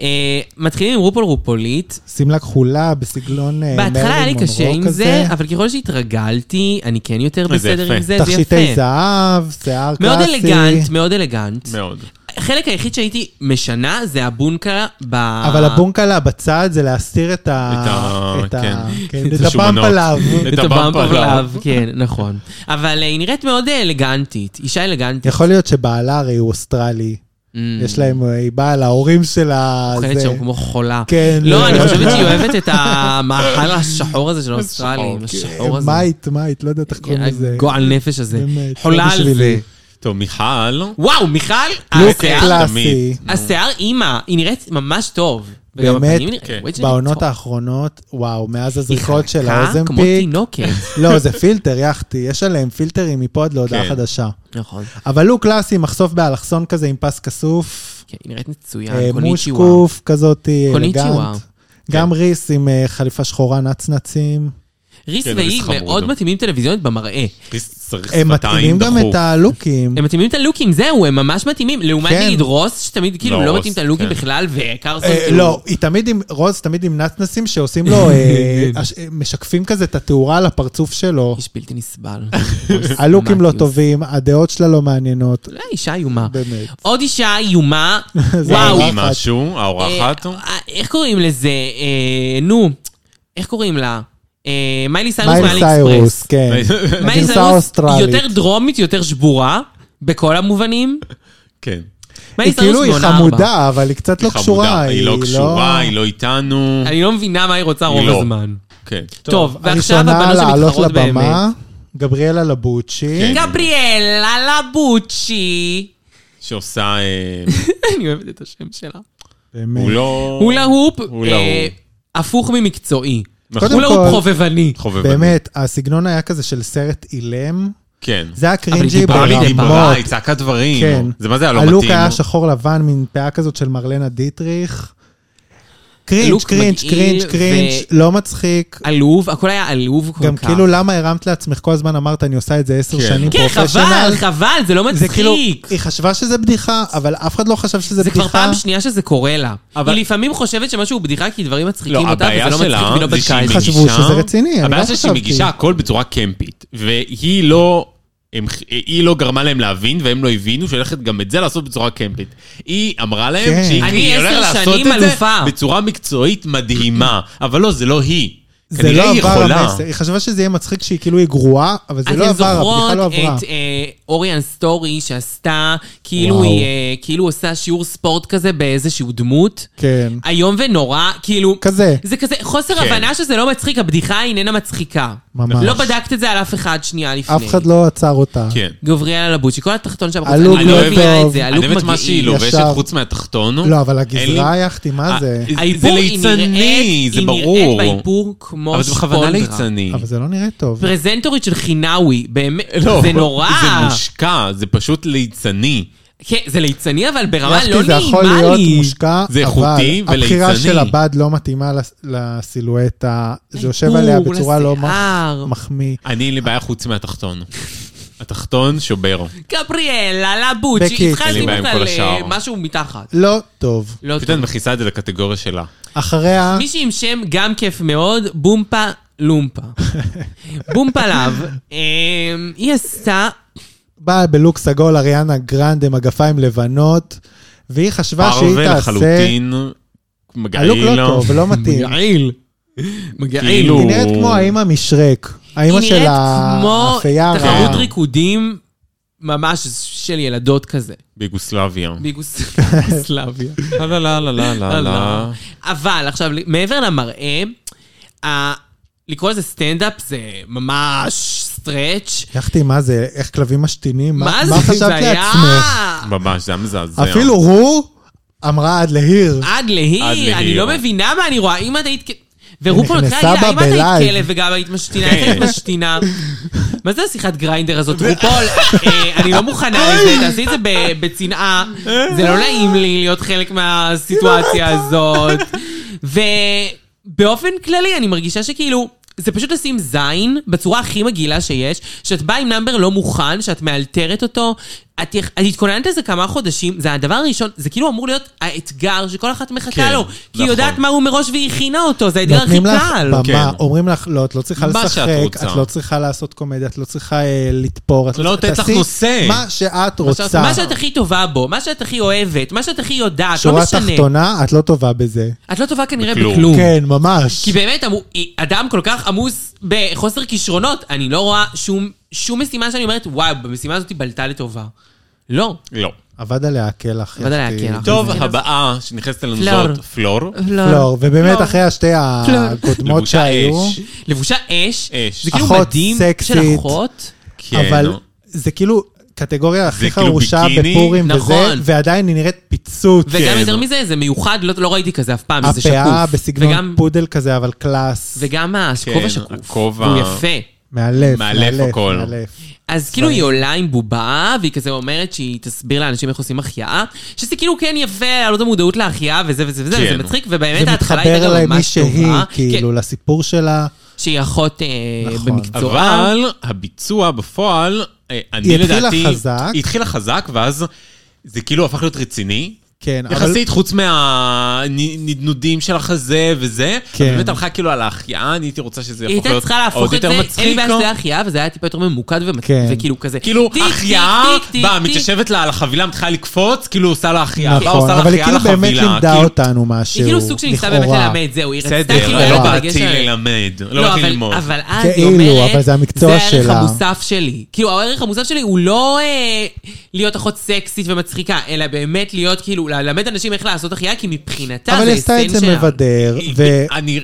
Speaker 2: אה, מתחילים עם רופול רופולית.
Speaker 4: שמלה כחולה בסגנון אה,
Speaker 2: בהתחלה היה לי
Speaker 4: מרלין
Speaker 2: קשה
Speaker 4: מונרו
Speaker 2: עם
Speaker 4: כזה.
Speaker 2: זה, אבל ככל שהתרגלתי, אני כן יותר
Speaker 3: זה
Speaker 2: בסדר
Speaker 3: יפה.
Speaker 2: עם זה, זה
Speaker 4: תכשיטי
Speaker 2: יפה.
Speaker 4: זהב, שיער קלאסי.
Speaker 2: מאוד אלגנט, מאוד אלגנט.
Speaker 3: מאוד.
Speaker 2: החלק היחיד שהייתי משנה זה הבונקה ב...
Speaker 4: אבל הבונקלה בצד זה להסתיר את ה...
Speaker 3: את ה-
Speaker 4: את ה...
Speaker 3: כן.
Speaker 4: כן,
Speaker 3: את
Speaker 4: את הפאמפ
Speaker 3: השומנות.
Speaker 4: עליו.
Speaker 3: את
Speaker 2: את הבאמפ
Speaker 3: הבאמפ עליו.
Speaker 2: עליו, כן, נכון. אבל אה, היא נראית מאוד אה, אלגנטית, אישה אלגנטית.
Speaker 4: יכול להיות שבעלה הרי הוא אוסטרלי. יש להם, אה, היא באה להורים שלה.
Speaker 2: Mm. אוכלת
Speaker 4: זה-
Speaker 2: שם כמו חולה.
Speaker 4: כן.
Speaker 2: לא, אני חושבת שהיא אוהבת את המאכל השחור הזה של האוסטרלים, השחור הזה.
Speaker 4: מייט, מייט, לא יודעת איך קוראים לזה.
Speaker 2: הגועל נפש הזה.
Speaker 4: באמת,
Speaker 2: חולה
Speaker 4: לא
Speaker 2: על זה. אה,
Speaker 4: בשבילי.
Speaker 3: טוב, מיכל,
Speaker 2: וואו, מיכל,
Speaker 4: לוק
Speaker 2: השיער-
Speaker 3: אה,
Speaker 4: קלאסי.
Speaker 2: השיער אימא, היא נראית ממש טוב. וגם
Speaker 4: באמת,
Speaker 2: הפנים נראה-
Speaker 3: כן.
Speaker 2: וואי, שאני
Speaker 4: בעונות
Speaker 2: צחוק.
Speaker 4: האחרונות, וואו, מאז
Speaker 2: היא
Speaker 4: הזריקות של
Speaker 2: חלקה
Speaker 4: האוזן
Speaker 2: כמו
Speaker 4: פיק.
Speaker 2: תינוקת.
Speaker 4: לא, זה פילטר, יחתי, יש עליהם פילטרים מפה עד להודעה
Speaker 3: כן.
Speaker 4: חדשה.
Speaker 2: נכון.
Speaker 4: אבל הוא קלאסי, מחשוף באלכסון כזה עם פס כסוף,
Speaker 2: כן, היא נראית
Speaker 4: אה,
Speaker 2: מצוין, קוניצ'יווה.
Speaker 4: מושקוף כזאת, אה,
Speaker 2: קוניצ'יווה.
Speaker 4: אלגנט. גם ריס עם אה, חליפה שחורה נצנצים.
Speaker 2: ריס
Speaker 3: כן,
Speaker 2: והיא
Speaker 3: ריס חמוד.
Speaker 2: מאוד מתאימים טלוויזיונית במראה.
Speaker 3: צריך
Speaker 4: הם
Speaker 3: שפתיים
Speaker 4: מתאימים גם
Speaker 3: דחוף.
Speaker 4: את הלוקים.
Speaker 2: הם מתאימים את הלוקים, זהו, הם ממש מתאימים. לעומת
Speaker 4: כן.
Speaker 2: נגיד רוס, שתמיד כאילו
Speaker 3: לא,
Speaker 2: לא
Speaker 3: רוס,
Speaker 2: מתאים את הלוקים
Speaker 3: כן.
Speaker 2: בכלל, וקרסון
Speaker 4: אה,
Speaker 2: כאילו...
Speaker 4: לא, היא תמיד עם, רוז תמיד עם נצנסים שעושים לו, אה, הש- אה, משקפים כזה את התאורה על הפרצוף שלו.
Speaker 2: איש בלתי נסבל.
Speaker 4: הלוקים לא
Speaker 2: מתיוס.
Speaker 4: טובים, הדעות שלה לא מעניינות.
Speaker 2: אולי אישה איומה.
Speaker 4: באמת.
Speaker 2: עוד אישה איומה, וואו.
Speaker 4: זה
Speaker 3: אה, היא
Speaker 4: האורחת.
Speaker 3: משהו, האורחת.
Speaker 2: אה, אה, איך קוראים לזה? אה, נו, איך קוראים לה? אה, מיילי סיירוס מאלי
Speaker 4: מיילי סיירוס,
Speaker 2: אקספרס.
Speaker 4: כן.
Speaker 2: מיילי
Speaker 4: הגרסה
Speaker 2: סיירוס היא
Speaker 4: האוסטרלית.
Speaker 2: יותר דרומית, היא יותר שבורה, בכל המובנים.
Speaker 3: כן.
Speaker 2: מיילי
Speaker 4: היא
Speaker 2: סיירוס
Speaker 4: כאילו, היא
Speaker 2: בעונה ארבע.
Speaker 4: חמודה, אבל היא קצת לא
Speaker 3: חמודה.
Speaker 4: קשורה.
Speaker 3: היא לא קשורה, היא לא איתנו.
Speaker 2: אני לא מבינה מה היא רוצה
Speaker 3: היא
Speaker 2: רוב
Speaker 3: לא.
Speaker 2: הזמן.
Speaker 3: כן.
Speaker 2: טוב, לא ועכשיו הבנות
Speaker 4: לעלות
Speaker 2: שמתחרות באמת.
Speaker 4: לבמה, גבריאלה לבוצ'י.
Speaker 3: כן.
Speaker 2: גבריאלה לבוצ'י.
Speaker 3: שעושה... אה,
Speaker 2: אני אוהבת את השם שלה.
Speaker 4: באמת.
Speaker 3: הוא לא...
Speaker 2: הולה הופ,
Speaker 3: הולה
Speaker 2: אה,
Speaker 3: הופ.
Speaker 2: הפוך ממקצועי.
Speaker 3: נכון.
Speaker 4: קודם
Speaker 2: הולה הופ
Speaker 4: כל-
Speaker 2: חובבני.
Speaker 3: חובבני.
Speaker 4: באמת, הסגנון היה כזה של סרט אילם.
Speaker 3: כן.
Speaker 4: זה היה קרינג'י
Speaker 2: דיברה
Speaker 3: אבל היא דיברה,
Speaker 4: ברמות.
Speaker 3: היא צעקה דברים.
Speaker 4: כן.
Speaker 3: זה מה זה היה לא
Speaker 4: הלוק
Speaker 3: מתאים.
Speaker 4: היה שחור לבן, מין פאה כזאת של מרלנה דיטריך. קרינג',
Speaker 2: לוק
Speaker 4: קרינג',
Speaker 2: מגעיל
Speaker 4: קרינג', קרינג',
Speaker 2: ו-
Speaker 4: לא מצחיק.
Speaker 2: עלוב, הכל היה עלוב כל כך.
Speaker 4: גם כאילו, למה הרמת לעצמך כל הזמן אמרת, אני עושה את זה עשר
Speaker 3: כן.
Speaker 4: שנים
Speaker 2: כן, חבל,
Speaker 4: פרופשיונל?
Speaker 2: חבל, זה לא
Speaker 4: זה כאילו,
Speaker 2: מצחיק.
Speaker 4: היא חשבה שזה בדיחה, אבל אף אחד לא חשב שזה
Speaker 2: זה כבר
Speaker 4: בדיחה.
Speaker 2: פעם שנייה שזה קורה לה. היא לפעמים חושבת שמשהו הוא בדיחה כי דברים מצחיקים
Speaker 3: לא,
Speaker 2: אותה,
Speaker 3: הבעיה
Speaker 2: וזה לא
Speaker 3: שלה
Speaker 2: מצחיק ולא
Speaker 3: זה שהיא
Speaker 2: בדקה את זה.
Speaker 3: מגישה...
Speaker 4: חשבו שזה רציני, אני לא
Speaker 3: הבעיה שלה שהיא
Speaker 4: חשבתי.
Speaker 3: מגישה הכל בצורה קמפית, והיא לא... הם, היא לא גרמה להם להבין, והם לא הבינו שהיא הולכת גם את זה לעשות בצורה קמפית. היא אמרה להם
Speaker 4: כן.
Speaker 3: שהיא
Speaker 2: אני
Speaker 3: היא
Speaker 2: עשר
Speaker 3: הולכת לעשות
Speaker 2: שנים
Speaker 3: את זה
Speaker 2: אלופה.
Speaker 3: בצורה מקצועית מדהימה, אבל לא, זה לא היא.
Speaker 4: זה
Speaker 3: כנראה
Speaker 4: לא
Speaker 3: היא
Speaker 4: עבר
Speaker 3: יכולה.
Speaker 4: המסר. היא חשבה שזה יהיה מצחיק שהיא כאילו היא גרועה, אבל זה לא
Speaker 2: אתן
Speaker 4: עבר, הבדיחה
Speaker 2: זוכרות
Speaker 4: לא עברה.
Speaker 2: את אה, אוריאן סטורי שעשתה, כאילו
Speaker 4: וואו.
Speaker 2: היא אה, כאילו עושה שיעור ספורט כזה באיזשהו דמות.
Speaker 4: כן.
Speaker 2: איום ונורא, כאילו...
Speaker 4: כזה.
Speaker 2: זה כזה חוסר
Speaker 3: כן.
Speaker 2: הבנה שזה לא מצחיק, הבדיחה איננה מצחיקה.
Speaker 4: ממש.
Speaker 2: לא בדקת את זה על אף אחד שנייה לפני.
Speaker 4: אף אחד לא עצר אותה.
Speaker 3: כן.
Speaker 2: גבריאלה לבוצ'י, כל התחתון שם,
Speaker 4: הלוק
Speaker 2: אני לא
Speaker 3: לא
Speaker 2: מבינה
Speaker 4: טוב.
Speaker 2: את זה,
Speaker 3: אני
Speaker 2: הלוק
Speaker 3: אוהב את מה שהיא לא-
Speaker 2: מגעיל.
Speaker 3: לובשת
Speaker 4: ישר.
Speaker 3: חוץ מהתחתון.
Speaker 4: לא, אבל
Speaker 3: אין לי-
Speaker 4: הגזרה היחתי, מה זה?
Speaker 3: אה, זה
Speaker 2: האיפור, היא
Speaker 3: ליצני,
Speaker 2: נראית-
Speaker 3: זה
Speaker 2: היא
Speaker 3: ברור.
Speaker 2: נראית באיפור כמו
Speaker 3: אבל זה בכוונה
Speaker 2: שפונדרה.
Speaker 3: ליצני.
Speaker 4: אבל זה לא נראה טוב.
Speaker 2: פרזנטורית של חינאווי, באמת,
Speaker 3: לא,
Speaker 2: זה נורא.
Speaker 3: זה מושקע, זה פשוט ליצני.
Speaker 2: כן, זה ליצני, אבל ברמה
Speaker 4: יחתי,
Speaker 2: לא
Speaker 4: זה יכול
Speaker 2: נעימה
Speaker 4: להיות
Speaker 2: לי.
Speaker 4: מושקע,
Speaker 3: זה איכותי
Speaker 4: אבל הבחירה
Speaker 3: וליצני.
Speaker 4: של הבד לא מתאימה לס- לסילואטה, זה יושב
Speaker 2: האיפור,
Speaker 4: עליה בצורה לא מח-
Speaker 2: לשיער.
Speaker 4: מחמיא.
Speaker 3: אני, אין לי בעיה חוץ מהתחתון. התחתון
Speaker 4: לא
Speaker 3: שובר.
Speaker 2: גבריאלה לבוצ'י,
Speaker 4: בקי.
Speaker 3: אין לי
Speaker 2: התחלתי
Speaker 3: בעיה עם
Speaker 2: אותה
Speaker 3: כל השאר.
Speaker 2: למשהו מתחת.
Speaker 4: לא טוב.
Speaker 2: לא
Speaker 3: פשוט
Speaker 2: טוב.
Speaker 3: את מכניסה את זה לקטגוריה שלה.
Speaker 4: אחריה,
Speaker 2: מישהי עם שם גם כיף מאוד, בומפה לומפה. בומפה לאב, אמ, היא עשתה...
Speaker 4: באה בלוק סגול, אריאנה גרנד עם מגפיים לבנות, והיא חשבה שהיא
Speaker 3: פרווה
Speaker 4: תעשה...
Speaker 3: לחלוטין,
Speaker 4: הלוק
Speaker 3: מגעיל
Speaker 4: לא
Speaker 3: לו.
Speaker 4: טוב, לא מתאים.
Speaker 2: מגעיל. מגעיל.
Speaker 3: כאילו,
Speaker 4: היא נראית כמו האימא משרק. האימא
Speaker 2: היא
Speaker 4: של
Speaker 2: נראית כמו
Speaker 4: האפייה הרעה.
Speaker 2: תחרות ריקודים ממש של ילדות כזה.
Speaker 3: ביוגוסלביה.
Speaker 2: ביגוסלביה.
Speaker 3: לא, לא, לא, לא, לא, לא, לא.
Speaker 2: אבל עכשיו, מעבר למראה, ה- לקרוא לזה סטנדאפ זה ממש סטרץ'.
Speaker 4: יחתי, מה זה? איך כלבים משתינים?
Speaker 2: מה
Speaker 4: מה
Speaker 2: זה? זה
Speaker 4: חשבת
Speaker 2: היה...
Speaker 4: לעצמך?
Speaker 3: ממש, זה היה מזעזע.
Speaker 4: אפילו רו אמרה עד להיר.
Speaker 2: עד
Speaker 3: עד
Speaker 2: להיר,
Speaker 3: להיר.
Speaker 2: אני לא מבינה מה אני רואה. אם את היית... כ- ורופול
Speaker 4: נכנסה
Speaker 2: התחילה להגיד לה, אם
Speaker 4: בה
Speaker 2: את היית
Speaker 4: בלייב."
Speaker 2: כלב וגם היית משתינה,
Speaker 3: כן.
Speaker 2: איך היית משתינה? מה זה השיחת גריינדר הזאת? רופול, אה, אני לא מוכנה לזה, תעשי את זה ב- בצנעה. זה לא נעים לי להיות חלק מהסיטואציה הזאת. ובאופן כללי, אני מרגישה שכאילו... זה פשוט לשים זין בצורה הכי מגעילה שיש, שאת באה עם נאמבר לא מוכן, שאת מאלתרת אותו. את, יכ- את התכוננת לזה כמה חודשים, זה הדבר הראשון, זה כאילו אמור להיות האתגר שכל אחת מחכה
Speaker 3: כן,
Speaker 2: לו. כי היא
Speaker 3: נכון.
Speaker 2: יודעת מה הוא מראש והיא הכינה אותו, זה האתגר הכי
Speaker 4: נותנים לך
Speaker 2: קל.
Speaker 4: במה,
Speaker 3: כן.
Speaker 4: אומרים לך, לא, את לא צריכה
Speaker 3: מה שאת
Speaker 4: לשחק,
Speaker 3: רוצה.
Speaker 4: את לא צריכה לעשות קומדיה, את לא צריכה אה, לתפור, את
Speaker 3: לא
Speaker 4: צריכה-
Speaker 3: נותנת לך
Speaker 4: תעשי
Speaker 3: נושא.
Speaker 4: מה שאת
Speaker 3: שאת-
Speaker 4: רוצה.
Speaker 2: מה שאת הכי טובה בו, מה שאת הכי אוהבת, מה שאת הכי יודעת, לא
Speaker 4: שורה
Speaker 2: משנה.
Speaker 4: תחתונה, את לא טובה בזה.
Speaker 2: את לא טובה כנראה
Speaker 3: בכלום.
Speaker 2: בכלום.
Speaker 4: כן, ממש.
Speaker 2: כי באמת, אמרו- היא- אדם כל כך עמוס בחוסר כישרונות, אני לא רואה שום- שום משימה שאני אומרת, וואי, במשימה הזאת היא בלטה לטובה. לא.
Speaker 3: לא.
Speaker 4: עבד עליה הקלח.
Speaker 2: עבד עליה
Speaker 4: יחתי.
Speaker 2: הקלח.
Speaker 3: טוב,
Speaker 2: כן.
Speaker 3: הבאה שנכנסת אלינו
Speaker 2: פלור.
Speaker 3: זאת פלור.
Speaker 4: לא, ובאמת,
Speaker 2: לא.
Speaker 4: אחרי השתי הקודמות
Speaker 3: לבושה
Speaker 4: שהיו,
Speaker 3: אש.
Speaker 2: לבושה אש,
Speaker 3: אש.
Speaker 2: זה כאילו
Speaker 4: אחות
Speaker 2: מדהים
Speaker 4: סקסית.
Speaker 2: של אחות.
Speaker 3: כן.
Speaker 4: אבל זה כאילו קטגוריה הכי
Speaker 3: כאילו
Speaker 4: חרושה
Speaker 3: ביקיני,
Speaker 4: בפורים וזה,
Speaker 2: נכון.
Speaker 4: ועדיין היא נראית פיצוץ. כן.
Speaker 2: וגם
Speaker 3: כן.
Speaker 2: יותר מזה, זה מיוחד, לא לא ראיתי כזה אף פעם, זה שקוף.
Speaker 4: הפאה
Speaker 2: וגם-
Speaker 4: בסגנון פודל כזה, אבל קלאס.
Speaker 2: וגם הכובע
Speaker 3: כן,
Speaker 2: שקוף.
Speaker 3: הכובע.
Speaker 2: הוא יפה.
Speaker 4: מאלף,
Speaker 3: מאלף
Speaker 4: מאלף,
Speaker 3: הכל.
Speaker 4: מאלף.
Speaker 2: אז כאילו היא עולה עם בובה, והיא כזה אומרת שהיא תסביר לאנשים איך עושים החייאה, שזה כאילו כן יפה, להעלות את המודעות להחייאה וזה וזה וזה,
Speaker 3: כן.
Speaker 2: וזה מצחיק, ובאמת
Speaker 4: זה
Speaker 2: ההתחלה הייתה
Speaker 4: מתחבר
Speaker 2: גם
Speaker 4: למי
Speaker 2: ממש
Speaker 4: שהיא,
Speaker 2: טובה.
Speaker 4: כאילו,
Speaker 2: כן,
Speaker 4: לסיפור שלה.
Speaker 2: שהיא אחות אה,
Speaker 4: נכון.
Speaker 2: במקצועה.
Speaker 3: לא- אבל הביצוע בפועל, אה, אני
Speaker 4: היא התחילה
Speaker 3: לדעתי...
Speaker 4: חזק.
Speaker 3: היא התחילה חזק, ואז זה כאילו הפך להיות רציני.
Speaker 4: כן, אבל...
Speaker 3: יחסית, חוץ מהנדנודים של החזה וזה,
Speaker 4: כן.
Speaker 3: כן. באמת הלכה כאילו על ההחייאה, אני הייתי רוצה שזה
Speaker 2: היא
Speaker 3: יהפוך
Speaker 2: הייתה
Speaker 3: להיות
Speaker 2: צריכה להפוך
Speaker 3: עוד
Speaker 2: את זה,
Speaker 3: יותר
Speaker 2: אין לי
Speaker 3: מצחיק. לא?
Speaker 2: בעיה שזה היה החייאה, וזה היה טיפה יותר ממוקד ומצ-
Speaker 4: כן.
Speaker 2: וכאילו כזה.
Speaker 3: כאילו,
Speaker 2: טיק, טיק,
Speaker 3: החייאה,
Speaker 2: טיק, טיק,
Speaker 3: באה,
Speaker 2: טיק.
Speaker 3: מתיישבת לה על החבילה, מתחילה לקפוץ, כאילו עושה לה החייאה, באה,
Speaker 4: נכון,
Speaker 3: עושה לה
Speaker 4: אבל היא
Speaker 3: החייאה
Speaker 4: כאילו באמת
Speaker 3: לחבילה.
Speaker 4: לימדה אותנו משהו,
Speaker 2: היא כאילו סוג שניסתה באמת
Speaker 4: לכאורה.
Speaker 2: ללמד, זהו, היא רצתה
Speaker 3: בסדר,
Speaker 2: כאילו
Speaker 3: אבל לא
Speaker 4: ללמד,
Speaker 2: לגשת
Speaker 3: באתי
Speaker 2: אליהם.
Speaker 3: ללמד, לא באתי
Speaker 2: אבל-
Speaker 3: ללמוד.
Speaker 2: אבל אז היא
Speaker 4: כאילו,
Speaker 2: אומרת,
Speaker 4: אבל זה המקצוע
Speaker 2: זה
Speaker 4: שלה."
Speaker 2: הערך המוסף שלי. כאילו, הערך המוסף שלי הוא לא אה, להיות אחות סקסית ומצחיקה, אלא באמת להיות, כאילו, ללמד אנשים איך לעשות החייאה, כי מבחינתה
Speaker 4: אבל
Speaker 2: זה
Speaker 4: היא עשתה את
Speaker 2: אסטנט
Speaker 4: זה
Speaker 2: שלה.
Speaker 4: מבדר,
Speaker 3: היא-
Speaker 4: ו...
Speaker 3: אני,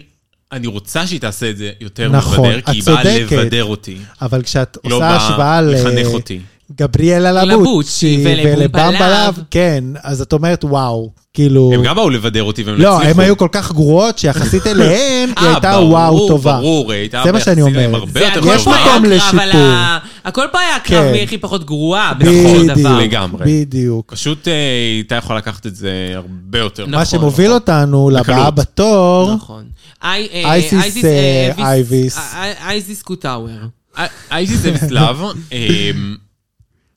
Speaker 3: אני רוצה שהיא תעשה את זה יותר
Speaker 4: נכון,
Speaker 3: מבדר, כי היא
Speaker 4: את
Speaker 3: באה
Speaker 4: צודקת.
Speaker 3: לבדר אותי.
Speaker 4: אבל כשאת
Speaker 3: לא
Speaker 4: עושה
Speaker 3: באה
Speaker 4: השוואה ל...
Speaker 3: לחנך אותי.
Speaker 4: גבריאלה לבוצ'י
Speaker 2: ולבומבה
Speaker 4: ולבמבה
Speaker 2: לאב.
Speaker 4: לאב, כן, אז את אומרת, וואו, כאילו...
Speaker 3: הם גם באו לבדר אותי והם
Speaker 4: לא,
Speaker 3: הצליחו.
Speaker 4: הם היו כל כך גרועות, שיחסית אליהן היא
Speaker 3: אה,
Speaker 4: הייתה
Speaker 3: ברור,
Speaker 4: וואו טובה.
Speaker 3: ברור, היא הייתה
Speaker 4: זה מה שאני
Speaker 3: ביחסית להם
Speaker 4: אומר.
Speaker 3: הרבה
Speaker 2: זה
Speaker 3: יותר
Speaker 2: הכל
Speaker 4: יש
Speaker 2: פה היה
Speaker 4: מקום
Speaker 2: קרב על ה... הכל פה היה קרב
Speaker 4: כן.
Speaker 2: מי הכי פחות נכון, גרועה, בסופו של
Speaker 4: בדיוק,
Speaker 2: דבר.
Speaker 3: נכון, לגמרי.
Speaker 4: בדיוק.
Speaker 3: פשוט אה, היא הייתה יכולה לקחת את זה הרבה יותר.
Speaker 4: מה
Speaker 2: נכון,
Speaker 4: שמוביל אותנו לבאה
Speaker 3: בקלות.
Speaker 4: בתור,
Speaker 2: נכון. אי- אה,
Speaker 4: אייסיס,
Speaker 2: אייסיס,
Speaker 4: אה,
Speaker 2: אה, אביס-
Speaker 4: אייביס.
Speaker 2: אה, אה, אייסיס קוטאוור.
Speaker 3: אה, אייזיס אביסלב, אה,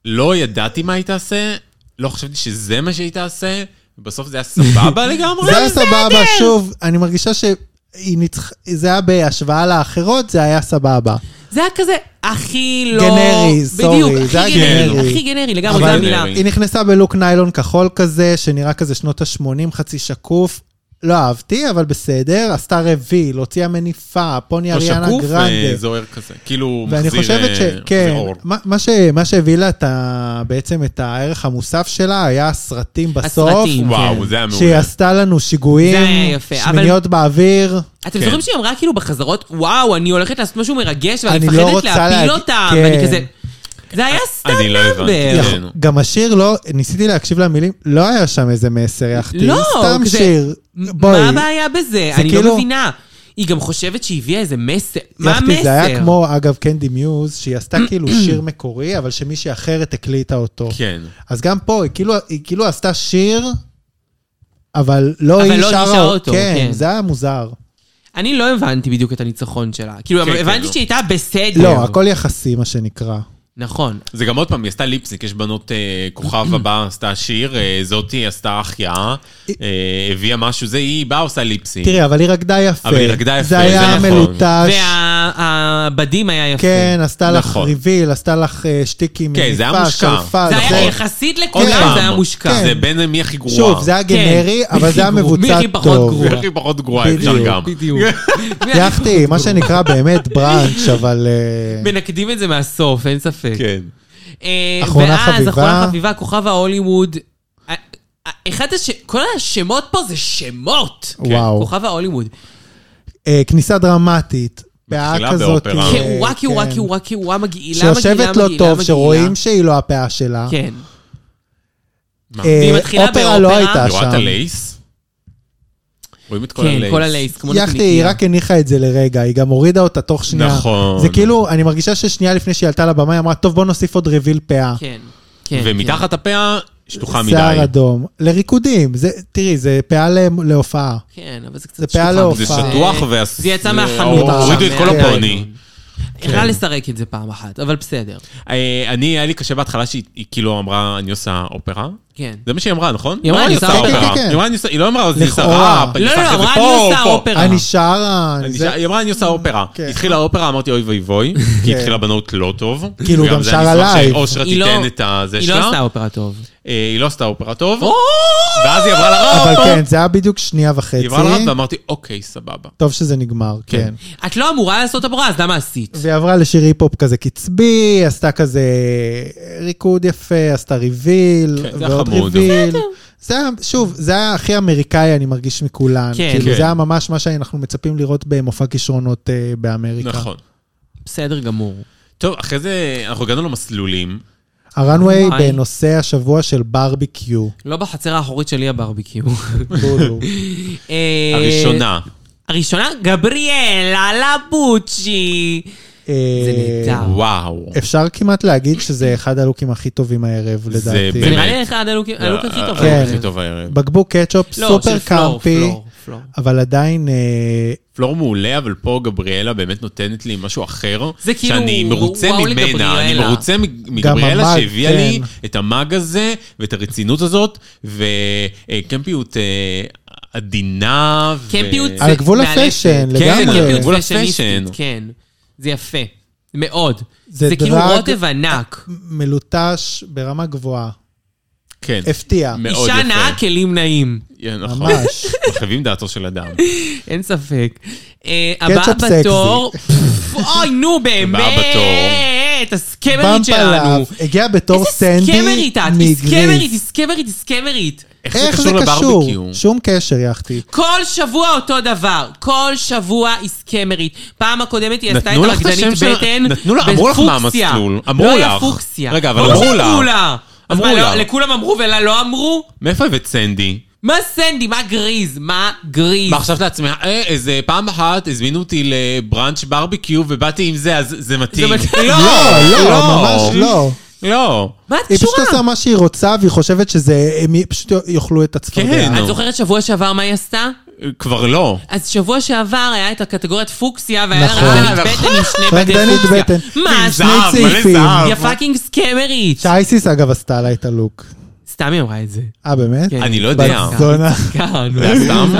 Speaker 3: לא ידעתי מה היא תעשה, לא חשבתי שזה מה שהיא תעשה, בסוף זה היה סבבה לגמרי.
Speaker 4: זה היה סבבה, שוב, אני מרגישה שהיא ניצח... זה היה בהשוואה לאחרות, זה היה סבבה.
Speaker 2: זה היה כזה הכי לא...
Speaker 4: גנרי, סורי,
Speaker 2: בדיוק,
Speaker 4: זה
Speaker 2: הכי
Speaker 4: היה
Speaker 2: גנרי.
Speaker 4: גנרי.
Speaker 2: הכי גנרי לגמרי,
Speaker 4: אבל
Speaker 2: זו המילה.
Speaker 3: גנרי.
Speaker 4: היא נכנסה בלוק ניילון כחול כזה, שנראה כזה שנות ה-80, חצי שקוף. לא אהבתי, אבל בסדר. עשתה רביל, הוציאה מניפה, פוני
Speaker 3: לא
Speaker 4: אריאנה
Speaker 3: שקוף
Speaker 4: גרנדה.
Speaker 3: וזוהר כזה. כאילו, הוא
Speaker 4: ואני
Speaker 3: מחזיר
Speaker 4: חושבת
Speaker 3: אה,
Speaker 4: ש...
Speaker 3: מחזיר
Speaker 4: כן,
Speaker 3: אור.
Speaker 4: מה, מה, ש, מה שהביא לה את ה, בעצם את הערך המוסף שלה היה הסרטים בסוף.
Speaker 2: הסרטים.
Speaker 3: וואו,
Speaker 2: כן.
Speaker 3: זה היה
Speaker 4: שהיא
Speaker 3: מעולה.
Speaker 4: עשתה לנו
Speaker 2: זה היה
Speaker 4: שיגועים,
Speaker 2: יפה, אבל-
Speaker 4: שמיניות באוויר.
Speaker 2: אתם
Speaker 3: כן.
Speaker 2: זוכרים שהיא אמרה כאילו בחזרות, וואו, אני הולכת לעשות משהו מרגש, ואני
Speaker 4: אני לא
Speaker 2: מפחדת
Speaker 4: רוצה
Speaker 2: להפיל
Speaker 4: להגיד-
Speaker 2: אותם,
Speaker 4: כן.
Speaker 2: ואני כזה... זה היה סתם
Speaker 3: אני לא הבנתי.
Speaker 2: נאמבר.
Speaker 3: כן.
Speaker 4: יכול- גם השיר לא, ניסיתי להקשיב למילים, לא היה שם איזה מסר יחתי,
Speaker 2: לא,
Speaker 4: סתם
Speaker 2: כזה-
Speaker 4: שיר.
Speaker 2: מה
Speaker 4: בואי,
Speaker 2: הבעיה בזה?
Speaker 4: זה
Speaker 2: אני לא
Speaker 4: כאילו-
Speaker 2: מבינה. היא גם חושבת שהיא הביאה איזה מסר. מה
Speaker 4: יחתי,
Speaker 2: המסר?
Speaker 4: זה היה כמו, אגב, קנדי מיוז, שהיא עשתה כאילו שיר מקורי, אבל שמישהי אחרת הקליטה אותו.
Speaker 3: כן.
Speaker 4: אז גם פה, היא כאילו, היא כאילו עשתה שיר, אבל לא
Speaker 2: אבל
Speaker 4: היא
Speaker 2: לא היא
Speaker 4: שרה
Speaker 2: שרה אותו,
Speaker 4: כן,
Speaker 2: כן.
Speaker 4: זה היה מוזר.
Speaker 2: אני לא הבנתי בדיוק את הניצחון שלה. כאילו,
Speaker 3: כן,
Speaker 2: אבל
Speaker 3: כן,
Speaker 2: הבנתי
Speaker 3: לא.
Speaker 2: שהיא הייתה בסדר.
Speaker 4: לא, הכל יחסי, מה שנקרא.
Speaker 3: כן.
Speaker 2: נכון.
Speaker 3: זה גם עוד פעם, היא עשתה ליפסיק, יש בנות אה, כוכב הבא, עשתה שיר, אה, זאתי עשתה החייאה, אה, הביאה משהו, זה היא באה עושה ליפסיק.
Speaker 4: תראי, אבל היא רקדה יפה.
Speaker 3: אבל היא רקדה יפה,
Speaker 4: זה היה
Speaker 3: זה נכון.
Speaker 4: מלוטש.
Speaker 2: והבדים היה יפה.
Speaker 4: כן, עשתה לך
Speaker 3: נכון.
Speaker 4: ריביל, עשתה לך אה, שטיקים,
Speaker 3: כן, זה היה
Speaker 4: מניפה,
Speaker 3: מושקע.
Speaker 4: שלפה,
Speaker 2: זה
Speaker 4: נכון.
Speaker 2: היה יחסית
Speaker 3: עוד
Speaker 2: לכולם,
Speaker 3: פעם,
Speaker 2: זה היה מושקע.
Speaker 4: כן.
Speaker 3: זה בין מי הכי גרועה.
Speaker 4: שוב, זה היה גנרי,
Speaker 2: כן.
Speaker 4: אבל זה היה
Speaker 2: מי הכי
Speaker 4: מבוצע
Speaker 2: פחות
Speaker 4: טוב.
Speaker 2: גרוע?
Speaker 3: מי הכי פחות גרועה, אפשר
Speaker 4: בדיוק,
Speaker 3: גם.
Speaker 2: בדיוק.
Speaker 4: יחתי, מה שנקרא באמת בראנץ', אבל... אה,
Speaker 2: מנקדים את זה מהסוף, אין ספק.
Speaker 3: כן.
Speaker 2: אה,
Speaker 4: אחרונה
Speaker 2: ואז,
Speaker 4: חביבה.
Speaker 2: אחרונה חביבה, כוכב ההוליווד. אה, אה, אחד הש... כל השמות פה זה שמות.
Speaker 4: וואו.
Speaker 2: כוכב ההוליווד.
Speaker 3: אה,
Speaker 4: אה, כניסה דרמטית,
Speaker 3: מתחילה
Speaker 4: פאה כזאת.
Speaker 3: באופרה.
Speaker 4: אה,
Speaker 2: כאורה, כאורה,
Speaker 4: כן.
Speaker 2: כאורה, כאורה, מגעילה, מגעילה, מגעילה,
Speaker 4: שיושבת לא טוב,
Speaker 2: מגעילה.
Speaker 4: שרואים שהיא לא הפאה שלה.
Speaker 2: כן.
Speaker 4: אה,
Speaker 2: והיא מתחילה
Speaker 4: אופרה לא
Speaker 2: באופרה.
Speaker 4: הייתה
Speaker 3: רואה את
Speaker 4: שם.
Speaker 3: הלייס? רואים את כל
Speaker 2: כן,
Speaker 3: הלייס.
Speaker 2: כל הלייס, כמו
Speaker 4: יחתי, היא
Speaker 2: נקניקיה.
Speaker 4: רק הניחה את זה לרגע, היא גם הורידה אותה תוך שנייה.
Speaker 3: נכון.
Speaker 4: זה כאילו, אני מרגישה ששנייה לפני שהיא עלתה לבמה, היא אמרה, טוב, בוא נוסיף עוד רביל פאה.
Speaker 2: כן, כן. כן.
Speaker 3: ומתחת הפאה, שטוחה מדי.
Speaker 4: שיער אדום. לריקודים, זה, תראי, זה פאה ל- להופעה.
Speaker 2: כן, אבל זה קצת
Speaker 4: זה פאה
Speaker 2: שטוח.
Speaker 4: להופעה.
Speaker 3: זה שטוח וה...
Speaker 2: אה, זה יצא מהחנות. כן.
Speaker 4: אה,
Speaker 3: הורידו את
Speaker 2: שם,
Speaker 3: כל
Speaker 2: מה-
Speaker 3: הפוני.
Speaker 4: כן.
Speaker 2: יכלה לסרק את זה פעם אחת, אבל בסדר.
Speaker 3: אה, אני, היה לי קשה בהתחלה שהיא היא כאילו אמרה, אני עושה אופרה.
Speaker 2: כן.
Speaker 3: זה מה שהיא אמרה, נכון?
Speaker 2: היא אמרה, "אני עושה אופרה".
Speaker 4: כן, כן, כן.
Speaker 3: היא אמרה, "אני עושה-" היא לא אמרה, "אני עושה
Speaker 4: לכאורה.
Speaker 3: ראפ,
Speaker 2: לא, לא,
Speaker 3: עושה
Speaker 2: לא,
Speaker 3: כזה
Speaker 2: אמרה,
Speaker 3: פה,
Speaker 2: "אני עושה
Speaker 3: פה".
Speaker 2: אופרה".
Speaker 4: אני שרה,
Speaker 3: אני
Speaker 4: זה-
Speaker 3: ש- היא אמרה, אני עושה אופרה.
Speaker 4: כן.
Speaker 3: התחילה האופרה, אמרתי, אוי ואי ואי, כי היא התחילה בנות לא טוב.
Speaker 4: כאילו, גם
Speaker 3: זה
Speaker 4: שר
Speaker 3: אני אשמח
Speaker 4: עלייך.
Speaker 3: שאושרה
Speaker 2: היא לא-
Speaker 3: תיתן את הזה
Speaker 2: היא לא
Speaker 3: שלה.
Speaker 2: עשתה אופרה טוב.
Speaker 3: אה, היא לא עשתה אופרה טוב. ואז היא עברה
Speaker 4: אבל
Speaker 3: לרב.
Speaker 4: כן, זה היה בדיוק שנייה וחצי.
Speaker 3: היא עברה לרב ואמרתי, אוקיי, סבבה.
Speaker 4: טוב שזה נגמר, כן.
Speaker 2: את לא אמורה לעשות אופרה, אז למה עשית?
Speaker 4: והיא עברה לשיר היפ-הופ כזה קצבי, עשתה כזה ריקוד יפה, עשתה ריביל,
Speaker 3: כן, זה היה
Speaker 4: ועוד
Speaker 3: חמוד.
Speaker 4: ריביל. זה היה, שוב, זה היה הכי אמריקאי, אני מרגיש מכולן.
Speaker 2: כן.
Speaker 4: כאילו,
Speaker 3: כן.
Speaker 4: זה היה ממש מה שאנחנו מצפים לראות במופע כישרונות אה, באמריקה.
Speaker 3: נכון.
Speaker 2: בסדר גמור.
Speaker 3: טוב, אחרי זה אנחנו הגענו למסלולים.
Speaker 4: הראנוויי
Speaker 2: וואי.
Speaker 4: בנושא השבוע של ברביקיו.
Speaker 2: לא בחצר האחורית שלי הברביקיו.
Speaker 4: בולו.
Speaker 2: אה,
Speaker 3: הראשונה.
Speaker 2: הראשונה, גבריאלה לבוצ'י.
Speaker 4: אה,
Speaker 2: זה נהדר.
Speaker 3: וואו.
Speaker 4: אפשר כמעט להגיד שזה אחד הלוקים הכי טובים הערב, לדעתי.
Speaker 2: זה נראה
Speaker 3: באמת.
Speaker 2: לי אחד הלוק הלוק הכי טוב.
Speaker 3: הערב.
Speaker 4: כן.
Speaker 2: הערב.
Speaker 3: אה, הכי טוב הערב.
Speaker 4: בקבוק קטשופ,
Speaker 2: לא,
Speaker 4: סופר
Speaker 2: של פלור,
Speaker 4: קאמפי,
Speaker 2: פלור, פלור.
Speaker 4: אבל עדיין... אה,
Speaker 3: פלור מעולה, אבל פה גבריאלה באמת נותנת לי משהו אחר.
Speaker 2: זה כאילו,
Speaker 3: שאני מרוצה
Speaker 2: וואו
Speaker 3: ממנה,
Speaker 2: לגבריאלה.
Speaker 3: אני מרוצה מג- מגבריאלה
Speaker 4: המאג,
Speaker 3: שהביאה
Speaker 4: כן.
Speaker 3: לי את המאג הזה ואת הרצינות הזאת, וקמפיות אה, עדינה. ו-
Speaker 2: קמפיות
Speaker 4: על
Speaker 2: זה
Speaker 4: גבול
Speaker 2: מאלפת. כן,
Speaker 4: הפשן, לגמרי.
Speaker 2: קמפיות
Speaker 3: כן. על גבול
Speaker 2: פשניסטית,
Speaker 3: הפשן.
Speaker 2: כן, זה יפה. מאוד.
Speaker 4: זה
Speaker 2: זה כאילו
Speaker 4: דרג-
Speaker 2: רוטב ענק.
Speaker 4: מלוטש ברמה גבוהה.
Speaker 3: כן.
Speaker 4: הפתיע.
Speaker 3: מאוד
Speaker 2: אישה
Speaker 3: יפה.
Speaker 2: נאה כאילו. כלים נעים.
Speaker 3: כן, נכון.
Speaker 4: ממש.
Speaker 3: מחייבים דעתו של אדם.
Speaker 2: אין ספק. אה, הבאה
Speaker 4: קטשופ סקסי.
Speaker 2: בתור... פפפ, אוי, נו
Speaker 3: הבאה בתור.
Speaker 2: באמת! הסקמרית
Speaker 4: פאמפ עליו,
Speaker 2: שלנו.
Speaker 4: הגיע בתור
Speaker 2: איזה
Speaker 4: סנדי
Speaker 2: סקמרית את, הסקמרית,
Speaker 4: מגריס.
Speaker 2: הסקמרית, הסקמרית.
Speaker 4: איך זה קשור? שום קשר, יחתי.
Speaker 2: כל שבוע אותו דבר, כל שבוע היא סקמרית. פעם הקודמת היא עשתה את
Speaker 3: נתנו לך את
Speaker 2: הרקדנית
Speaker 3: השם של...
Speaker 2: בטן
Speaker 3: נתנו לך, אמרו לך מה
Speaker 2: בפוקסיה.
Speaker 3: המסלול. אמרו
Speaker 2: לא
Speaker 3: לך.
Speaker 2: היה פוקסיה.
Speaker 3: רגע, אבל
Speaker 2: ברור
Speaker 3: אמרו
Speaker 2: שאמרו
Speaker 3: לך.
Speaker 2: לה. אז
Speaker 3: אמרו
Speaker 2: מה, לא-
Speaker 3: לך.
Speaker 2: לכולם אמרו ולה לא אמרו?
Speaker 3: מאיפה הבאת סנדי?
Speaker 2: מה סנדי? מה גריז? מה גריז?
Speaker 3: מה חשבת לעצמך, אה, איזה פעם אחת הזמינו אותי לבראנץ' ברביקיו ובאתי עם זה, אז זה מתאים.
Speaker 2: זה מתאים. לא,
Speaker 4: לא, ממש לא.
Speaker 3: לא.
Speaker 2: מה את
Speaker 4: היא פשוט
Speaker 2: קשורה?
Speaker 4: עושה מה שהיא רוצה, והיא חושבת שזה, הם פשוט יאכלו את הצפרדע.
Speaker 3: כן.
Speaker 2: את זוכרת שבוע שעבר מה היא עשתה?
Speaker 3: כבר לא.
Speaker 2: אז שבוע שעבר היה את הקטגוריית פוקסיה, והיה לה
Speaker 4: נכון.
Speaker 2: רקדנית בטן עם שני בתי
Speaker 4: רקדנית
Speaker 2: פוקסיה.
Speaker 4: בטן.
Speaker 2: מה,
Speaker 3: עם
Speaker 2: שני
Speaker 3: זהב, מלא
Speaker 4: צעיפים.
Speaker 3: זהב.
Speaker 2: יא פאקינג סקמרית.
Speaker 4: שאייסיס, אגב, עשתה לה את הלוק.
Speaker 2: סתם היא אמרה את זה.
Speaker 4: אה, באמת?
Speaker 2: כן.
Speaker 3: אני לא יודע.
Speaker 4: בת זונה.
Speaker 2: כאן.
Speaker 3: זה סתם?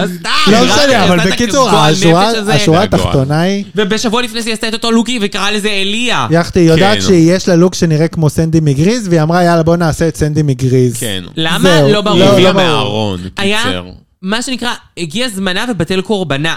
Speaker 4: לא משנה, אבל בקיצור, השורה השורה
Speaker 3: הגועל.
Speaker 4: התחתונה היא,
Speaker 2: ובשבוע לפני זה היא עשתה את אותו לוקי וקראה לזה אליה.
Speaker 4: יחתי יודעת
Speaker 3: כן.
Speaker 4: שיש לה לוק שנראה כמו סנדי מגריז, והיא אמרה, יאללה, בוא נעשה את סנדי מגריז.
Speaker 3: כן.
Speaker 2: למה?
Speaker 4: זהו,
Speaker 2: לא
Speaker 4: לא,
Speaker 2: ברור.
Speaker 3: הביאה
Speaker 4: ברור.
Speaker 3: מהארון,
Speaker 2: היה
Speaker 3: קיצר.
Speaker 2: מה שנקרא, הגיע זמנה ובטל קורבנה,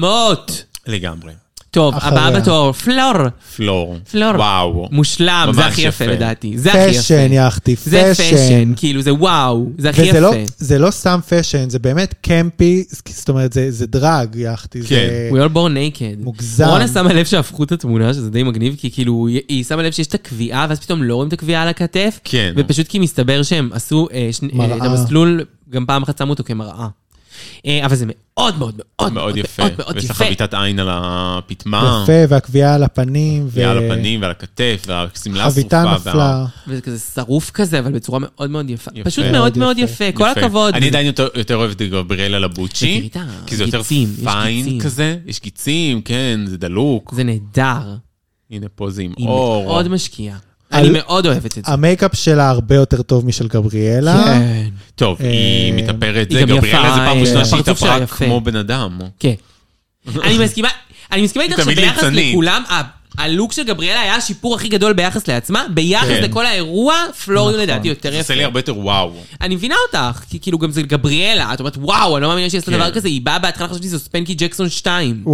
Speaker 2: ברמות.
Speaker 3: לגמרי.
Speaker 2: טוב,
Speaker 4: אחריה.
Speaker 2: הבאה בתור, פלור.
Speaker 3: פלור.
Speaker 2: פלור.
Speaker 3: וואו.
Speaker 2: מושלם, זה
Speaker 3: ממש
Speaker 2: הכי יפה
Speaker 3: יפה.
Speaker 2: לדעתי. זה הכי יפה.
Speaker 4: פשן, יחתי,
Speaker 2: זה פשן,
Speaker 4: פשן.
Speaker 2: כאילו, זה וואו, זה הכי יפה.
Speaker 4: וזה לא, זה לא סתם פשן, זה באמת קמפי, זאת אומרת, זה, זה דרג, יחתי. זה...
Speaker 3: כן.
Speaker 2: We all born naked.
Speaker 4: מוגזם.
Speaker 2: רונה שמה לב שהפכו את התמונה, שזה די מגניב, כי כאילו, היא- היא שמה לב שיש את הקביעה, ואז פתאום לא רואים את הקביעה על הכתף.
Speaker 3: כן.
Speaker 2: ופשוט כי מסתבר שהם עשו אה, שני- אה,
Speaker 4: מראה.
Speaker 2: את המסלול, גם פעם אחת שמו אותו כמראה. אה, אבל זה מאוד מאוד מאוד
Speaker 3: מאוד יפה.
Speaker 2: מאוד מאוד
Speaker 3: ויש לך
Speaker 2: יפה.
Speaker 3: חביתת עין על הפטמה.
Speaker 4: יפה, והקביעה על הפנים. ו-
Speaker 3: ועל אה. הפנים ועל הכתף, והשמלה השרופה.
Speaker 4: חביתה נפלה.
Speaker 2: וזה כזה שרוף כזה, אבל בצורה מאוד מאוד יפה.
Speaker 3: יפה.
Speaker 2: פשוט
Speaker 3: מאוד
Speaker 2: מאוד מאוד
Speaker 4: יפה.
Speaker 2: יפה, כל
Speaker 3: יפה.
Speaker 2: הכבוד.
Speaker 3: אני עדיין יותר- יותר אוהב את גבריאלה לבוצ'י,
Speaker 2: ותראי את
Speaker 3: כי זה יותר
Speaker 2: הגיצים, יש גיצים.
Speaker 3: פיין כזה, יש גיצים, כן, זה דלוק.
Speaker 2: זה נהדר.
Speaker 3: הנה פה זה עם
Speaker 2: היא
Speaker 3: אור.
Speaker 2: מאוד משקיעה.
Speaker 4: על-
Speaker 2: אני מאוד אוהבת את זה.
Speaker 4: המייקאפ שלה הרבה יותר טוב משל גבריאלה.
Speaker 2: כן.
Speaker 3: טוב,
Speaker 4: אה,
Speaker 3: היא מתאפרת
Speaker 2: היא
Speaker 3: זה,
Speaker 2: גם יפה,
Speaker 3: גבריאלה זה פעם
Speaker 2: אה,
Speaker 3: ראשונה שהיא
Speaker 2: הפרצוף שלה
Speaker 3: התאפרה
Speaker 2: יפה.
Speaker 3: כמו בן אדם.
Speaker 2: כן. אני מסכימה, אני מסכימה איתך
Speaker 3: תמיד
Speaker 2: שביחס
Speaker 3: ליצנית.
Speaker 2: לכולם, ה- הלוק של גבריאלה היה השיפור הכי גדול ביחס לעצמה, ביחס
Speaker 3: כן.
Speaker 2: לכל האירוע, פלוריו
Speaker 4: נכון.
Speaker 2: לדעתי יותר
Speaker 3: זה
Speaker 2: יפה.
Speaker 3: עושה לי הרבה יותר וואו.
Speaker 2: אני מבינה אותך, כי כאילו גם זה גבריאלה, את אומרת וואו, אני לא מאמינה שהיא עשתה
Speaker 3: כן.
Speaker 2: דבר כזה, היא באה בהתחלה חשבתי שזה ספנקי ג'קסון 2.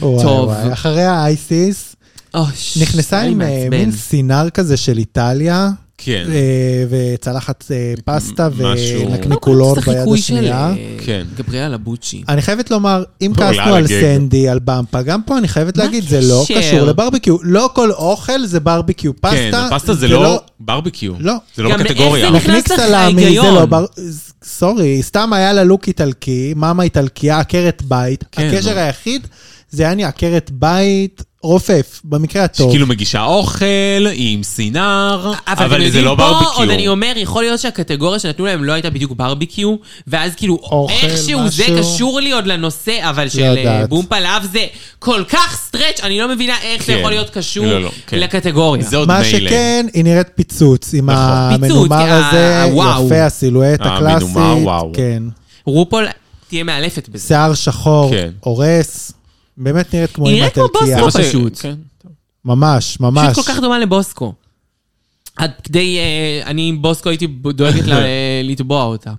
Speaker 4: וואי,
Speaker 2: טוב.
Speaker 4: וואי. אחריה אייסיס,
Speaker 2: אוש,
Speaker 4: נכנסה
Speaker 2: היה לי
Speaker 4: עם אה,
Speaker 2: מעצבן.
Speaker 4: מין סינר כזה של איטליה.
Speaker 3: כן.
Speaker 4: אה, וצלחת אה, פסטה
Speaker 3: משהו.
Speaker 4: ונקניקולון
Speaker 2: קצת
Speaker 4: ביד
Speaker 2: לא, חיקוי
Speaker 4: השנייה.
Speaker 2: של אה,
Speaker 3: כן.
Speaker 2: גבריאלה בוצ'י.
Speaker 4: אני חייבת לומר, אם
Speaker 3: פעולה
Speaker 4: כעסנו על
Speaker 3: לגג.
Speaker 4: סנדי, על במפה, גם פה אני חייבת
Speaker 2: מה
Speaker 4: להגיד, זה לא
Speaker 2: הקשר?
Speaker 4: קשור לברבקיו. לא כל אוכל זה ברבקיו. פסטה,
Speaker 3: כן, הפסטה זה לא ברבקיו.
Speaker 4: לא.
Speaker 3: זה לא
Speaker 2: גם
Speaker 3: בקטגוריה.
Speaker 2: איך זה
Speaker 4: להכניס
Speaker 2: נכנס לך
Speaker 4: סלמי, זה
Speaker 2: ההיגיון.
Speaker 4: לא בר... סורי, סתם היה לה לוק איטלקי, מאמה איטלקייה, עקרת בית.
Speaker 3: כן,
Speaker 4: הקשר
Speaker 3: נו.
Speaker 4: היחיד זה היה נראה עקרת בית רופף, במקרה הטוב.
Speaker 3: שכאילו כאילו מגישה אוכל, היא עם סינר,
Speaker 2: אבל,
Speaker 3: אבל זה לא
Speaker 2: פה עוד אני
Speaker 3: ברבקיו.
Speaker 2: אומר, יכול להיות שהקטגוריה שנתנו להם לא הייתה בדיוק ברביקיו, ואז כאילו,
Speaker 4: אוכל,
Speaker 2: איכשהו זה
Speaker 4: משהו. לא
Speaker 2: קשור לי עוד לנושא, אבל של
Speaker 4: יודעת.
Speaker 2: אה, בום פלאב זה כל כך סטרץ', אני לא מבינה איך זה
Speaker 3: כן.
Speaker 2: יכול להיות קשור
Speaker 3: לא, לא, כן.
Speaker 2: לקטגוריה.
Speaker 3: זה עוד
Speaker 4: מה
Speaker 3: מילא.
Speaker 4: שכן, היא נראית פיצוץ, עם
Speaker 3: נכון. אה,
Speaker 4: המנומר
Speaker 2: פיצוץ,
Speaker 4: הזה,
Speaker 2: הוואו.
Speaker 4: יפה, הסילואט
Speaker 3: המנומר,
Speaker 4: הקלאסית.
Speaker 3: וואו.
Speaker 4: כן.
Speaker 2: רופול תהיה מאלפת בזה.
Speaker 4: שיער שחור,
Speaker 3: כן.
Speaker 4: הורס. באמת נראית כמו
Speaker 2: היא
Speaker 4: עם
Speaker 2: נראית כמו
Speaker 4: הטלקיה.
Speaker 2: בוסטון.
Speaker 3: זה מה ש-
Speaker 2: פשוט.
Speaker 3: כן.
Speaker 4: ממש,
Speaker 2: פשוט
Speaker 4: ממש.
Speaker 2: כל כך דומה לבוסקו. עד כדי, אה, אני עם בוסקו הייתי דואגת לה, אה, לתבוע אותה.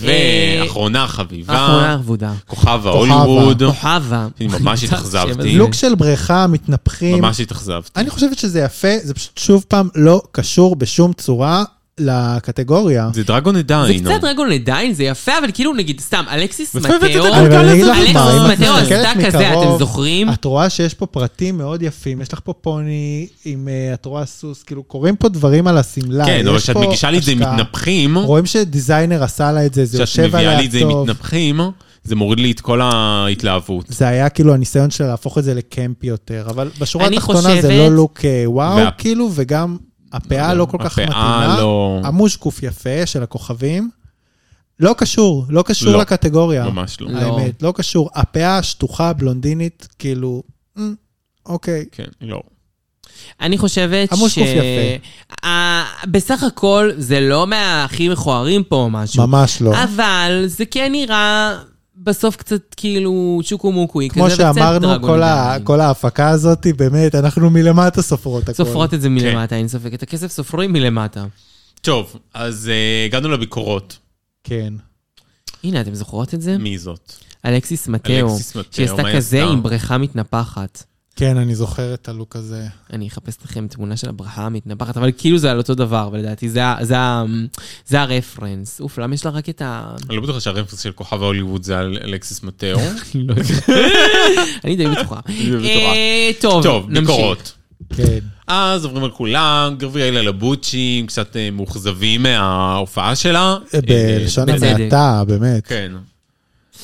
Speaker 3: ואחרונה חביבה,
Speaker 2: אה, אחרונה עבודה.
Speaker 3: כוכב ההוליווד.
Speaker 2: כוכבה.
Speaker 3: אני ממש התאכזבתי.
Speaker 4: לוק של בריכה, מתנפחים.
Speaker 3: ממש התאכזבתי.
Speaker 4: אני חושבת שזה יפה, זה פשוט שוב פעם לא קשור בשום צורה לקטגוריה.
Speaker 3: זה דרגון
Speaker 2: זה
Speaker 3: עדיין.
Speaker 2: קצת דרגון עדיין, זה יפה, אבל כאילו נגיד, סתם, אלכסיס
Speaker 3: ופה הבאת את
Speaker 2: מתאו,
Speaker 3: הגלגל
Speaker 4: אבל אני אגיד לך
Speaker 2: אלכסיס
Speaker 4: מה, אם את
Speaker 2: מתאו
Speaker 4: מסתכלת
Speaker 2: עשתה כזה,
Speaker 4: מקרוב,
Speaker 2: אתם זוכרים?
Speaker 4: את רואה שיש פה פרטים מאוד יפים, יש לך פה פוני עם, אה, את רואה סוס, כאילו קורים פה דברים על השמלה.
Speaker 3: כן, אבל
Speaker 4: אה, יש
Speaker 3: כשאת
Speaker 4: פה
Speaker 3: מגישה לי את זה עם
Speaker 4: השקעה.
Speaker 3: מתנפחים,
Speaker 4: רואים שדיזיינר עשה לה את זה, זה
Speaker 3: כשאת
Speaker 4: יושב
Speaker 3: מביאה לי
Speaker 4: עליה
Speaker 3: את זה עם
Speaker 4: טוב.
Speaker 3: מתנפחים, זה מוריד לי את כל ההתלהבות.
Speaker 4: זה היה כאילו הניסיון שלה להפוך את זה לקמפי יותר, אבל בשורה
Speaker 2: אני
Speaker 4: התחתונה זה
Speaker 2: חושבת-
Speaker 4: לא לוק אה, וואו,
Speaker 3: וה-
Speaker 4: כאילו, וגם הפאה לא כל כך
Speaker 3: הפאה
Speaker 4: מתאימה.
Speaker 3: לא-
Speaker 4: המושקוף יפה של הכוכבים. לא קשור, לא קשור
Speaker 3: לא,
Speaker 4: לקטגוריה.
Speaker 3: ממש לא.
Speaker 2: לא.
Speaker 4: האמת, לא קשור. הפאה השטוחה, בלונדינית, כאילו, אה, אוקיי.
Speaker 3: כן, לא.
Speaker 2: אני חושבת
Speaker 4: עמוס
Speaker 2: ש...
Speaker 4: קוף יפה.
Speaker 2: ה- בסך הכל, זה לא מהכי מכוערים פה או משהו.
Speaker 4: ממש לא.
Speaker 2: אבל אה, זה כן נראה בסוף קצת כאילו צ'וקו מוקוי,
Speaker 4: כמו
Speaker 2: כזה, וקצת
Speaker 4: שאמרנו,
Speaker 2: דרגון
Speaker 4: כל ה-
Speaker 2: עדיין.
Speaker 4: כל ההפקה הזאת, באמת, אנחנו מלמטה סופרות הכול.
Speaker 2: סופרות את זה מלמטה, אין ספק. את הכסף סופרים מלמטה.
Speaker 3: טוב, אז אה, הגענו לביקורות.
Speaker 4: כן.
Speaker 2: הנה, אתם זוכרות את
Speaker 4: Mm.
Speaker 2: זה?
Speaker 3: מי זאת?
Speaker 2: אלכסיס מתאו,
Speaker 3: אלכסיס מתאו,
Speaker 2: שהיא עשתה
Speaker 3: מה היא
Speaker 2: כזה
Speaker 3: עשתה?
Speaker 2: עם בריכה מתנפחת.
Speaker 4: כן, אני זוכר את הלוק הזה.
Speaker 2: אני אחפש לכם תמונה של הברכה המתנפחת, אבל כאילו זה על אותו דבר, ולדעתי זה, ה- זה, ה- זה הרפרנס. אוף, למה יש לה רק את ה...
Speaker 3: אני לא בטוח שהרפרס של כוכב ההוליווד זה על אלכסיס מתאו.
Speaker 2: לא יודע. אני די בטוחה.
Speaker 3: בטוחה.
Speaker 2: אה, טוב,
Speaker 3: טוב,
Speaker 2: נמשיך.
Speaker 3: ביקורות.
Speaker 4: כן.
Speaker 3: אז עוברים על כולם, גבריאלה לבוצ'י, קצת אה, מאוכזבים מההופעה שלה.
Speaker 4: בלשון
Speaker 3: אה,
Speaker 2: בצדק.
Speaker 4: המעטה, באמת.
Speaker 3: כן.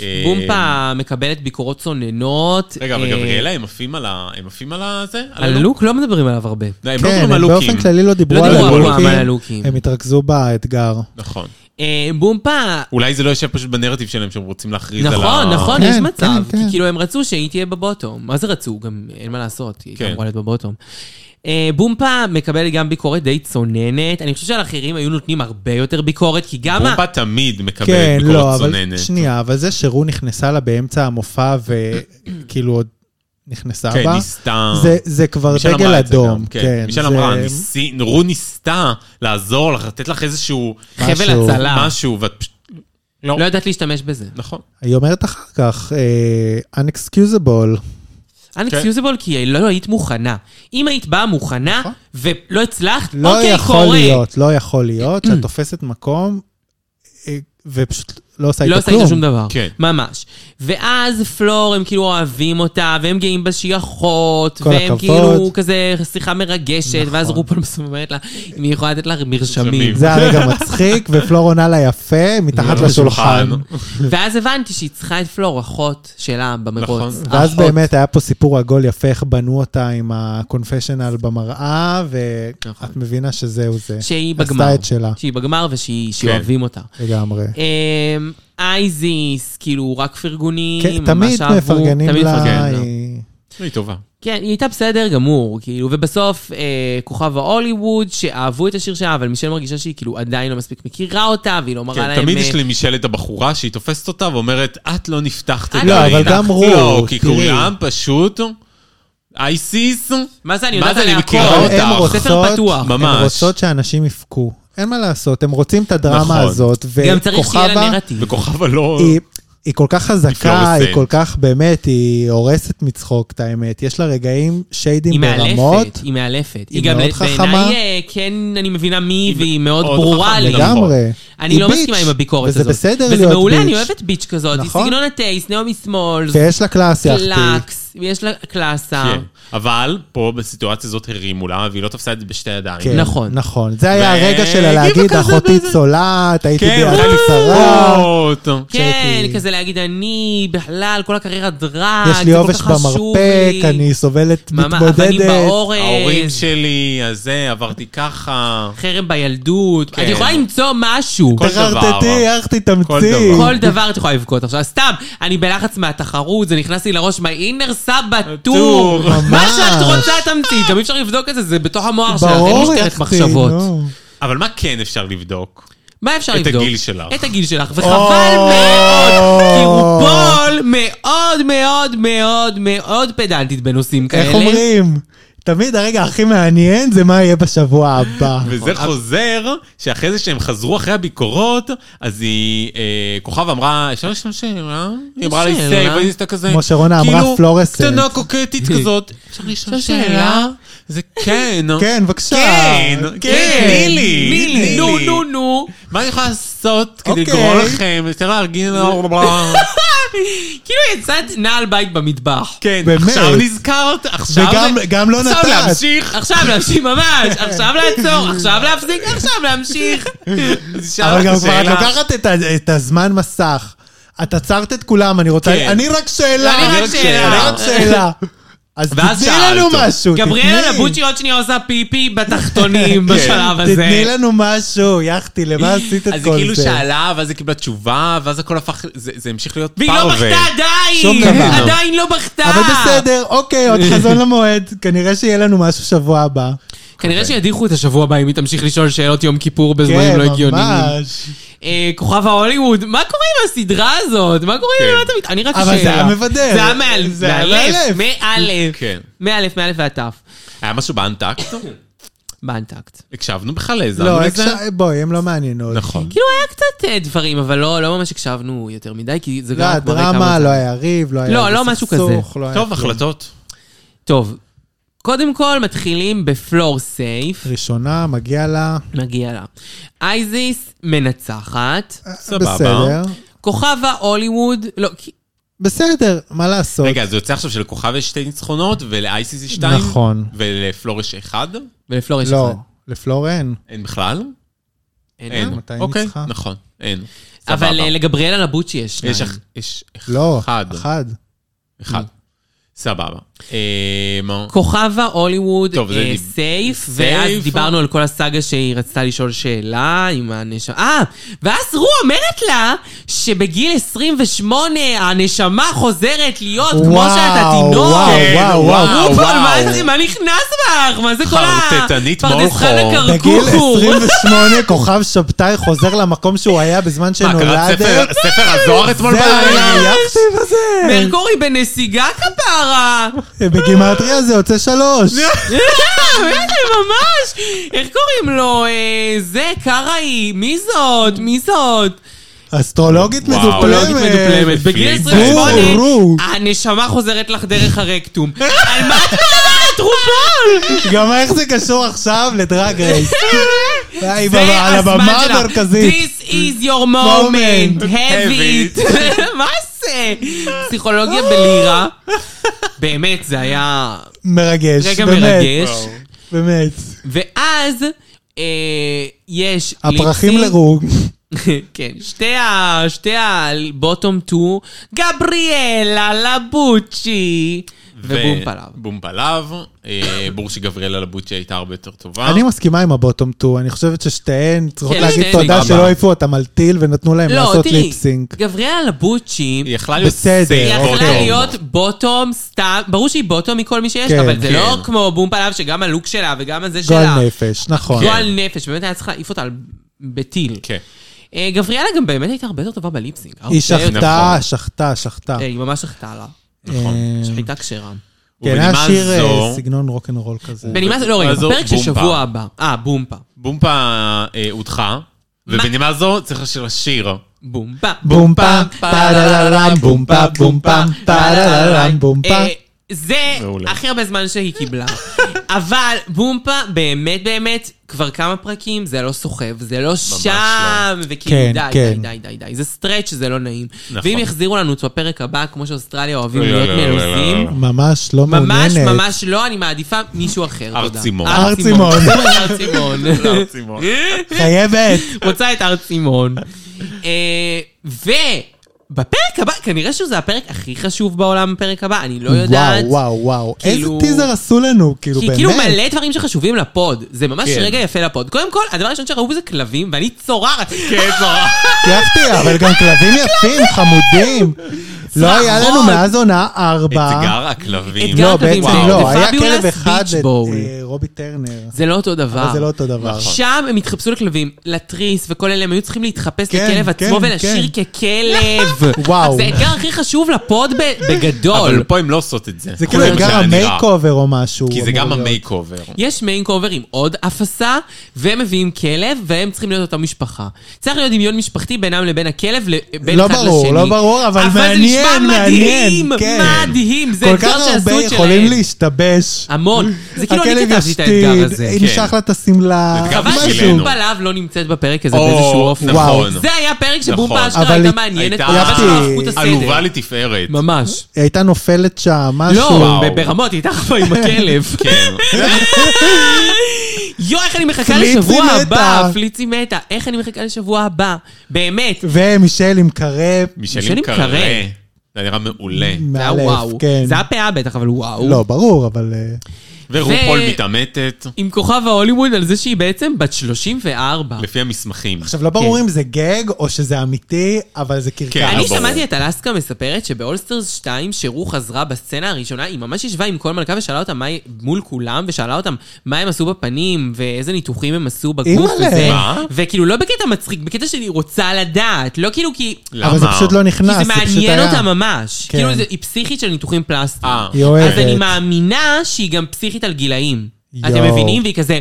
Speaker 3: אה,
Speaker 2: בומפה מקבלת ביקורות צוננות.
Speaker 3: רגע, אבל
Speaker 2: אה,
Speaker 3: גבריאלה, הם עפים על ה... הם עפים על הזה?
Speaker 2: על הלוק לא מדברים עליו הרבה.
Speaker 3: לא, הם לא
Speaker 4: כן,
Speaker 3: מדברים על
Speaker 4: הם
Speaker 3: לוקים.
Speaker 4: באופן כללי לא דיברו
Speaker 2: לא
Speaker 4: על
Speaker 2: דיברו
Speaker 3: על
Speaker 4: הלוקים,
Speaker 2: הלוקים.
Speaker 4: הם התרכזו באתגר.
Speaker 3: נכון.
Speaker 2: אה, בומפה...
Speaker 3: אולי זה לא יושב פשוט בנרטיב שלהם שהם רוצים להכריז על ה...
Speaker 2: נכון, נכון,
Speaker 4: כן,
Speaker 2: יש
Speaker 4: כן,
Speaker 2: מצב. כי
Speaker 4: כן.
Speaker 2: כאילו הם רצו שהיא תהיה בבוטום. מה זה רצו? גם אין מה לעשות, היא
Speaker 3: כן.
Speaker 2: אמורה להיות בבוטום. אה, בומפה מקבלת גם ביקורת די צוננת. אני חושב שעל אחרים היו נותנים הרבה יותר ביקורת, כי גם... ה-
Speaker 3: בומפה תמיד מקבל
Speaker 4: כן, לא,
Speaker 3: ביקורת
Speaker 4: אבל
Speaker 3: צוננת.
Speaker 4: שנייה, אבל זה שרו נכנסה לה באמצע המופע וכאילו עוד נכנסה
Speaker 3: כן,
Speaker 4: בה,
Speaker 3: ניסתה.
Speaker 4: זה- זה כבר
Speaker 3: מישל
Speaker 4: דגל
Speaker 3: אמרה את זה
Speaker 4: אדום.
Speaker 3: גם,
Speaker 4: כן,
Speaker 3: מישל
Speaker 4: זה
Speaker 3: אמרה, "ניסי- רו ניסתה לעזור לך, לתת לך איזשהו
Speaker 2: חבל
Speaker 4: משהו.
Speaker 2: הצלה.
Speaker 3: משהו, ואת פשוט
Speaker 2: לא יודעת להשתמש בזה.
Speaker 3: נכון.
Speaker 4: היא אומרת אחר כך, אה, unexcusable.
Speaker 3: כן.
Speaker 2: unexcusable כי לא היית מוכנה. אם היית באה מוכנה ולא הצלחת,
Speaker 4: נכון. לא
Speaker 2: אוקיי,
Speaker 4: יכול
Speaker 2: קורה.
Speaker 4: להיות, לא יכול להיות שאת תופסת מקום אה, ופשוט לא עושה
Speaker 2: לא
Speaker 4: איתו
Speaker 2: עושה איתו שום
Speaker 4: כלום.
Speaker 2: דבר.
Speaker 3: כן.
Speaker 2: ממש. ואז פלור, הם כאילו אוהבים אותה, והם גאים בה שהיא אחות,
Speaker 4: כל
Speaker 2: והם
Speaker 4: הכבוד.
Speaker 2: כאילו כזה שיחה מרגשת, ואז
Speaker 4: נכון.
Speaker 2: רופול אומרת לה, אם היא יכולה לתת לה מרשמים.
Speaker 3: מרשמים.
Speaker 4: זה הרגע מצחיק, ופלור עונה לה יפה,
Speaker 3: לא
Speaker 4: מתחת לשולחן.
Speaker 2: ואז הבנתי שהיא צריכה את פלור, אחות שלה במרוץ.
Speaker 3: נכון.
Speaker 4: ואז
Speaker 2: אחות.
Speaker 4: באמת היה פה סיפור עגול יפה, איך בנו אותה עם ה-confessional במראה,
Speaker 2: נכון.
Speaker 4: ואת מבינה שזהו זה.
Speaker 2: שהיא
Speaker 4: עשתה
Speaker 2: בגמר.
Speaker 4: את שלה.
Speaker 2: שהיא בגמר ושהיא
Speaker 3: כן.
Speaker 2: שאוהבים אותה.
Speaker 4: לגמרי.
Speaker 2: אמ, אייזיס, כאילו, רק פרגונים,
Speaker 4: כן,
Speaker 2: ממש
Speaker 4: תמיד
Speaker 2: אהבו,
Speaker 4: מפרגנים
Speaker 2: תמיד
Speaker 4: לה,
Speaker 2: מפרגנים
Speaker 4: היא-
Speaker 3: היא טובה.
Speaker 2: כן, היא הייתה בסדר גמור, כאילו, ובסוף אה, כוכב ההוליווד, שאהבו את השיר שלה, אבל מישל מרגישה שהיא כאילו עדיין לא מספיק מכירה אותה, והיא לא מראה
Speaker 3: כן,
Speaker 2: להם...
Speaker 3: תמיד
Speaker 2: אה,
Speaker 3: יש למישל את הבחורה שהיא תופסת אותה ואומרת, את לא נפתחת
Speaker 2: את
Speaker 3: לי.
Speaker 2: לא, אבל
Speaker 4: גם רו,
Speaker 3: לא, כי
Speaker 4: תראי.
Speaker 3: כולם פשוט אייסיס.
Speaker 2: מה זה, אני
Speaker 3: מה
Speaker 2: יודעת
Speaker 3: זה, אני
Speaker 2: עליה
Speaker 3: מכירה
Speaker 2: הכל.
Speaker 3: אותה.
Speaker 4: הן
Speaker 2: ספר
Speaker 4: רוצות,
Speaker 2: פתוח.
Speaker 4: הן
Speaker 3: ממש.
Speaker 4: רוצות שאנשים יבכו. אין מה לעשות, הם רוצים את הדרמה
Speaker 3: נכון.
Speaker 4: הזאת.
Speaker 2: גם צריך שיהיה לה
Speaker 4: וכוכבה-
Speaker 2: נרטיב.
Speaker 3: וכוכבה לא...
Speaker 4: היא, היא כל כך חזקה,
Speaker 3: פלורסנט.
Speaker 4: היא כל כך, באמת, היא הורסת מצחוק, את האמת. יש לה רגעים
Speaker 2: היא
Speaker 4: שיידים
Speaker 2: מאלפת,
Speaker 4: ברמות.
Speaker 2: היא מאלפת. היא
Speaker 4: היא
Speaker 2: גם
Speaker 4: מאוד חכמה.
Speaker 2: בעיניי, אה, כן, אני מבינה מי, והיא מאוד
Speaker 3: מאוד
Speaker 2: ברורה
Speaker 3: חכמה,
Speaker 2: לי.
Speaker 3: לגמרי.
Speaker 2: אני
Speaker 4: היא
Speaker 2: לא
Speaker 4: ביץ',
Speaker 2: מסכימה עם הביקורת הזאת.
Speaker 4: וזה בסדר להיות ביץ'.
Speaker 2: וזה מעולה, אני אוהבת ביץ' כזאת. היא
Speaker 4: נכון. כן,
Speaker 2: סגנון הטייס, נעמי שמאל,
Speaker 4: ויש לה קלאס יחתי.
Speaker 2: קלקס, יש לה קלאסה.
Speaker 3: כן. אבל פה בסיטואציה הזאת הרימו לה, והיא לא תפסה את זה בשתי ידיים.
Speaker 4: כן,
Speaker 2: נכון.
Speaker 4: נכון. זה היה
Speaker 3: ו-
Speaker 4: הרגע שלה
Speaker 3: הגיבה
Speaker 4: להגיד,
Speaker 3: כזה
Speaker 4: אחותי
Speaker 3: בזה."
Speaker 4: צולעת, הייתי
Speaker 3: כן,
Speaker 4: ביד
Speaker 3: רוצה
Speaker 4: שרה.
Speaker 3: לספרות.
Speaker 2: כן,
Speaker 4: שהייתי-
Speaker 2: כזה להגיד, אני בכלל, כל הקריירה דרג,
Speaker 4: יש לי
Speaker 2: זה כל
Speaker 4: עובש
Speaker 2: כך חשוב
Speaker 4: במרפק,
Speaker 2: לי.
Speaker 4: אני סובלת,
Speaker 2: ממש, אבנים
Speaker 4: מתמודדת.
Speaker 2: באורז,
Speaker 3: ההורים שלי, אז זה, עברתי ככה.
Speaker 2: חרם בילדות. את
Speaker 3: כן.
Speaker 2: יכולה למצוא משהו.
Speaker 3: כל דבר.
Speaker 4: תררטטי, איך תתאמצי.
Speaker 3: דבר.
Speaker 2: כל דבר את יכולה לבכות עכשיו. סתם, אני בלחץ מהתחרות, זה נכנס לי לראש, my inner סבתור.
Speaker 3: טור.
Speaker 2: מה
Speaker 4: ממש.
Speaker 2: שאת רוצה תמציא, גם אי אפשר לבדוק את זה, זה בתוך המוח שלך, אין
Speaker 4: ברור,
Speaker 2: משטרת
Speaker 4: יחתי,
Speaker 2: מחשבות.
Speaker 4: נו.
Speaker 3: אבל מה כן אפשר לבדוק?
Speaker 2: מה אפשר
Speaker 3: את
Speaker 2: לבדוק?
Speaker 3: הגיל שלך.
Speaker 2: את הגיל שלך, וחבל מאוד, כי רופול מאוד מאוד מאוד מאוד פדנטית בנושאים כאלה.
Speaker 4: איך אומרים? תמיד הרגע הכי מעניין זה מה יהיה בשבוע הבא.
Speaker 3: וזה חוזר, שאחרי זה שהם חזרו אחרי הביקורות, אז היא, אה, כוכב אמרה, אפשר לשאול שאלה? היא אמרה לי
Speaker 2: שאלה?
Speaker 3: סייב, והיא עשתה כזה,
Speaker 4: כמו שרונה אמרה,
Speaker 3: כאילו,
Speaker 4: פלורסנט.
Speaker 3: קטנה קוקטית כזאת, אפשר לשאול
Speaker 2: אפשר
Speaker 3: שאלה?
Speaker 2: שאלה?
Speaker 3: זה כן.
Speaker 4: כן, בבקשה.
Speaker 3: כן, כן, תני לי,
Speaker 2: תני לי.
Speaker 3: תני
Speaker 2: נו,
Speaker 3: לי.
Speaker 2: נו, נו.
Speaker 3: מה אני יכולה לעשות כדי
Speaker 4: אוקיי.
Speaker 3: לגרום לכם? יותר להרגיל... לא.
Speaker 2: כאילו יצאת נעל בית במטבח.
Speaker 3: כן,
Speaker 4: באמת.
Speaker 3: עכשיו נזכרת, עכשיו...
Speaker 4: וגם-
Speaker 3: זה-
Speaker 4: גם לא
Speaker 3: עכשיו
Speaker 4: נתת.
Speaker 3: להמשיך.
Speaker 2: עכשיו להמשיך ממש, עכשיו לעצור, עכשיו להפסיק, עכשיו להמשיך.
Speaker 3: נשאל אותה
Speaker 4: אבל גם כבר את
Speaker 3: שאלה.
Speaker 4: לוקחת את ה- את הזמן מסך. את עצרת את כולם, אני רוצה...
Speaker 3: כן.
Speaker 4: אני רק שאלה.
Speaker 2: אני רק שאלה.
Speaker 4: אני רק שאלה. אז
Speaker 3: ואז
Speaker 4: תתני
Speaker 3: שאלת.
Speaker 4: לנו משהו.
Speaker 2: גבריאלה
Speaker 4: תתני. כן.
Speaker 2: לבוצ'י עוד שנייה עושה פיפי בתחתונים בשלב הזה.
Speaker 4: תתני לנו משהו, יחתי, למה עשית את כל זה?
Speaker 3: אז היא כאילו שאלה, ואז היא קיבלה תשובה, ואז הכל הפך, זה זה המשיך להיות
Speaker 2: והיא לא בכתה
Speaker 4: שום
Speaker 2: עדיין!
Speaker 4: דבר.
Speaker 2: עדיין לא בכתה!
Speaker 4: אבל בסדר, אוקיי, עוד חזון למועד. כנראה שיהיה לנו משהו שבוע הבא.
Speaker 2: כנראה שידיחו את השבוע הבא אם היא תמשיך לשאול שאלות יום כיפור בזמנים
Speaker 4: כן,
Speaker 2: לא הגיוניים.
Speaker 4: ממש.
Speaker 2: אה, כוכב ההוליווד, מה קורה עם הסדרה הזאת? מה קורה עם...
Speaker 3: כן.
Speaker 2: מה אתה מת- אני רק
Speaker 4: אבל
Speaker 2: שאלה.
Speaker 4: זה היה מבדר.
Speaker 2: זה היה מאלף.
Speaker 4: זה היה מאלף.
Speaker 2: מאלף.
Speaker 3: כן.
Speaker 2: מאלף, מאלף ועד תף.
Speaker 3: היה משהו באנטקט?
Speaker 2: באנטקט.
Speaker 3: הקשבנו בכלל, האזנו
Speaker 4: לא,
Speaker 3: לזה?
Speaker 4: אפשר- בואי, הם לא מעניינות.
Speaker 3: נכון.
Speaker 2: כאילו היה קצת אה, דברים, אבל לא לא ממש הקשבנו יותר מדי, כי זה
Speaker 4: לא
Speaker 2: גם...
Speaker 4: היה
Speaker 2: כבר כמה
Speaker 4: דרמה,
Speaker 2: זמן.
Speaker 4: לא היה ריב, לא היה
Speaker 2: לא, לא משהו כזה.
Speaker 4: סכסוך, לא היה
Speaker 3: טוב,
Speaker 4: כלום.
Speaker 3: החלטות.
Speaker 2: טוב, קודם כל מתחילים בפלור סייף.
Speaker 4: ראשונה, מגיע לה,
Speaker 2: מגיע לה. אייזיס מנצחת.
Speaker 3: סבבה.
Speaker 4: בסדר.
Speaker 2: כוכב ההוליווד, לא, כי-
Speaker 4: בסדר, מה לעשות?
Speaker 3: רגע, אז יוצא עכשיו שלכוכב יש שתי ניצחונות, ולאייסיס יש שתיים?
Speaker 4: נכון.
Speaker 3: ולפלור יש אחד?
Speaker 2: ולפלור יש
Speaker 4: לא,
Speaker 2: אחד.
Speaker 4: לפלור אין.
Speaker 3: אין בכלל?
Speaker 2: אין.
Speaker 3: אין.
Speaker 4: מתי היא
Speaker 3: אוקיי,
Speaker 4: ניצחה?
Speaker 3: נכון, אין. סבבה.
Speaker 2: אבל אה, לגבריאלה לבוצ'י יש שניים.
Speaker 3: יש אח- יש אחד.
Speaker 4: לא, אחד.
Speaker 3: אחד. סבבה. אה, מה?
Speaker 2: כוכב ההוליווד
Speaker 3: טוב, זה
Speaker 2: אה,
Speaker 3: דיב-
Speaker 2: סייף,
Speaker 3: סייף. אה?
Speaker 2: ואז דיברנו על כל הסאגה שהיא רצתה לשאול שאלה עם הנשמה. אה, ואז רו אומרת לה שבגיל 28 הנשמה חוזרת להיות כמו
Speaker 4: וואו,
Speaker 2: שאתה תינוק.
Speaker 4: וואו,
Speaker 3: כן,
Speaker 4: וואו, וואו.
Speaker 2: רופול, מה זה- מה נכנס בך? מה זה כל ה...
Speaker 3: חרטטנית
Speaker 2: פרדסן
Speaker 3: מולכו.
Speaker 4: בגיל
Speaker 2: הקרקור.
Speaker 4: 28, כוכב שבתאי חוזר למקום שהוא היה בזמן
Speaker 3: מה, קראת
Speaker 4: שנולדת.
Speaker 3: ספר- ספר הזוהר אתמול
Speaker 4: זה
Speaker 3: בלילה?
Speaker 4: היה יחסי בזה.
Speaker 2: מרקורי בנסיגה כפרה. אה,
Speaker 4: בגימטריה זה יוצא שלוש.
Speaker 2: באמת, לא, ממש! איך קוראים לו? אה, זה, קראי, מי זאת? מי זאת?
Speaker 4: אסטרולוגית
Speaker 3: וואו,
Speaker 4: מדופלמת.
Speaker 2: פסיכולוגית מדופלמת. בגיל 28,
Speaker 4: גורו.
Speaker 2: הנשמה חוזרת לך דרך הרקטום. על מה את מדברת, רובול?
Speaker 4: גם איך זה קשור עכשיו לדרג רייס? די,
Speaker 2: זה
Speaker 4: במה- על הבמה
Speaker 2: הזמן שלך.
Speaker 4: המרכזית.
Speaker 2: This is your moment,
Speaker 4: Moment.
Speaker 2: have
Speaker 3: Have
Speaker 2: it. מה זה? פסיכולוגיה בלירה. באמת, זה היה
Speaker 4: מרגש,
Speaker 2: רגע
Speaker 4: באמת,
Speaker 2: מרגש.
Speaker 4: באמת.
Speaker 2: ואז אה, יש...
Speaker 4: הפרחים
Speaker 2: ליפסינג-
Speaker 4: לרוג.
Speaker 2: כן, שתי ה... שתי הבוטום טו, גבריאלה לבוצ'י. ובום פלאב.
Speaker 3: בום פלאב. אה, ברור שגבריאלה לבוצ'י הייתה הרבה יותר טובה.
Speaker 4: אני מסכימה עם הבוטום 2, אני חושבת ששתיהן צריכות
Speaker 2: כן,
Speaker 4: להגיד
Speaker 2: שתיהן
Speaker 4: תודה
Speaker 2: לגמרי.
Speaker 4: שלא העיפו אותם על טיל ונתנו להם
Speaker 2: לא,
Speaker 4: לעשות
Speaker 2: תראי,
Speaker 4: ליפסינק.
Speaker 2: גבריאלה לבוצ'י,
Speaker 3: היא יכלה להיות
Speaker 4: בסדר,
Speaker 2: היא
Speaker 3: סייל
Speaker 4: אוקיי.
Speaker 2: יכלה
Speaker 3: בוטום.
Speaker 2: להיות בוטום סתם, ברור שהיא בוטום מכל מי שיש,
Speaker 4: כן,
Speaker 2: אבל זה לא
Speaker 3: כן.
Speaker 2: כמו בום פלאב, שגם הלוק שלה וגם הזה שלה. כן.
Speaker 4: גועל נפש, נכון.
Speaker 2: גועל נפש, באמת היה צריך להעיף אותה על- בטיל.
Speaker 3: כן.
Speaker 2: אה, גבריאלה גם באמת הייתה הרבה יותר טובה בליפסינג.
Speaker 4: היא שחטה,
Speaker 3: נכון.
Speaker 4: שחטה, שחטה.
Speaker 2: היא ממש שחטה לה.
Speaker 3: נכון.
Speaker 4: אה,
Speaker 2: שחיטה כשרה.
Speaker 4: כן, היה
Speaker 3: ובנימה
Speaker 4: שיר אה,
Speaker 3: זו-
Speaker 4: סגנון רוקנרול כזה.
Speaker 3: אה,
Speaker 2: בנימה, לא רגע,
Speaker 3: זו
Speaker 2: בפרק של
Speaker 3: בומפה.
Speaker 2: שבוע הבא. אה, בומפה.
Speaker 3: בומפה אה, הודחה, ובנימה זו צריך לשיר לשיר.
Speaker 2: בומפה.
Speaker 4: בום פעם, פעם, בום פעם, בום פעם, פעם, בום פעם.
Speaker 2: אה, זה
Speaker 3: מעולה.
Speaker 2: הכי הרבה זמן שהיא קיבלה. אבל בומפה, באמת באמת, כבר כמה פרקים, זה לא סוחב, זה לא שם, וכאילו
Speaker 4: כן,
Speaker 2: די, די,
Speaker 4: כן.
Speaker 2: די, די, די. זה סטרץ', זה לא נעים.
Speaker 3: נכון.
Speaker 2: ואם יחזירו לנו את בפרק הבא, כמו שאוסטרליה אוהבים
Speaker 3: לא, לא,
Speaker 2: להיות
Speaker 3: לא, לא, לא,
Speaker 2: מלוזים,
Speaker 3: לא.
Speaker 4: ממש לא מעוניינת.
Speaker 2: ממש ממש לא, אני מעדיפה מישהו אחר.
Speaker 3: הר
Speaker 2: תודה.
Speaker 3: צימון.
Speaker 2: הר
Speaker 4: הר
Speaker 2: צימון.
Speaker 4: צימון.
Speaker 2: הר צימון.
Speaker 4: חייבת.
Speaker 2: רוצה את הר צימון. אה, ובפרק הבא, כנראה שזה הפרק הכי חשוב בעולם, הפרק הבא, אני לא יודעת.
Speaker 4: וואו, וואו, וואו. איזה
Speaker 2: כאילו-
Speaker 4: טיזר עשו לנו, כאילו,
Speaker 2: כי
Speaker 4: באמת.
Speaker 2: כאילו מלא דברים שחשובים לפוד, זה ממש
Speaker 3: כן.
Speaker 2: רגע יפה לפוד. קודם כל, הדבר הראשון שראו זה כלבים, ואני צורחת.
Speaker 3: כן,
Speaker 2: לא.
Speaker 3: זרה.
Speaker 4: הבטיחתי, אבל גם כלבים יפים, חמודים. לא היה לנו
Speaker 2: צרחות.
Speaker 4: מאז עונה ארבע.
Speaker 3: אתגר הכלבים.
Speaker 2: אתגר
Speaker 4: לא,
Speaker 2: הכלבים,
Speaker 4: בעצם
Speaker 2: וואו.
Speaker 4: לא,
Speaker 2: זה
Speaker 4: היה
Speaker 2: Fabulous
Speaker 4: כלב אחד,
Speaker 2: Beach
Speaker 4: את,
Speaker 2: Bowl.
Speaker 4: אה, רובי טרנר.
Speaker 2: זה לא אותו דבר. נכון.
Speaker 4: אבל זה לא אותו דבר.
Speaker 2: שם הם התחפשו לכלבים, לתריס וכל אלה, הם היו צריכים להתחפש
Speaker 4: כן,
Speaker 2: לכלב
Speaker 4: כן,
Speaker 2: עצמו ולשיר ככלב.
Speaker 4: וואו.
Speaker 2: זה האתגר הכי חשוב לפוד ב-
Speaker 3: אבל
Speaker 2: בגדול.
Speaker 3: פה הם לא עושות את זה.
Speaker 4: זה כאילו
Speaker 3: חוץ מזה
Speaker 4: אתגר
Speaker 3: שאני רע.
Speaker 4: המייק אובר או משהו.
Speaker 3: כי זה גם
Speaker 4: אמור להיות.
Speaker 3: המייק אובר.
Speaker 2: יש מיין קובר עם עוד אפסה, והם מביאים כלב, והם צריכים להיות אותה משפחה. צריך להיות דמיון משפחתי בינם לבין הכלב, ל- בין
Speaker 4: לא
Speaker 2: אחד
Speaker 4: ברור,
Speaker 2: לשני.
Speaker 4: לא ברור, אבל מעניין,
Speaker 2: אבל זה נשמע מדהים,
Speaker 4: מעניין, כן.
Speaker 2: מדהים, זה
Speaker 4: כל
Speaker 2: אתגר
Speaker 4: כך
Speaker 2: שעשו את
Speaker 4: הרבה
Speaker 2: שלהם.
Speaker 4: יכולים להשתבש.
Speaker 2: המון. זה כאילו אני
Speaker 4: הכלב
Speaker 2: כתבתי את
Speaker 4: ישתין,
Speaker 2: האתגר הזה.
Speaker 4: היא נשך לה את השמלה,
Speaker 3: כן. זה אתגר
Speaker 2: חבל
Speaker 3: בשבילנו.
Speaker 4: משהו.
Speaker 2: שבומפה להב לא נמצאת בפרק הזה
Speaker 3: או,
Speaker 2: באיזשהו אופן.
Speaker 3: נכון.
Speaker 2: זה היה פרק שבומפה
Speaker 3: נכון.
Speaker 2: אשכרה
Speaker 4: אבל
Speaker 2: הייתה
Speaker 4: היא-
Speaker 2: מעניינת,
Speaker 3: הייתה-
Speaker 2: אבל שלא הפכו את
Speaker 3: עלובה
Speaker 2: הסדר.
Speaker 3: לתפארת.
Speaker 2: ממש.
Speaker 4: היא הייתה נופלת שם, משהו.
Speaker 2: לא,
Speaker 3: וואו.
Speaker 2: ב- ברמות, היא איתך פה עם הכלב.
Speaker 3: כן.
Speaker 2: יואו, איך אני מחכה
Speaker 4: פליצי
Speaker 2: לשבוע
Speaker 4: מתה.
Speaker 2: הבא, פליצי מתה. איך אני מחכה לשבוע הבא. באמת.
Speaker 4: ומישל עם קרב.
Speaker 2: מישל עם
Speaker 3: מישלים
Speaker 2: קרה.
Speaker 3: קרה. זה נראה מעולה.
Speaker 2: זה היה
Speaker 4: מאלף,
Speaker 2: וואו.
Speaker 4: כן.
Speaker 2: זה היה פאה בטח, אבל וואו.
Speaker 4: לא, ברור, אבל... אה,
Speaker 3: ורופול
Speaker 2: ו-
Speaker 3: מתעמתת,
Speaker 2: עם כוכב ההוליווד על זה שהיא בעצם בת 34.
Speaker 3: לפי המסמכים.
Speaker 4: עכשיו, לא ברור
Speaker 2: כן.
Speaker 4: אם זה גג או שזה אמיתי, אבל זה קרקס.
Speaker 3: כן.
Speaker 2: אני
Speaker 3: ברור.
Speaker 2: שמעתי את אלסקה מספרת שבאולסטרס 2, שרו חזרה בסצנה הראשונה, היא ממש ישבה עם כל מלכה ושאלה אותם מה היא- מול כולם, ושאלה אותם מה הם עשו בפנים, ואיזה ניתוחים הם עשו בגוף
Speaker 4: אימא'לה.
Speaker 2: וזה.
Speaker 3: מה?
Speaker 2: וכאילו, לא בקטע מצחיק, בקטע שאני רוצה לדעת. לא כאילו כי...
Speaker 3: למה?
Speaker 4: אבל זה פשוט לא
Speaker 2: כי
Speaker 4: נכנס,
Speaker 2: זה
Speaker 4: זה פשוט
Speaker 2: מעניין
Speaker 4: היה.
Speaker 2: אותה ממש.
Speaker 4: כן.
Speaker 2: כאילו, זה- היא פסיכית של ניתוחים פלסטיים.
Speaker 3: אה.
Speaker 4: היא
Speaker 2: אז אני
Speaker 4: אוהבת.
Speaker 2: מאמינה שהיא גם פסיכית על גילאים. אתם
Speaker 4: יואו.
Speaker 2: מבינים? והיא כזה,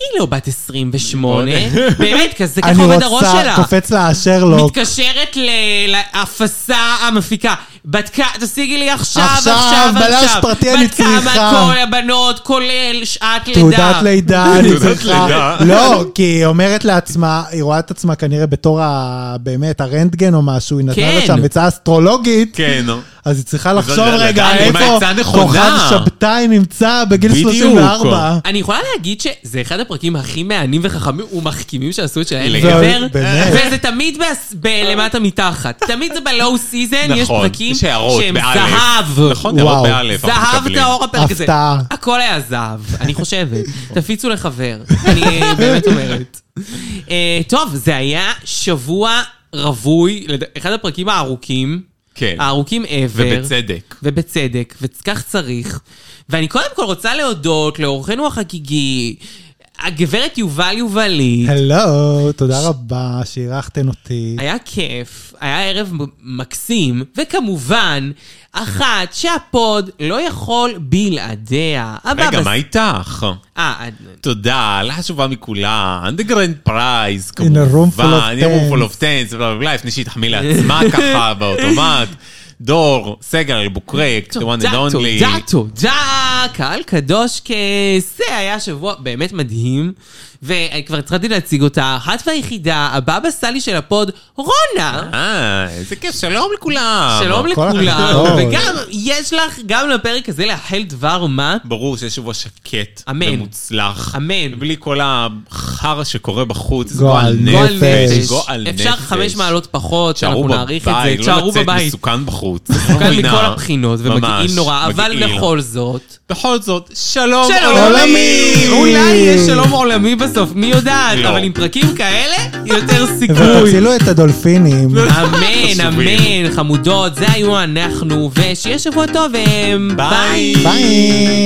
Speaker 2: היא לא בת 28, באמת, כזה ככה
Speaker 4: אה, אני
Speaker 2: עובד הראש שלה.
Speaker 4: רוצה, קופץ לאשר לו.
Speaker 2: מתקשרת ל- להפסה המפיקה. בת כמה, תשיגי לי עכשיו, עכשיו,
Speaker 4: עכשיו,
Speaker 2: עכשיו.
Speaker 4: בלש פרטי אני
Speaker 2: בת
Speaker 4: צריכה.
Speaker 2: כמה כל הבנות, כולל שעת לידה.
Speaker 4: תעודת לידה, אני
Speaker 3: תעודת
Speaker 4: צריכה...
Speaker 3: לידה.
Speaker 4: לא, כי היא אומרת לעצמה, היא רואה את עצמה כנראה בתור ה... באמת, הרנטגן או משהו, היא נתנה
Speaker 2: כן.
Speaker 4: לה שם עצה אסטרולוגית.
Speaker 3: כן.
Speaker 4: אז היא צריכה לחשוב
Speaker 3: לדעת
Speaker 4: רגע,
Speaker 3: אם
Speaker 4: איפה
Speaker 3: העצה נכונה.
Speaker 4: כוכב שבתאי נמצא בגיל
Speaker 3: בדיוק.
Speaker 4: 34.
Speaker 2: אני יכולה להגיד שזה אחד הפרקים הכי מענים וחכמים ומחכימים שעשו את שלהם
Speaker 3: לגמרי.
Speaker 2: גבר,
Speaker 4: באמת.
Speaker 2: וזה תמיד בס- בלמטה מתחת. תמיד זה בלואו סיזן, כן, יש
Speaker 3: נכון,
Speaker 2: פרקים
Speaker 3: יש הערות
Speaker 2: שהם
Speaker 3: באלף.
Speaker 2: זהב.
Speaker 3: נכון, נראות
Speaker 4: וואו.
Speaker 3: באלף. אנחנו
Speaker 2: זהב
Speaker 3: מקבלים.
Speaker 2: טהור הפרק הזה.
Speaker 4: הפתעה.
Speaker 2: הכל היה זהב, אני חושבת. תפיצו לחבר, אני אה, באמת אומרת. אה, טוב, זה היה שבוע רווי, לד- אחד הפרקים הארוכים.
Speaker 3: כן.
Speaker 2: הארוכים ever.
Speaker 3: ובצדק.
Speaker 2: ובצדק, וכך צריך. ואני קודם כל רוצה להודות לאורחנו החגיגי, הגברת יובל יובלית,
Speaker 4: הלו, תודה רבה שאירחתם אותי.
Speaker 2: היה כיף, היה ערב מ- מקסים, וכמובן, אחת שהפוד לא יכול בלעדיה.
Speaker 3: רגע,
Speaker 2: הבבא-
Speaker 3: מה איתך?
Speaker 2: אה,
Speaker 3: לא, תודה, לך חשובה מכולן, the grand prize,
Speaker 4: In a
Speaker 3: כמובן,
Speaker 4: room full
Speaker 3: in
Speaker 4: of
Speaker 3: a room full of
Speaker 4: tens.
Speaker 3: tens, בלה בלה בלה, לפני שהיא תחמיא לעצמה ככה באוטומט. דור, סגל, בוקרק, the one and
Speaker 2: תודה,
Speaker 3: only.
Speaker 2: תודה, תודה, קהל קדוש כס. זה היה שבוע באמת מדהים, וכבר התחלתי להציג אותה, אחת והיחידה, הבבא סאלי של הפוד, רונה.
Speaker 3: אה, איזה כיף, שלום לכולם.
Speaker 2: שלום
Speaker 4: כל
Speaker 2: לכולם,
Speaker 4: הכבוד.
Speaker 2: וגם יש לך, גם לפרק הזה להחל דבר מה.
Speaker 3: ברור שיש שבוע שקט
Speaker 2: אמן.
Speaker 3: ומוצלח.
Speaker 2: אמן.
Speaker 3: בלי כל החרא שקורה בחוץ. זה
Speaker 4: גועל
Speaker 2: גועל
Speaker 4: נפש.
Speaker 2: נפש.
Speaker 3: גועל נפש.
Speaker 2: אפשר חמש מעלות פחות,
Speaker 3: תישארו
Speaker 2: אנחנו נעריך את זה.
Speaker 3: בבית,
Speaker 2: תשארו
Speaker 3: לא לצאת
Speaker 2: בבית.
Speaker 3: מסוכן בחוץ. לא
Speaker 2: כאן
Speaker 3: מבינה.
Speaker 2: מכל הבחינות,
Speaker 3: ממש,
Speaker 2: ומגעיל נורא, אבל
Speaker 3: מגעיל.
Speaker 2: בכל זאת...
Speaker 3: בכל זאת, שלום
Speaker 2: שלום
Speaker 4: עולמי!
Speaker 2: עולמי! אולי יש שלום עולמי בסוף, מי יודעת,
Speaker 3: לא.
Speaker 2: אבל עם פרקים כאלה, יותר סיכוי.
Speaker 4: ותצילו את הדולפינים.
Speaker 2: אמן,
Speaker 3: חשובים.
Speaker 2: אה, אמן, חמודות, זה היו אנחנו, ושיהיה שבוע טוב, אמ,
Speaker 3: ביי.
Speaker 4: ביי.